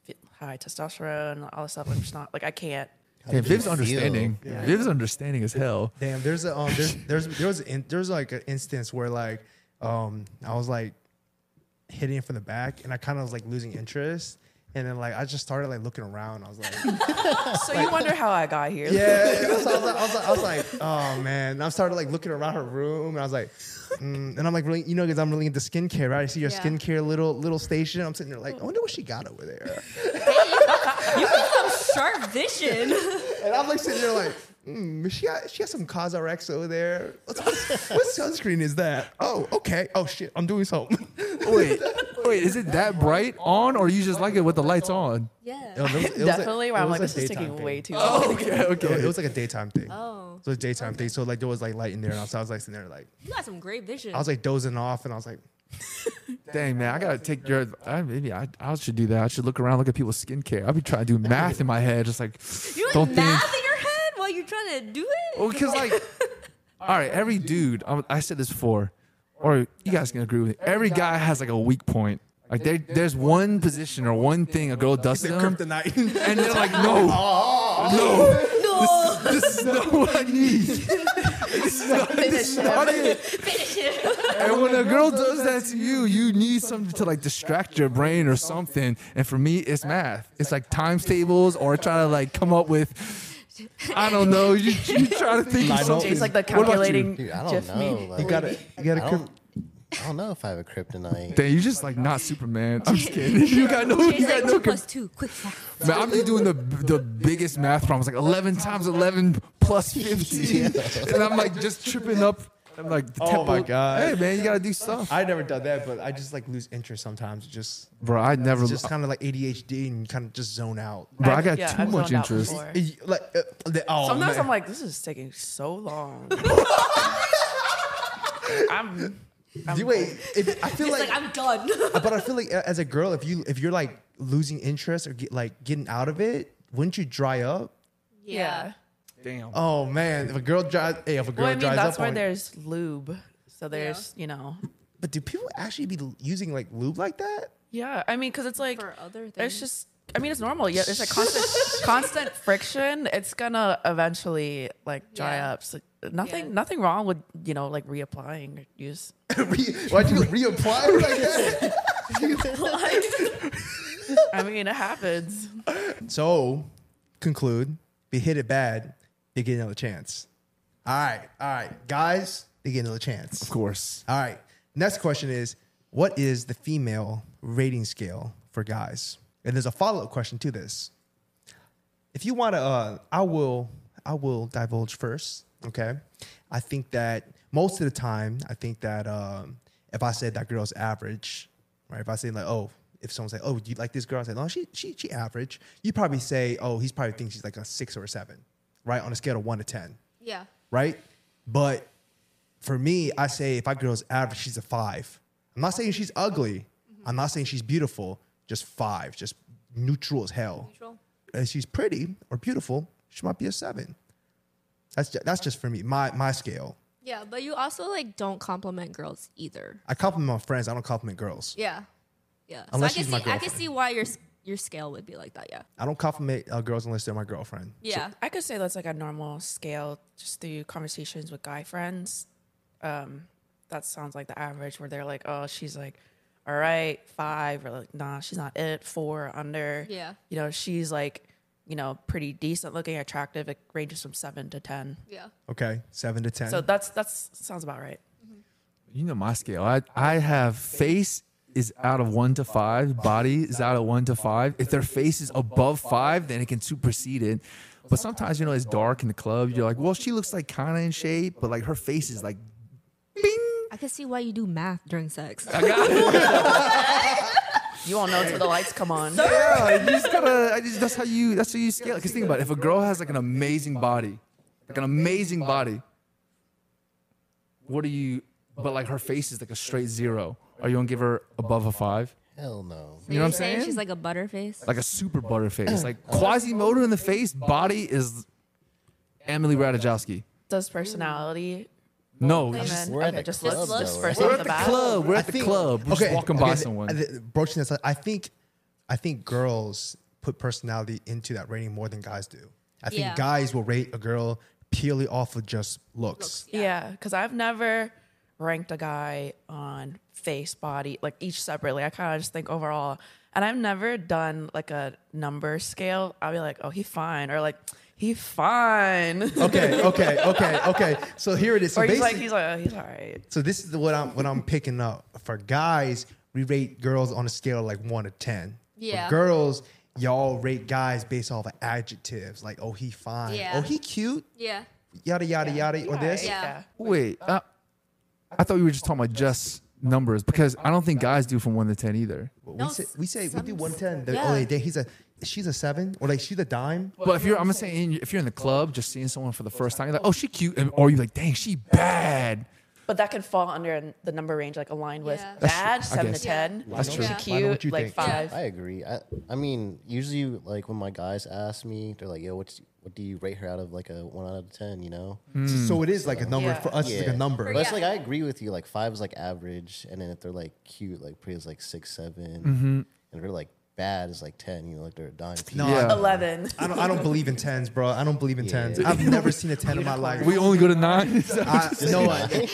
[SPEAKER 5] fit- high testosterone, all this stuff. I'm just not like I can't.
[SPEAKER 2] Okay, Viv's
[SPEAKER 3] feel?
[SPEAKER 2] understanding. Viv's understanding as hell.
[SPEAKER 1] Damn, there's a um, there's there's there was in, there's like an instance where like um, I was like hitting it from the back, and I kind of was like losing interest, and then like I just started like looking around. I was like.
[SPEAKER 5] So you wonder how I got here.
[SPEAKER 1] Yeah, so I, was like, I, was like, I was like, oh man. And I started like looking around her room, and I was like, mm. and I'm like, really, you know, because I'm really into skincare, right? I see your
[SPEAKER 4] Yeah.
[SPEAKER 1] skincare little little station. I'm sitting there like, I wonder what she got over there.
[SPEAKER 4] sharp vision.
[SPEAKER 1] And I'm like sitting there like, mm, she got she got some Cosrx over there. What's- what's- what sunscreen is that? Oh, okay. Oh shit, I'm doing something.
[SPEAKER 2] Wait, Wait, is it that bright on, or you just like it with the lights on?
[SPEAKER 1] It
[SPEAKER 4] Yeah.
[SPEAKER 1] was- it was a-
[SPEAKER 5] Definitely, where
[SPEAKER 1] it
[SPEAKER 5] I'm
[SPEAKER 1] was
[SPEAKER 5] like,
[SPEAKER 1] a
[SPEAKER 5] this is
[SPEAKER 1] daytime
[SPEAKER 5] taking
[SPEAKER 1] thing.
[SPEAKER 5] way too long. Oh.
[SPEAKER 2] Okay,
[SPEAKER 1] It was- it
[SPEAKER 2] okay.
[SPEAKER 1] was like a daytime thing.
[SPEAKER 4] Oh,
[SPEAKER 1] So it was a daytime thing. So like there was like light in there, and I was, I was like sitting there like
[SPEAKER 4] you got some great vision.
[SPEAKER 1] I was like dozing off, and I was like,
[SPEAKER 2] Dang man, I gotta take your. I, maybe I, I should do that. I should look around, look at people's skincare. I'll be trying to do math in my head, just like
[SPEAKER 4] you doing
[SPEAKER 2] don't
[SPEAKER 4] math
[SPEAKER 2] think.
[SPEAKER 4] in your head while you're trying to do it.
[SPEAKER 2] Well, because like, all right, every dude, i I said this before, or you guys can agree with me. Every guy has like a weak point. Like there, there's one position or one thing a girl does to
[SPEAKER 1] Um,
[SPEAKER 2] them,
[SPEAKER 1] kryptonite.
[SPEAKER 2] and they're like, no, no,
[SPEAKER 4] no,
[SPEAKER 2] this is not what I need. This is not, this is not it.
[SPEAKER 4] finish it.
[SPEAKER 2] And when a girl does that to you, you need something to like distract your brain or something. And for me, it's math. It's like times tables or try to like come up with. I don't know. You, you try to think
[SPEAKER 1] Light
[SPEAKER 2] of
[SPEAKER 1] bulb.
[SPEAKER 2] something.
[SPEAKER 5] Jake's like the
[SPEAKER 2] What about you?
[SPEAKER 5] calculating
[SPEAKER 3] Dude, I don't
[SPEAKER 5] GIF
[SPEAKER 3] know.
[SPEAKER 5] meme.
[SPEAKER 3] Like,
[SPEAKER 1] you gotta, you gotta.
[SPEAKER 3] I
[SPEAKER 1] Crypt-
[SPEAKER 3] don't, I don't know if I have a kryptonite.
[SPEAKER 2] Dang, you just like not Superman. I'm just kidding. You got no, you
[SPEAKER 4] It's
[SPEAKER 2] got
[SPEAKER 4] like
[SPEAKER 2] no.
[SPEAKER 4] two
[SPEAKER 2] Man,
[SPEAKER 4] plus two. Quick fast.
[SPEAKER 2] I'm just doing the the biggest math problems, like 11 times 11 plus 15, and I'm like just tripping up. I'm like, the
[SPEAKER 1] Oh my
[SPEAKER 2] tempo-
[SPEAKER 1] God.
[SPEAKER 2] Hey man, you gotta do stuff,
[SPEAKER 1] I never done that, but I just like lose interest sometimes. Just
[SPEAKER 2] bro. I never,
[SPEAKER 1] it's just kind of like ADHD and kind of just zone out.
[SPEAKER 2] bro. I got
[SPEAKER 5] Yeah,
[SPEAKER 2] too
[SPEAKER 5] I've
[SPEAKER 2] much
[SPEAKER 5] zoned out
[SPEAKER 2] interest.
[SPEAKER 5] before.
[SPEAKER 1] Y- Like uh, the, oh,
[SPEAKER 5] Sometimes
[SPEAKER 1] man.
[SPEAKER 5] I'm like, this is taking so long. I'm, I'm
[SPEAKER 1] You wait. If, I feel
[SPEAKER 4] It's
[SPEAKER 1] like,
[SPEAKER 4] like I'm done.
[SPEAKER 1] but I feel like a- as a girl, if you if you're like losing interest or get, like getting out of it, wouldn't you dry up?
[SPEAKER 5] Yeah.
[SPEAKER 2] Damn.
[SPEAKER 1] Oh man, if a girl dries, hey, if a girl
[SPEAKER 5] Well, I mean,
[SPEAKER 1] dries
[SPEAKER 5] that's
[SPEAKER 1] up
[SPEAKER 5] where
[SPEAKER 1] on,
[SPEAKER 5] there's lube. So there's, you know.
[SPEAKER 1] but do people actually be l- using like lube like that?
[SPEAKER 5] Yeah. I mean, because it's like,
[SPEAKER 4] For other
[SPEAKER 5] it's
[SPEAKER 4] things.
[SPEAKER 5] just, I mean, it's normal. Yeah. It's like constant, constant friction. It's going to eventually like dry
[SPEAKER 4] Yeah.
[SPEAKER 5] up. So nothing,
[SPEAKER 4] Yeah.
[SPEAKER 5] nothing wrong with, you know, like reapplying or use.
[SPEAKER 1] Re- Why'd you reapply like that?
[SPEAKER 5] I mean, it happens.
[SPEAKER 1] So, conclude, be hit it bad, they get another chance. All right, all right, guys, they get another chance.
[SPEAKER 2] Of course.
[SPEAKER 1] All right, next question is what is the female rating scale for guys? And there's a follow up question to this. If you want to, uh, I will, I will divulge first. Okay, I think that most of the time, I think that um, if I said that girl's average, right? If I say like, oh, if someone say, oh, do you like this girl? I say, no, she, she, she average. You probably say, oh, he's probably thinks she's like a six or a seven, right? On a scale of one to ten
[SPEAKER 4] yeah.
[SPEAKER 1] right? But for me, I say if I girl's average, she's a five. I'm not saying she's ugly. I'm not saying she's beautiful. Just five. Just neutral as hell.
[SPEAKER 4] Neutral.
[SPEAKER 1] If she's pretty or beautiful, she might be a seven. That's just, that's just for me. My my scale.
[SPEAKER 4] Yeah, but you also like don't compliment girls either.
[SPEAKER 1] I compliment my friends. I don't compliment girls.
[SPEAKER 4] Yeah. Yeah.
[SPEAKER 1] Unless
[SPEAKER 4] so I
[SPEAKER 1] she's
[SPEAKER 4] can
[SPEAKER 1] my
[SPEAKER 4] see I can
[SPEAKER 1] girlfriend.
[SPEAKER 4] see why your s- your scale would be like that, yeah.
[SPEAKER 1] I don't compliment uh, girls unless they're my girlfriend.
[SPEAKER 4] Yeah.
[SPEAKER 5] I could say that's like a normal scale just through conversations with guy friends. Um, that sounds like the average where they're like, oh, she's like, all right, five, or like, nah, she's not it, four, under.
[SPEAKER 4] Yeah.
[SPEAKER 5] You know, she's like, you know, pretty decent looking, attractive. It ranges from seven to 10.
[SPEAKER 4] yeah.
[SPEAKER 1] Okay, seven to ten.
[SPEAKER 5] So that's, that's, sounds about right.
[SPEAKER 2] You know my scale. I I have face is out of one to five, body is out of one to five. If their face is above five, then it can supersede it. But sometimes you know it's dark in the club. You're like, well, she looks like kind of in shape, but like her face is like, bing.
[SPEAKER 4] I can see why you do math during sex.
[SPEAKER 2] I got it.
[SPEAKER 5] You won't know until the lights come on.
[SPEAKER 2] Yeah, you just gotta. I just, that's how you. That's how you scale. Because think about it. If a girl has like an amazing body, like an amazing body, what do you? But like her face is like a straight zero. Are you gonna give her above a five?
[SPEAKER 3] Hell no.
[SPEAKER 4] So
[SPEAKER 2] You know
[SPEAKER 4] you're
[SPEAKER 2] what I'm saying?
[SPEAKER 4] She's like a butterface.
[SPEAKER 2] like a super butter face. Like Quasimodo in the face, body is Emily Ratajkowski.
[SPEAKER 5] Does personality?
[SPEAKER 2] No,
[SPEAKER 5] come
[SPEAKER 2] just-
[SPEAKER 5] in?
[SPEAKER 3] we're at
[SPEAKER 5] okay,
[SPEAKER 3] the
[SPEAKER 5] just
[SPEAKER 3] club,
[SPEAKER 5] looks,
[SPEAKER 3] though,
[SPEAKER 5] looks
[SPEAKER 3] right?
[SPEAKER 5] first
[SPEAKER 3] We're
[SPEAKER 5] off
[SPEAKER 3] at
[SPEAKER 5] the
[SPEAKER 2] the
[SPEAKER 5] bat.
[SPEAKER 2] club. We're
[SPEAKER 1] I
[SPEAKER 2] at the
[SPEAKER 1] think-
[SPEAKER 2] club. We're just walking by
[SPEAKER 1] th-
[SPEAKER 2] someone.
[SPEAKER 1] th- broaching this, I think, I think girls put personality into that rating more than guys do. I think
[SPEAKER 4] Yeah.
[SPEAKER 1] guys will rate a girl purely off of just looks.
[SPEAKER 5] Yeah, because I've never ranked a guy on face, body, like each separately. I kind of just think overall. And I've never done like a number scale. I'll be like, oh, he fine, or like he fine,
[SPEAKER 1] Okay, okay, okay, okay. So here it is. So,
[SPEAKER 5] or he's like
[SPEAKER 1] basically-
[SPEAKER 5] he's like oh, he's all right.
[SPEAKER 1] so this is what I'm what I'm picking up for guys. We rate girls on a scale of like one to ten. For
[SPEAKER 4] Yeah.
[SPEAKER 1] girls, y'all rate guys based off of adjectives like oh he fine,
[SPEAKER 4] Yeah.
[SPEAKER 1] oh he cute,
[SPEAKER 4] Yeah.
[SPEAKER 1] yada yada yada, or this.
[SPEAKER 5] Uh,
[SPEAKER 4] Yeah.
[SPEAKER 2] Wait, uh, I thought we were just talking about just numbers because I don't think guys do from one to ten either.
[SPEAKER 4] No,
[SPEAKER 1] we say
[SPEAKER 4] s-
[SPEAKER 1] we say we do
[SPEAKER 4] some-
[SPEAKER 1] one ten. The
[SPEAKER 4] yeah.
[SPEAKER 1] only day he's a she's a seven or like she's a dime.
[SPEAKER 2] But if you're, I'm saying, if you're in the club just seeing someone for the first time, you're like, oh, she cute, and- or you're like, dang, she bad.
[SPEAKER 5] But that could fall under an- the number range, like aligned with
[SPEAKER 4] Yeah.
[SPEAKER 2] That's
[SPEAKER 5] bad,
[SPEAKER 2] true, I
[SPEAKER 5] seven to
[SPEAKER 2] guess.
[SPEAKER 5] ten.
[SPEAKER 1] That's
[SPEAKER 5] she
[SPEAKER 1] true. Yeah. Lionel, what
[SPEAKER 5] cute,
[SPEAKER 1] you
[SPEAKER 5] like
[SPEAKER 1] think?
[SPEAKER 5] five.
[SPEAKER 3] I agree. I, I mean, usually, like when my guys ask me, they're like, "Yo, what's what do you rate her out of like a one out of ten? You know,
[SPEAKER 2] Hmm.
[SPEAKER 1] So it is like a number
[SPEAKER 5] Yeah.
[SPEAKER 1] for us. It's like a number.
[SPEAKER 3] But it's
[SPEAKER 4] Yeah.
[SPEAKER 3] like I agree with you. Like five is like average, and then if they're like cute, like pretty is like six, seven, and if they're like bad is like ten. You know, like they're a dime piece.
[SPEAKER 1] No,
[SPEAKER 2] Yeah.
[SPEAKER 5] Eleven.
[SPEAKER 1] I don't. I don't believe in tens, bro. I don't believe in tens.
[SPEAKER 3] Yeah.
[SPEAKER 1] I've never seen a ten in my life.
[SPEAKER 2] We only go to nine.
[SPEAKER 1] I, no, I-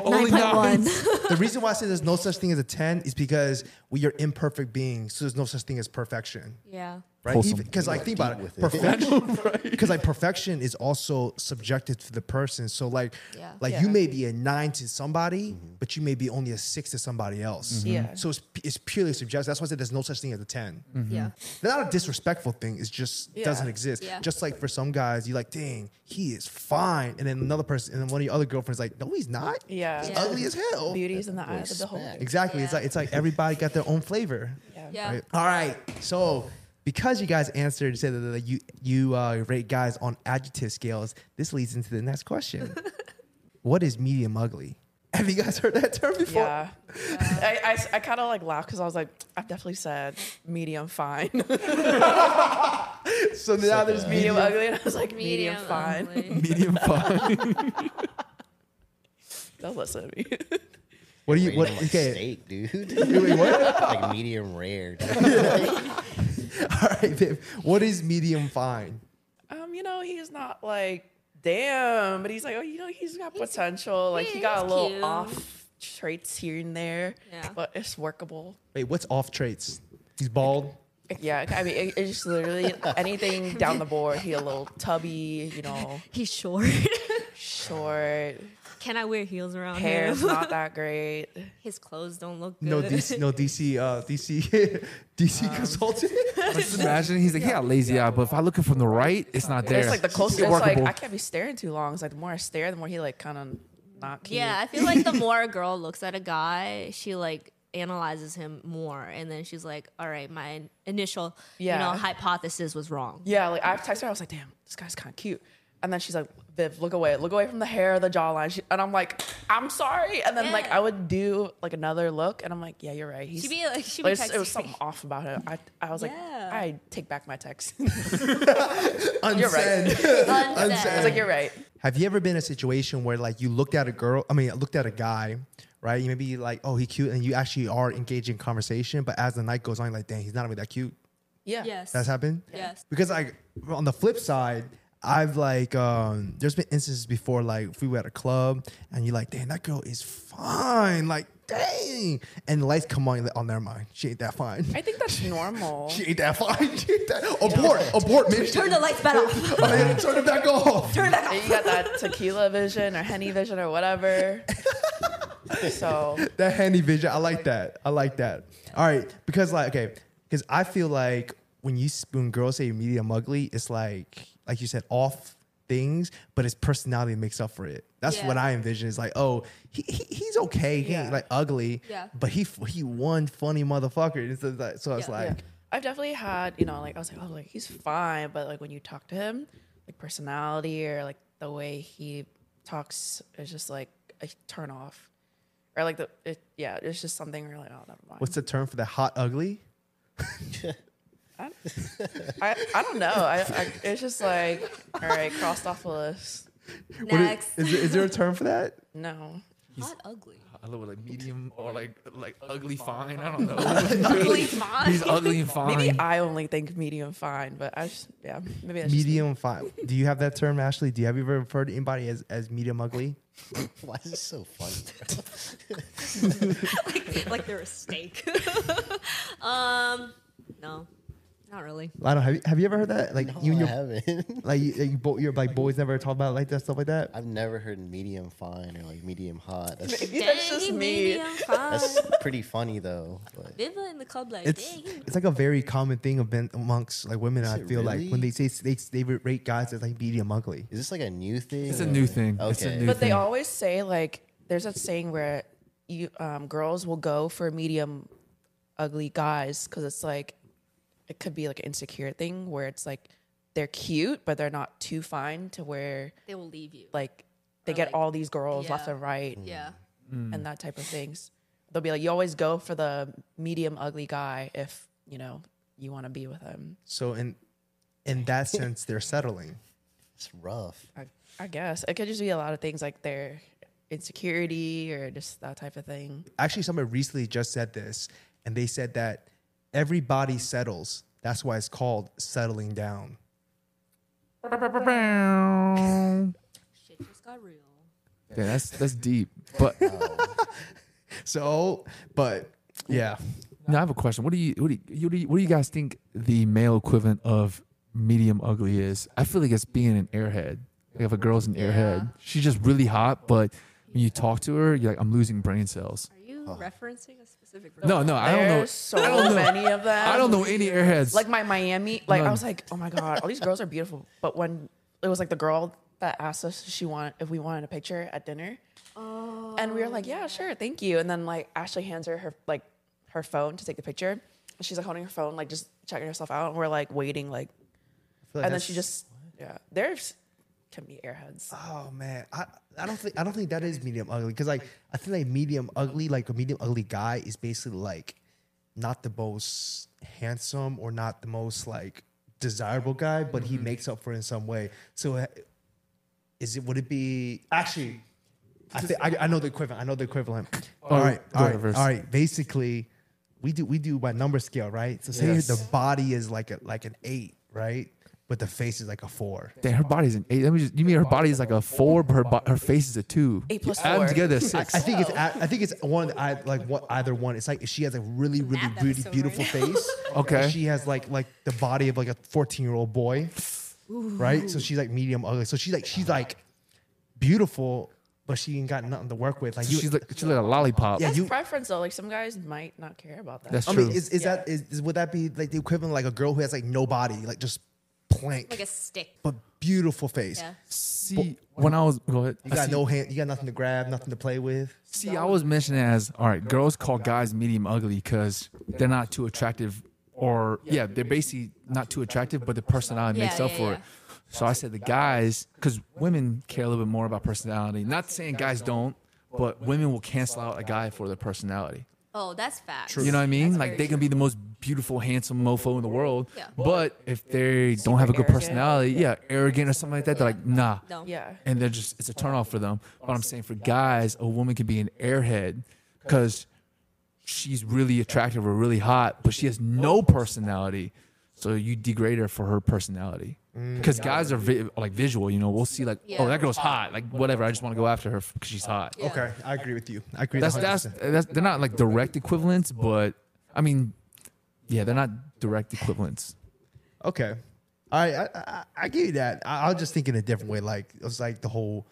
[SPEAKER 2] only nine.
[SPEAKER 1] the reason why I say there's no such thing as a ten is because we are imperfect beings, so there's no such thing as perfection,
[SPEAKER 4] Yeah.
[SPEAKER 1] right?
[SPEAKER 2] Wholesome.
[SPEAKER 1] Because like think about
[SPEAKER 3] deep
[SPEAKER 1] it,
[SPEAKER 3] with it.
[SPEAKER 1] perfection. Because like perfection is also subjective to the person. So like,
[SPEAKER 4] Yeah.
[SPEAKER 1] like you
[SPEAKER 5] Yeah.
[SPEAKER 1] may be a nine to somebody, but you may be only a six to somebody else.
[SPEAKER 5] Yeah.
[SPEAKER 1] So it's it's purely subjective. That's why I said there's no such thing as a 10
[SPEAKER 4] Yeah.
[SPEAKER 1] not a disrespectful thing. It just
[SPEAKER 5] Yeah.
[SPEAKER 1] doesn't exist.
[SPEAKER 4] Yeah.
[SPEAKER 1] Just like for some guys, you're like, dang, he is fine. And then another person, and then one of your other girlfriends, like, no, he's not.
[SPEAKER 5] Yeah.
[SPEAKER 1] He's
[SPEAKER 5] Yeah.
[SPEAKER 1] ugly as hell.
[SPEAKER 5] Beauty's in the eye of the
[SPEAKER 3] Smack.
[SPEAKER 5] beholder.
[SPEAKER 1] Exactly. It's
[SPEAKER 4] Yeah.
[SPEAKER 1] like it's like everybody got their own flavor.
[SPEAKER 5] Yeah.
[SPEAKER 4] Yeah.
[SPEAKER 1] Right? All right. So because you guys answered and said that that you you uh, rate guys on adjective scales, this leads into the next question. what is medium ugly? Have you guys heard that term before?
[SPEAKER 5] Yeah. I, I, kind of like laughed because I was like, I've definitely said medium fine,
[SPEAKER 1] So now there's medium.
[SPEAKER 5] medium ugly, and I was like, medium, fine.
[SPEAKER 4] ugly.
[SPEAKER 2] Medium fine.
[SPEAKER 5] Don't listen to me.
[SPEAKER 1] What do you
[SPEAKER 3] What,
[SPEAKER 1] what?
[SPEAKER 3] like
[SPEAKER 1] Okay.
[SPEAKER 3] steak, dude.
[SPEAKER 1] Wait, what?
[SPEAKER 3] like medium rare. Dude.
[SPEAKER 1] All right, babe. What is medium fine?
[SPEAKER 5] Um, you know, he's not like damn, but he's like, oh, you know, he's got potential. Like he
[SPEAKER 4] yeah,
[SPEAKER 5] got a
[SPEAKER 4] he's
[SPEAKER 5] little
[SPEAKER 4] cute.
[SPEAKER 5] off traits here and there,
[SPEAKER 4] Yeah.
[SPEAKER 5] but it's workable.
[SPEAKER 1] Wait, what's off traits? He's bald.
[SPEAKER 5] Yeah, I mean, it, it's just literally anything down the board. He a little tubby, you know,
[SPEAKER 4] He's short.
[SPEAKER 5] short,
[SPEAKER 4] Can I wear heels around
[SPEAKER 5] hair's
[SPEAKER 4] him?
[SPEAKER 5] not that great.
[SPEAKER 4] His clothes don't look good.
[SPEAKER 1] No DC. No DC. Uh, DC. DC consultant.
[SPEAKER 2] Just imagine he's like, yeah, lazy eye, but if I look at from the right, it's not there.
[SPEAKER 5] It's like the
[SPEAKER 2] It's
[SPEAKER 5] closer, it's like
[SPEAKER 2] workable.
[SPEAKER 5] I can't be staring too long. It's like the more I stare, the more he like kind of not cute.
[SPEAKER 4] Yeah, I feel like the more a girl looks at a guy, she like analyzes him more, and then she's like, "All right, my initial, you
[SPEAKER 5] Yeah.
[SPEAKER 4] know, hypothesis was wrong."
[SPEAKER 5] Yeah, like I've texted her. I was like, damn, this guy's kind of cute. And then she's like, Viv, look away, look away from the hair, the jawline. She, and I'm like, I'm sorry. And then like
[SPEAKER 4] Yeah.
[SPEAKER 5] I would do like another look, and I'm like, yeah, you're right. He's,
[SPEAKER 4] She'd be like, she'd
[SPEAKER 5] But
[SPEAKER 4] be
[SPEAKER 5] it's- it was
[SPEAKER 4] texting
[SPEAKER 5] something
[SPEAKER 4] me.
[SPEAKER 5] off about him. I, I was
[SPEAKER 4] Yeah.
[SPEAKER 5] like, I take back my text.
[SPEAKER 1] You're
[SPEAKER 5] I was like, you're right.
[SPEAKER 1] Have you ever been in a situation where like you looked at a girl? I mean, looked at a guy, right? You maybe like, oh, he cute, and you actually are engaged in conversation, but as the night goes on, you're like, dang, he's not really that cute.
[SPEAKER 5] Yeah.
[SPEAKER 4] Yes.
[SPEAKER 1] That's happened.
[SPEAKER 4] Yes.
[SPEAKER 1] Because like on the flip side, I've like um there's been instances before like if we were at a club and you're like, dang, that girl is fine, like dang, and the lights come on, you're like, oh, never mind, she ain't that fine.
[SPEAKER 5] I think that's normal.
[SPEAKER 1] She ain't that fine. She ain't that. Abort, abort mission.
[SPEAKER 4] Turn the lights back off.
[SPEAKER 1] Oh, yeah, turn it back off.
[SPEAKER 4] Turn that off.
[SPEAKER 5] you got that tequila vision or henny vision or whatever. so
[SPEAKER 1] that handy vision. I like that. I like that. All right, because like okay, because I feel like when you s- when girls say medium ugly, it's like like you said off things, but it's personality that makes up for it. That's
[SPEAKER 4] Yeah.
[SPEAKER 1] what I envision. It's like oh, he, he he's okay. He ain't
[SPEAKER 5] Yeah.
[SPEAKER 1] like ugly.
[SPEAKER 4] Yeah.
[SPEAKER 1] But he f- he one funny motherfucker. It's just like, so it's
[SPEAKER 4] Yeah.
[SPEAKER 1] like.
[SPEAKER 5] Yeah. I've definitely had, you know, like I was like, oh, like he's fine, but like when you talk to him, like personality or like the way he talks is just like a turn off, or like the it, yeah, it's just something where you're like, oh, never mind.
[SPEAKER 1] What's the term for the hot ugly?
[SPEAKER 5] I, I don't know. I, I it's just like all right, crossed off the list.
[SPEAKER 1] What is-
[SPEAKER 4] Next.
[SPEAKER 1] Is, there- is there a term for that?
[SPEAKER 5] No,
[SPEAKER 4] Not ugly.
[SPEAKER 2] I love it, like medium or like like ugly fine. I don't know.
[SPEAKER 4] Ugly fine.
[SPEAKER 2] he's ugly and fine.
[SPEAKER 5] maybe I only think medium fine, but I just yeah, maybe that's just me.
[SPEAKER 1] Medium fine. Do you have that term, Ashley? Do you have you ever referred to anybody as, as medium ugly?
[SPEAKER 3] Why is this so funny? bro?
[SPEAKER 4] like, like they're a steak. um, no, not really.
[SPEAKER 1] Lionel, have you, have you ever heard that? Like you and
[SPEAKER 3] No,
[SPEAKER 1] your
[SPEAKER 3] I haven't.
[SPEAKER 1] Like you, like, you bo- your like boys never talk about it like that stuff like that.
[SPEAKER 3] I've never heard medium fine or like medium hot. That's,
[SPEAKER 5] Maybe that's
[SPEAKER 4] Dang,
[SPEAKER 5] just
[SPEAKER 4] he
[SPEAKER 5] me.
[SPEAKER 4] medium fine.
[SPEAKER 3] that's pretty funny though. But
[SPEAKER 4] Viva in the club like,
[SPEAKER 1] It's
[SPEAKER 4] dang, he
[SPEAKER 1] it's like a very common thing of been amongst like women. I
[SPEAKER 3] it
[SPEAKER 1] feel like
[SPEAKER 3] really?
[SPEAKER 1] when they say they they rate guys as like medium ugly.
[SPEAKER 3] is this like a new thing?
[SPEAKER 2] It's a
[SPEAKER 3] or-
[SPEAKER 2] new thing.
[SPEAKER 3] Okay.
[SPEAKER 2] It's a new
[SPEAKER 5] But they
[SPEAKER 2] thing.
[SPEAKER 5] always say like there's that saying where you um, girls will go for medium ugly guys because it's like it could be like an insecure thing where it's like they're cute but they're not too fine to where
[SPEAKER 4] They will leave you.
[SPEAKER 5] like they
[SPEAKER 4] Or,
[SPEAKER 5] get
[SPEAKER 4] like,
[SPEAKER 5] all these girls left
[SPEAKER 4] yeah. Mm.
[SPEAKER 5] and right
[SPEAKER 4] yeah.
[SPEAKER 5] and that type of things. They'll be like, you always go for the medium ugly guy if you know you want to be with him.
[SPEAKER 1] So in in that sense, they're settling.
[SPEAKER 3] It's rough.
[SPEAKER 5] I, I guess it could just be a lot of things like their insecurity or just that type of thing.
[SPEAKER 1] Actually, somebody recently just said this, and they said that everybody settles. That's why it's called settling down.
[SPEAKER 4] Shit just got real.
[SPEAKER 2] Yeah, that's that's deep. But
[SPEAKER 1] So, but yeah,
[SPEAKER 2] now I have a question. What do you what do you, what do you what do you guys think the male equivalent of medium ugly is? I feel like it's being an airhead. Like if a girl's an airhead, she's just really hot, but when you talk to her, you're like, I'm losing brain cells.
[SPEAKER 4] Are you referencing a specific?
[SPEAKER 2] No, no, I don't know.
[SPEAKER 5] There's so many of them.
[SPEAKER 2] I don't know any airheads.
[SPEAKER 5] Like my Miami, like I was like, oh my god, all these girls are beautiful. But when it was like the girl that asked us if she wanted if we wanted a picture at dinner, and we were like, yeah, sure, thank you. And then like Ashley hands her her like her phone to take the picture, and she's like holding her phone, like just checking herself out, and we're like waiting, like,
[SPEAKER 1] I feel like
[SPEAKER 5] and then
[SPEAKER 1] that's-
[SPEAKER 5] she just yeah, there's can be airheads.
[SPEAKER 1] Oh man, I, I don't think I don't think that is medium ugly because like I think like medium ugly like a medium ugly guy is basically like not the most handsome or not the most like desirable guy, but he makes up for it in some way. So uh, is it would it be actually? I think I, I know the equivalent. I know the equivalent. all right,
[SPEAKER 2] go
[SPEAKER 1] all
[SPEAKER 2] ahead,
[SPEAKER 1] right,
[SPEAKER 2] verse.
[SPEAKER 1] all right. Basically, we do we do by number scale, right? So say
[SPEAKER 2] Yes.
[SPEAKER 1] the body is like a like an eight, right? But the face is like a four.
[SPEAKER 2] Damn, her body's an eight. Let me just, you mean her body is like a four, but her, bo- her face is a two.
[SPEAKER 5] Eight plus
[SPEAKER 2] You Add them
[SPEAKER 5] four.
[SPEAKER 2] together, it's
[SPEAKER 1] I,
[SPEAKER 2] six.
[SPEAKER 1] I think it's a- I think it's one I like what either one. It's like she has a really really
[SPEAKER 4] Math
[SPEAKER 1] really
[SPEAKER 4] episode
[SPEAKER 1] beautiful
[SPEAKER 4] right
[SPEAKER 1] face.
[SPEAKER 2] Okay.
[SPEAKER 1] And she has like like the body of like a 14 year old boy, right? So she's like medium ugly. So she's like she's like beautiful, but she ain't got nothing to work with. Like you,
[SPEAKER 2] she's like she's like a lollipop.
[SPEAKER 1] yeah,
[SPEAKER 5] That's
[SPEAKER 1] you.
[SPEAKER 5] preference though. Like some guys might not care about that. Um,
[SPEAKER 2] That's
[SPEAKER 1] I
[SPEAKER 2] true.
[SPEAKER 1] mean, is, is that is, is would that be like the equivalent of, like a girl who has like no body, like just plank,
[SPEAKER 4] Like a stick.
[SPEAKER 1] but beautiful face.
[SPEAKER 4] Yeah.
[SPEAKER 2] see, when I was go ahead.
[SPEAKER 1] You
[SPEAKER 2] I
[SPEAKER 1] got
[SPEAKER 2] see,
[SPEAKER 1] no hand. You got nothing to grab, nothing to play with.
[SPEAKER 2] see, I was mentioning as all right. Girls call guys medium ugly because they're not too attractive, or yeah, they're basically not too attractive, but the personality
[SPEAKER 4] Yeah,
[SPEAKER 2] makes up
[SPEAKER 4] yeah,
[SPEAKER 2] for
[SPEAKER 4] yeah.
[SPEAKER 2] it. So I said the guys, because women care a little bit more about personality. Not saying guys don't, but women will cancel out a guy for their personality.
[SPEAKER 4] Oh, that's facts.
[SPEAKER 2] You know what I mean?
[SPEAKER 4] That's
[SPEAKER 2] Like
[SPEAKER 4] very
[SPEAKER 2] they can be the most beautiful, handsome mofo in the world,
[SPEAKER 4] Yeah.
[SPEAKER 2] but if they don't have a good
[SPEAKER 5] arrogant.
[SPEAKER 2] personality, yeah, arrogant or something like that, they're like, nah.
[SPEAKER 4] true. No.
[SPEAKER 5] yeah.
[SPEAKER 2] And they're just it's a turnoff for them. But I'm saying for guys, a woman can be an airhead because she's really attractive or really hot, but she has no personality. So you degrade her for her personality.
[SPEAKER 1] Mm.
[SPEAKER 2] Because guys are vi- like visual, you know. We'll see like,
[SPEAKER 4] Yeah.
[SPEAKER 2] oh, that girl's hot. Like whatever, I just want to go after her because she's hot.
[SPEAKER 4] Yeah.
[SPEAKER 1] Okay, I agree with you. I agree.
[SPEAKER 2] That's
[SPEAKER 1] 100%.
[SPEAKER 2] that's that's they're not like direct equivalents, but I mean, yeah, they're not direct equivalents.
[SPEAKER 1] Okay. All right. I, I, I give you that. I, I was just thinking a different way. Like, it was like the whole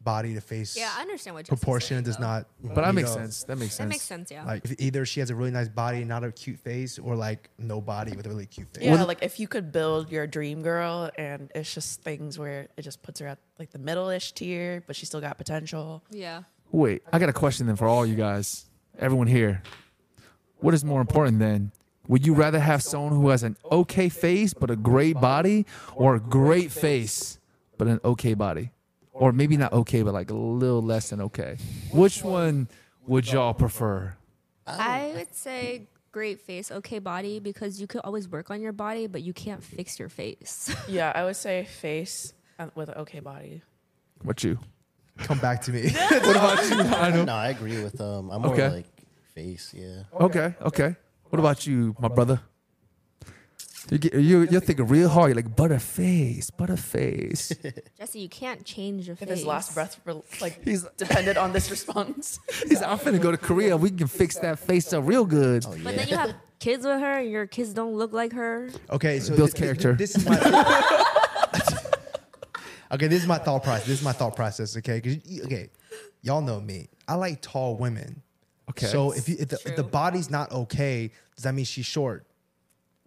[SPEAKER 1] body to face
[SPEAKER 4] Yeah, I understand what you're
[SPEAKER 1] proportion
[SPEAKER 4] saying,
[SPEAKER 1] does
[SPEAKER 4] though.
[SPEAKER 1] not.
[SPEAKER 2] But that
[SPEAKER 1] you
[SPEAKER 2] makes
[SPEAKER 1] know,
[SPEAKER 2] sense. That makes sense.
[SPEAKER 4] That makes sense. Yeah.
[SPEAKER 1] Like, if either she has a really nice body and not a cute face, or like no body with a really cute face.
[SPEAKER 5] Yeah, like if you could build your dream girl, and it's just things where it just puts her at like the middle-ish tier, but she still got potential.
[SPEAKER 4] yeah.
[SPEAKER 2] Wait, I got a question then for all you guys, everyone here. What is more important then? Would you rather have someone who has an okay face but a great body, or a great face but an okay body, or maybe not okay but like a little less than okay? Which one would y'all prefer?
[SPEAKER 5] oh.
[SPEAKER 4] I would say great face, okay body, because you could always work on your body, but you can't fix your face.
[SPEAKER 5] Yeah, I would say face uh, with an okay body.
[SPEAKER 2] What you?
[SPEAKER 1] Come back to me.
[SPEAKER 3] No, I agree with um. I'm more
[SPEAKER 2] Okay.
[SPEAKER 3] like face. Yeah.
[SPEAKER 2] Okay, okay. What about you, my brother? You get, you you're thinking real hard. You're like butterface, butterface.
[SPEAKER 4] Jesse, you can't change your
[SPEAKER 5] If
[SPEAKER 4] face.
[SPEAKER 5] his last breath were like
[SPEAKER 2] He's-
[SPEAKER 5] depended on this response,
[SPEAKER 2] He's I'm finna go to Korea. We can fix that face up real good.
[SPEAKER 3] Oh yeah.
[SPEAKER 4] But then you have kids with her, and your kids don't look like her.
[SPEAKER 1] Okay. So
[SPEAKER 2] Builds
[SPEAKER 1] thi- thi-
[SPEAKER 2] character.
[SPEAKER 1] This is my. okay. This is my thought process. This is my thought process. Okay. 'Cause you- okay. Y'all know me. I like tall women.
[SPEAKER 2] Okay.
[SPEAKER 1] So if, you, if, the, if the
[SPEAKER 4] True.
[SPEAKER 1] body's not okay, does that mean she's short?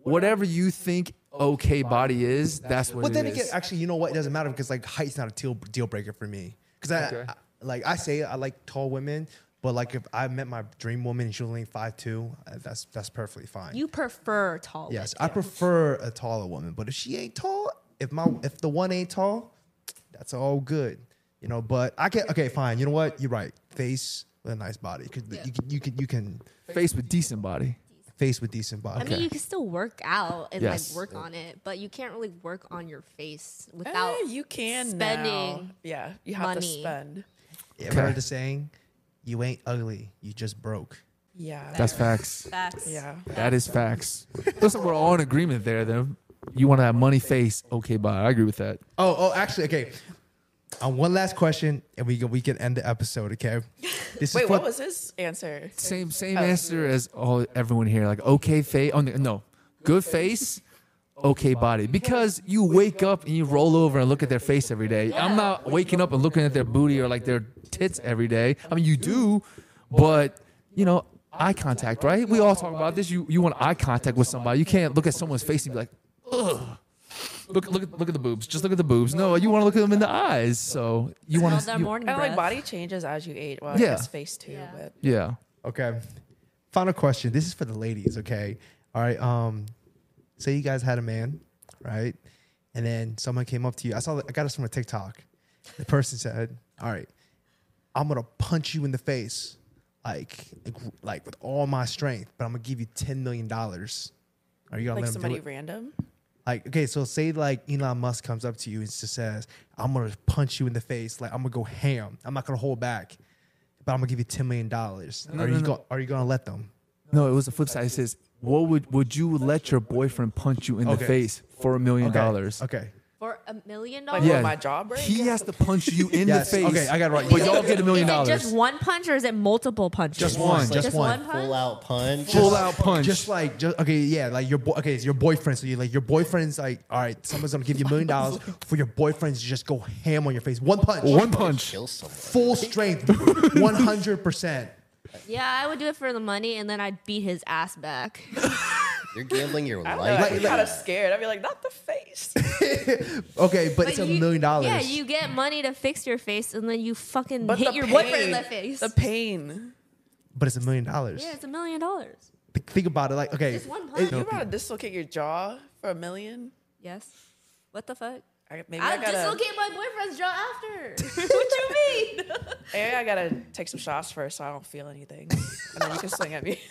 [SPEAKER 2] Whatever you think okay body is, that's what
[SPEAKER 1] But then
[SPEAKER 2] it
[SPEAKER 1] again,
[SPEAKER 2] is.
[SPEAKER 1] actually, you know what? It doesn't matter because like height's not a deal deal breaker for me. Because I,
[SPEAKER 2] Okay.
[SPEAKER 1] I- like I say I like tall women, But like if I met my dream woman and she was only five two, uh, that's that's perfectly fine.
[SPEAKER 4] You prefer tall.
[SPEAKER 1] yes,
[SPEAKER 4] women.
[SPEAKER 1] I prefer a taller woman. But if she ain't tall, if my if the one ain't tall, that's all good. You know, but I can okay, fine. You know what? You're right. Face with a nice body. 'Cause you can you can you can
[SPEAKER 2] Face with decent body.
[SPEAKER 1] face with decent body.
[SPEAKER 4] I mean, you can still work out and
[SPEAKER 2] Yes.
[SPEAKER 4] like work on it, but you can't really work on your face without
[SPEAKER 5] Eh, you can
[SPEAKER 4] spending.
[SPEAKER 5] now. Yeah, you have to
[SPEAKER 4] money.
[SPEAKER 5] spend.
[SPEAKER 1] You ever heard the saying, you ain't ugly, you just broke.
[SPEAKER 5] Yeah,
[SPEAKER 2] That's facts.
[SPEAKER 4] That's
[SPEAKER 5] yeah.
[SPEAKER 2] That is facts. Listen, we're all in agreement there. Then you want to have money face. Okay, bye. I agree with that.
[SPEAKER 1] Oh, oh, actually, okay. On one last question, and we can we can end the episode, okay? This
[SPEAKER 5] Wait,
[SPEAKER 1] for-
[SPEAKER 5] what was his answer?
[SPEAKER 2] Same same answer as all everyone here. Like okay face. Oh no, no. good face. Okay body because you wake up and you roll over and look at their face every day. I'm not waking up and looking at their booty or like their tits every day. I mean you do, but you know eye contact, right? We all talk about this. You you want eye contact with somebody. You can't look at someone's face and be like, ugh. Look look at- look at the boobs. Just look at the boobs. No, you want to look at them in the eyes. So you want
[SPEAKER 4] that
[SPEAKER 2] to
[SPEAKER 4] morning
[SPEAKER 5] Kind of like
[SPEAKER 4] breath.
[SPEAKER 5] body changes as you age. Well, I
[SPEAKER 2] Yeah.
[SPEAKER 5] guess face too,
[SPEAKER 4] Yeah.
[SPEAKER 5] but
[SPEAKER 2] yeah.
[SPEAKER 1] Okay. Final question. This is for the ladies, okay? All right. Um, say you guys had a man, right? And then someone came up to you. I saw I got this from a TikTok. The person said, All right, I'm gonna punch you in the face, like like with all my strength, but I'm gonna give you ten million dollars. Are you gonna
[SPEAKER 5] like
[SPEAKER 1] let him do
[SPEAKER 5] somebody
[SPEAKER 1] it?
[SPEAKER 5] random.
[SPEAKER 1] Like, okay, so say like Elon Musk comes up to you and just says, I'm gonna punch you in the face, like I'm gonna go ham. I'm not gonna hold back, but I'm gonna give you ten million dollars. are you going are you gonna let them?
[SPEAKER 2] No, it was the flip side. It says, "What would would you let your boyfriend punch you in
[SPEAKER 1] Okay.
[SPEAKER 2] the face for a million
[SPEAKER 1] Okay,
[SPEAKER 2] dollars?"
[SPEAKER 1] Okay.
[SPEAKER 4] for a million
[SPEAKER 5] Like
[SPEAKER 4] dollars.
[SPEAKER 2] Yeah.
[SPEAKER 5] will my jaw break.
[SPEAKER 2] He has to punch you in
[SPEAKER 1] Yes,
[SPEAKER 2] the face.
[SPEAKER 1] okay, I got it right.
[SPEAKER 2] But y'all get a million
[SPEAKER 4] Is it just
[SPEAKER 2] dollars.
[SPEAKER 4] one punch or is it multiple punches?
[SPEAKER 1] Just one.
[SPEAKER 3] Just
[SPEAKER 1] Just, one.
[SPEAKER 4] one
[SPEAKER 3] Full out punch.
[SPEAKER 2] Full out punch.
[SPEAKER 1] Just like just okay, yeah, like your boy okay, it's your boyfriend. So you like your boyfriend's like, all right, someone's gonna give you a million dollars for your boyfriend to just go ham on your face. One punch.
[SPEAKER 2] one punch.
[SPEAKER 3] Kill someone.
[SPEAKER 1] full strength. One hundred percent.
[SPEAKER 4] Yeah, I would do it for the money and then I'd beat his ass back.
[SPEAKER 3] You're gambling your
[SPEAKER 5] I don't know, I'd
[SPEAKER 3] life.
[SPEAKER 5] be kind of scared. I'd be like, not the face.
[SPEAKER 1] Okay, but, it's a
[SPEAKER 4] you-
[SPEAKER 1] million dollars.
[SPEAKER 4] Yeah, you get money to fix your face and then you fucking
[SPEAKER 5] But
[SPEAKER 4] hit
[SPEAKER 5] the
[SPEAKER 4] your
[SPEAKER 5] pain,
[SPEAKER 4] boyfriend in the face.
[SPEAKER 5] The pain.
[SPEAKER 1] but it's a million dollars.
[SPEAKER 4] yeah, it's a million dollars.
[SPEAKER 1] Th- Think about it like okay.
[SPEAKER 4] Just one
[SPEAKER 1] it-
[SPEAKER 4] punch.
[SPEAKER 5] You gotta dislocate your jaw for a million.
[SPEAKER 4] Yes. What the fuck?
[SPEAKER 5] I, maybe I
[SPEAKER 4] I'll
[SPEAKER 5] gotta.
[SPEAKER 4] dislocate my boyfriend's jaw after. what you mean?
[SPEAKER 5] Maybe I gotta take some shots first, so I don't feel anything, and then you can swing at me.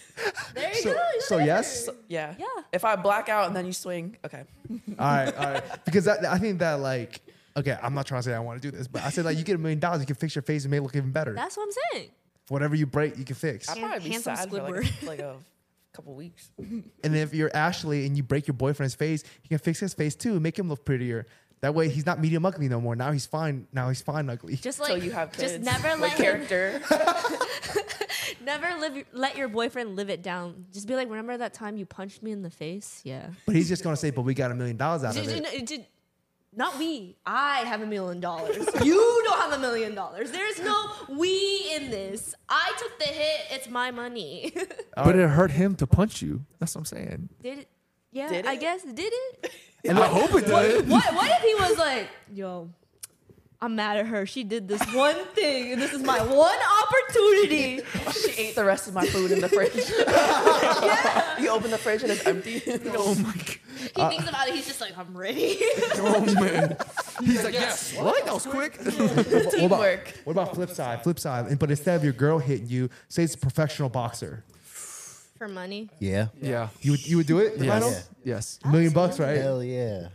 [SPEAKER 4] There you
[SPEAKER 1] So,
[SPEAKER 4] go. you're
[SPEAKER 1] so
[SPEAKER 4] there.
[SPEAKER 1] yes.
[SPEAKER 5] Yeah.
[SPEAKER 4] Yeah.
[SPEAKER 5] If I black out and then you swing, okay.
[SPEAKER 1] All right, all right. Because that, I think that like okay, I'm not trying to say I want to do this, but I said like you get a million dollars, you can fix your face and make it look even better.
[SPEAKER 4] That's what I'm saying.
[SPEAKER 1] Whatever you break, you can fix.
[SPEAKER 5] I'd probably be
[SPEAKER 4] handsome
[SPEAKER 5] sad for like, a-
[SPEAKER 4] Squidward.
[SPEAKER 5] like a couple weeks.
[SPEAKER 1] And if you're Ashley and you break your boyfriend's face, you can fix his face too, make him look prettier. That way, he's not medium ugly no more. Now he's fine. Now he's fine ugly.
[SPEAKER 4] Just like
[SPEAKER 5] Till you have kids.
[SPEAKER 4] just never
[SPEAKER 5] like
[SPEAKER 4] let him,
[SPEAKER 5] character.
[SPEAKER 4] never live let your boyfriend live it down. Just be like, remember that time you punched me in the face? Yeah.
[SPEAKER 1] but he's just gonna say, "But we got a million dollars out of
[SPEAKER 4] Did-
[SPEAKER 1] it."
[SPEAKER 4] did- did- not we. I have a million dollars. You don't have a million dollars. There's no we in this. I took the hit. It's my money.
[SPEAKER 2] But it hurt him to punch you. That's what I'm saying.
[SPEAKER 4] did it? Yeah,
[SPEAKER 5] Did
[SPEAKER 4] I
[SPEAKER 5] it?
[SPEAKER 4] guess did it.
[SPEAKER 2] And I hope it does.
[SPEAKER 4] What? What if he was like, yo, I'm mad at her. She did this one thing, and this is my one opportunity.
[SPEAKER 5] she ate the rest of my food in the fridge. You open the fridge and it's empty.
[SPEAKER 2] Oh my god.
[SPEAKER 4] He thinks about it. He's just like, I'm ready.
[SPEAKER 2] Oh man. He's like, yes. What? That was quick.
[SPEAKER 5] Teamwork.
[SPEAKER 1] What about flip side? Flip side. And, but instead of your girl hitting you, say it's a professional boxer.
[SPEAKER 4] For money.
[SPEAKER 3] Yeah.
[SPEAKER 2] Yeah.
[SPEAKER 1] You would you would do it? Delano?
[SPEAKER 3] Yes.
[SPEAKER 2] Yes.
[SPEAKER 1] Million bucks, right?
[SPEAKER 3] Hell yeah.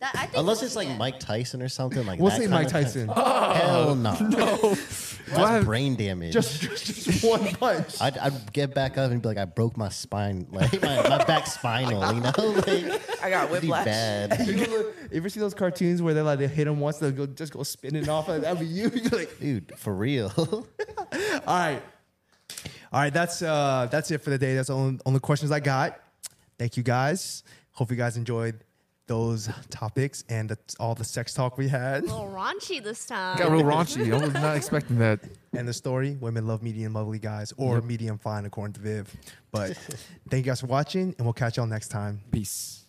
[SPEAKER 4] That, I think
[SPEAKER 3] Unless it's like Mike Tyson or something like
[SPEAKER 1] We'll
[SPEAKER 3] that.
[SPEAKER 1] say
[SPEAKER 3] kind
[SPEAKER 1] Mike
[SPEAKER 3] of
[SPEAKER 1] Tyson.
[SPEAKER 3] thing. Hell no.
[SPEAKER 2] Do I
[SPEAKER 3] That's
[SPEAKER 2] have-
[SPEAKER 3] brain damage.
[SPEAKER 1] just, just just one punch.
[SPEAKER 3] I'd, I'd get back up and be like, I broke my spine, like my, my back spinal, you know? Like,
[SPEAKER 5] I got
[SPEAKER 3] it'd be
[SPEAKER 5] whiplash.
[SPEAKER 3] bad.
[SPEAKER 1] You ever- you ever see those cartoons where they like they hit him once, they'll go just go spinning off? Like, that'd be you. You're like,
[SPEAKER 3] Dude, for real.
[SPEAKER 1] All right. All right, that's uh that's it for the day. That's all all the questions I got. Thank you guys. Hope you guys enjoyed those topics and the, all the sex talk we had
[SPEAKER 4] a little raunchy this time.
[SPEAKER 2] Got real raunchy. I was not expecting that.
[SPEAKER 1] and the story women love medium lovely guys or medium fine according to Viv. But thank you guys for watching and we'll catch y'all next time.
[SPEAKER 2] Peace.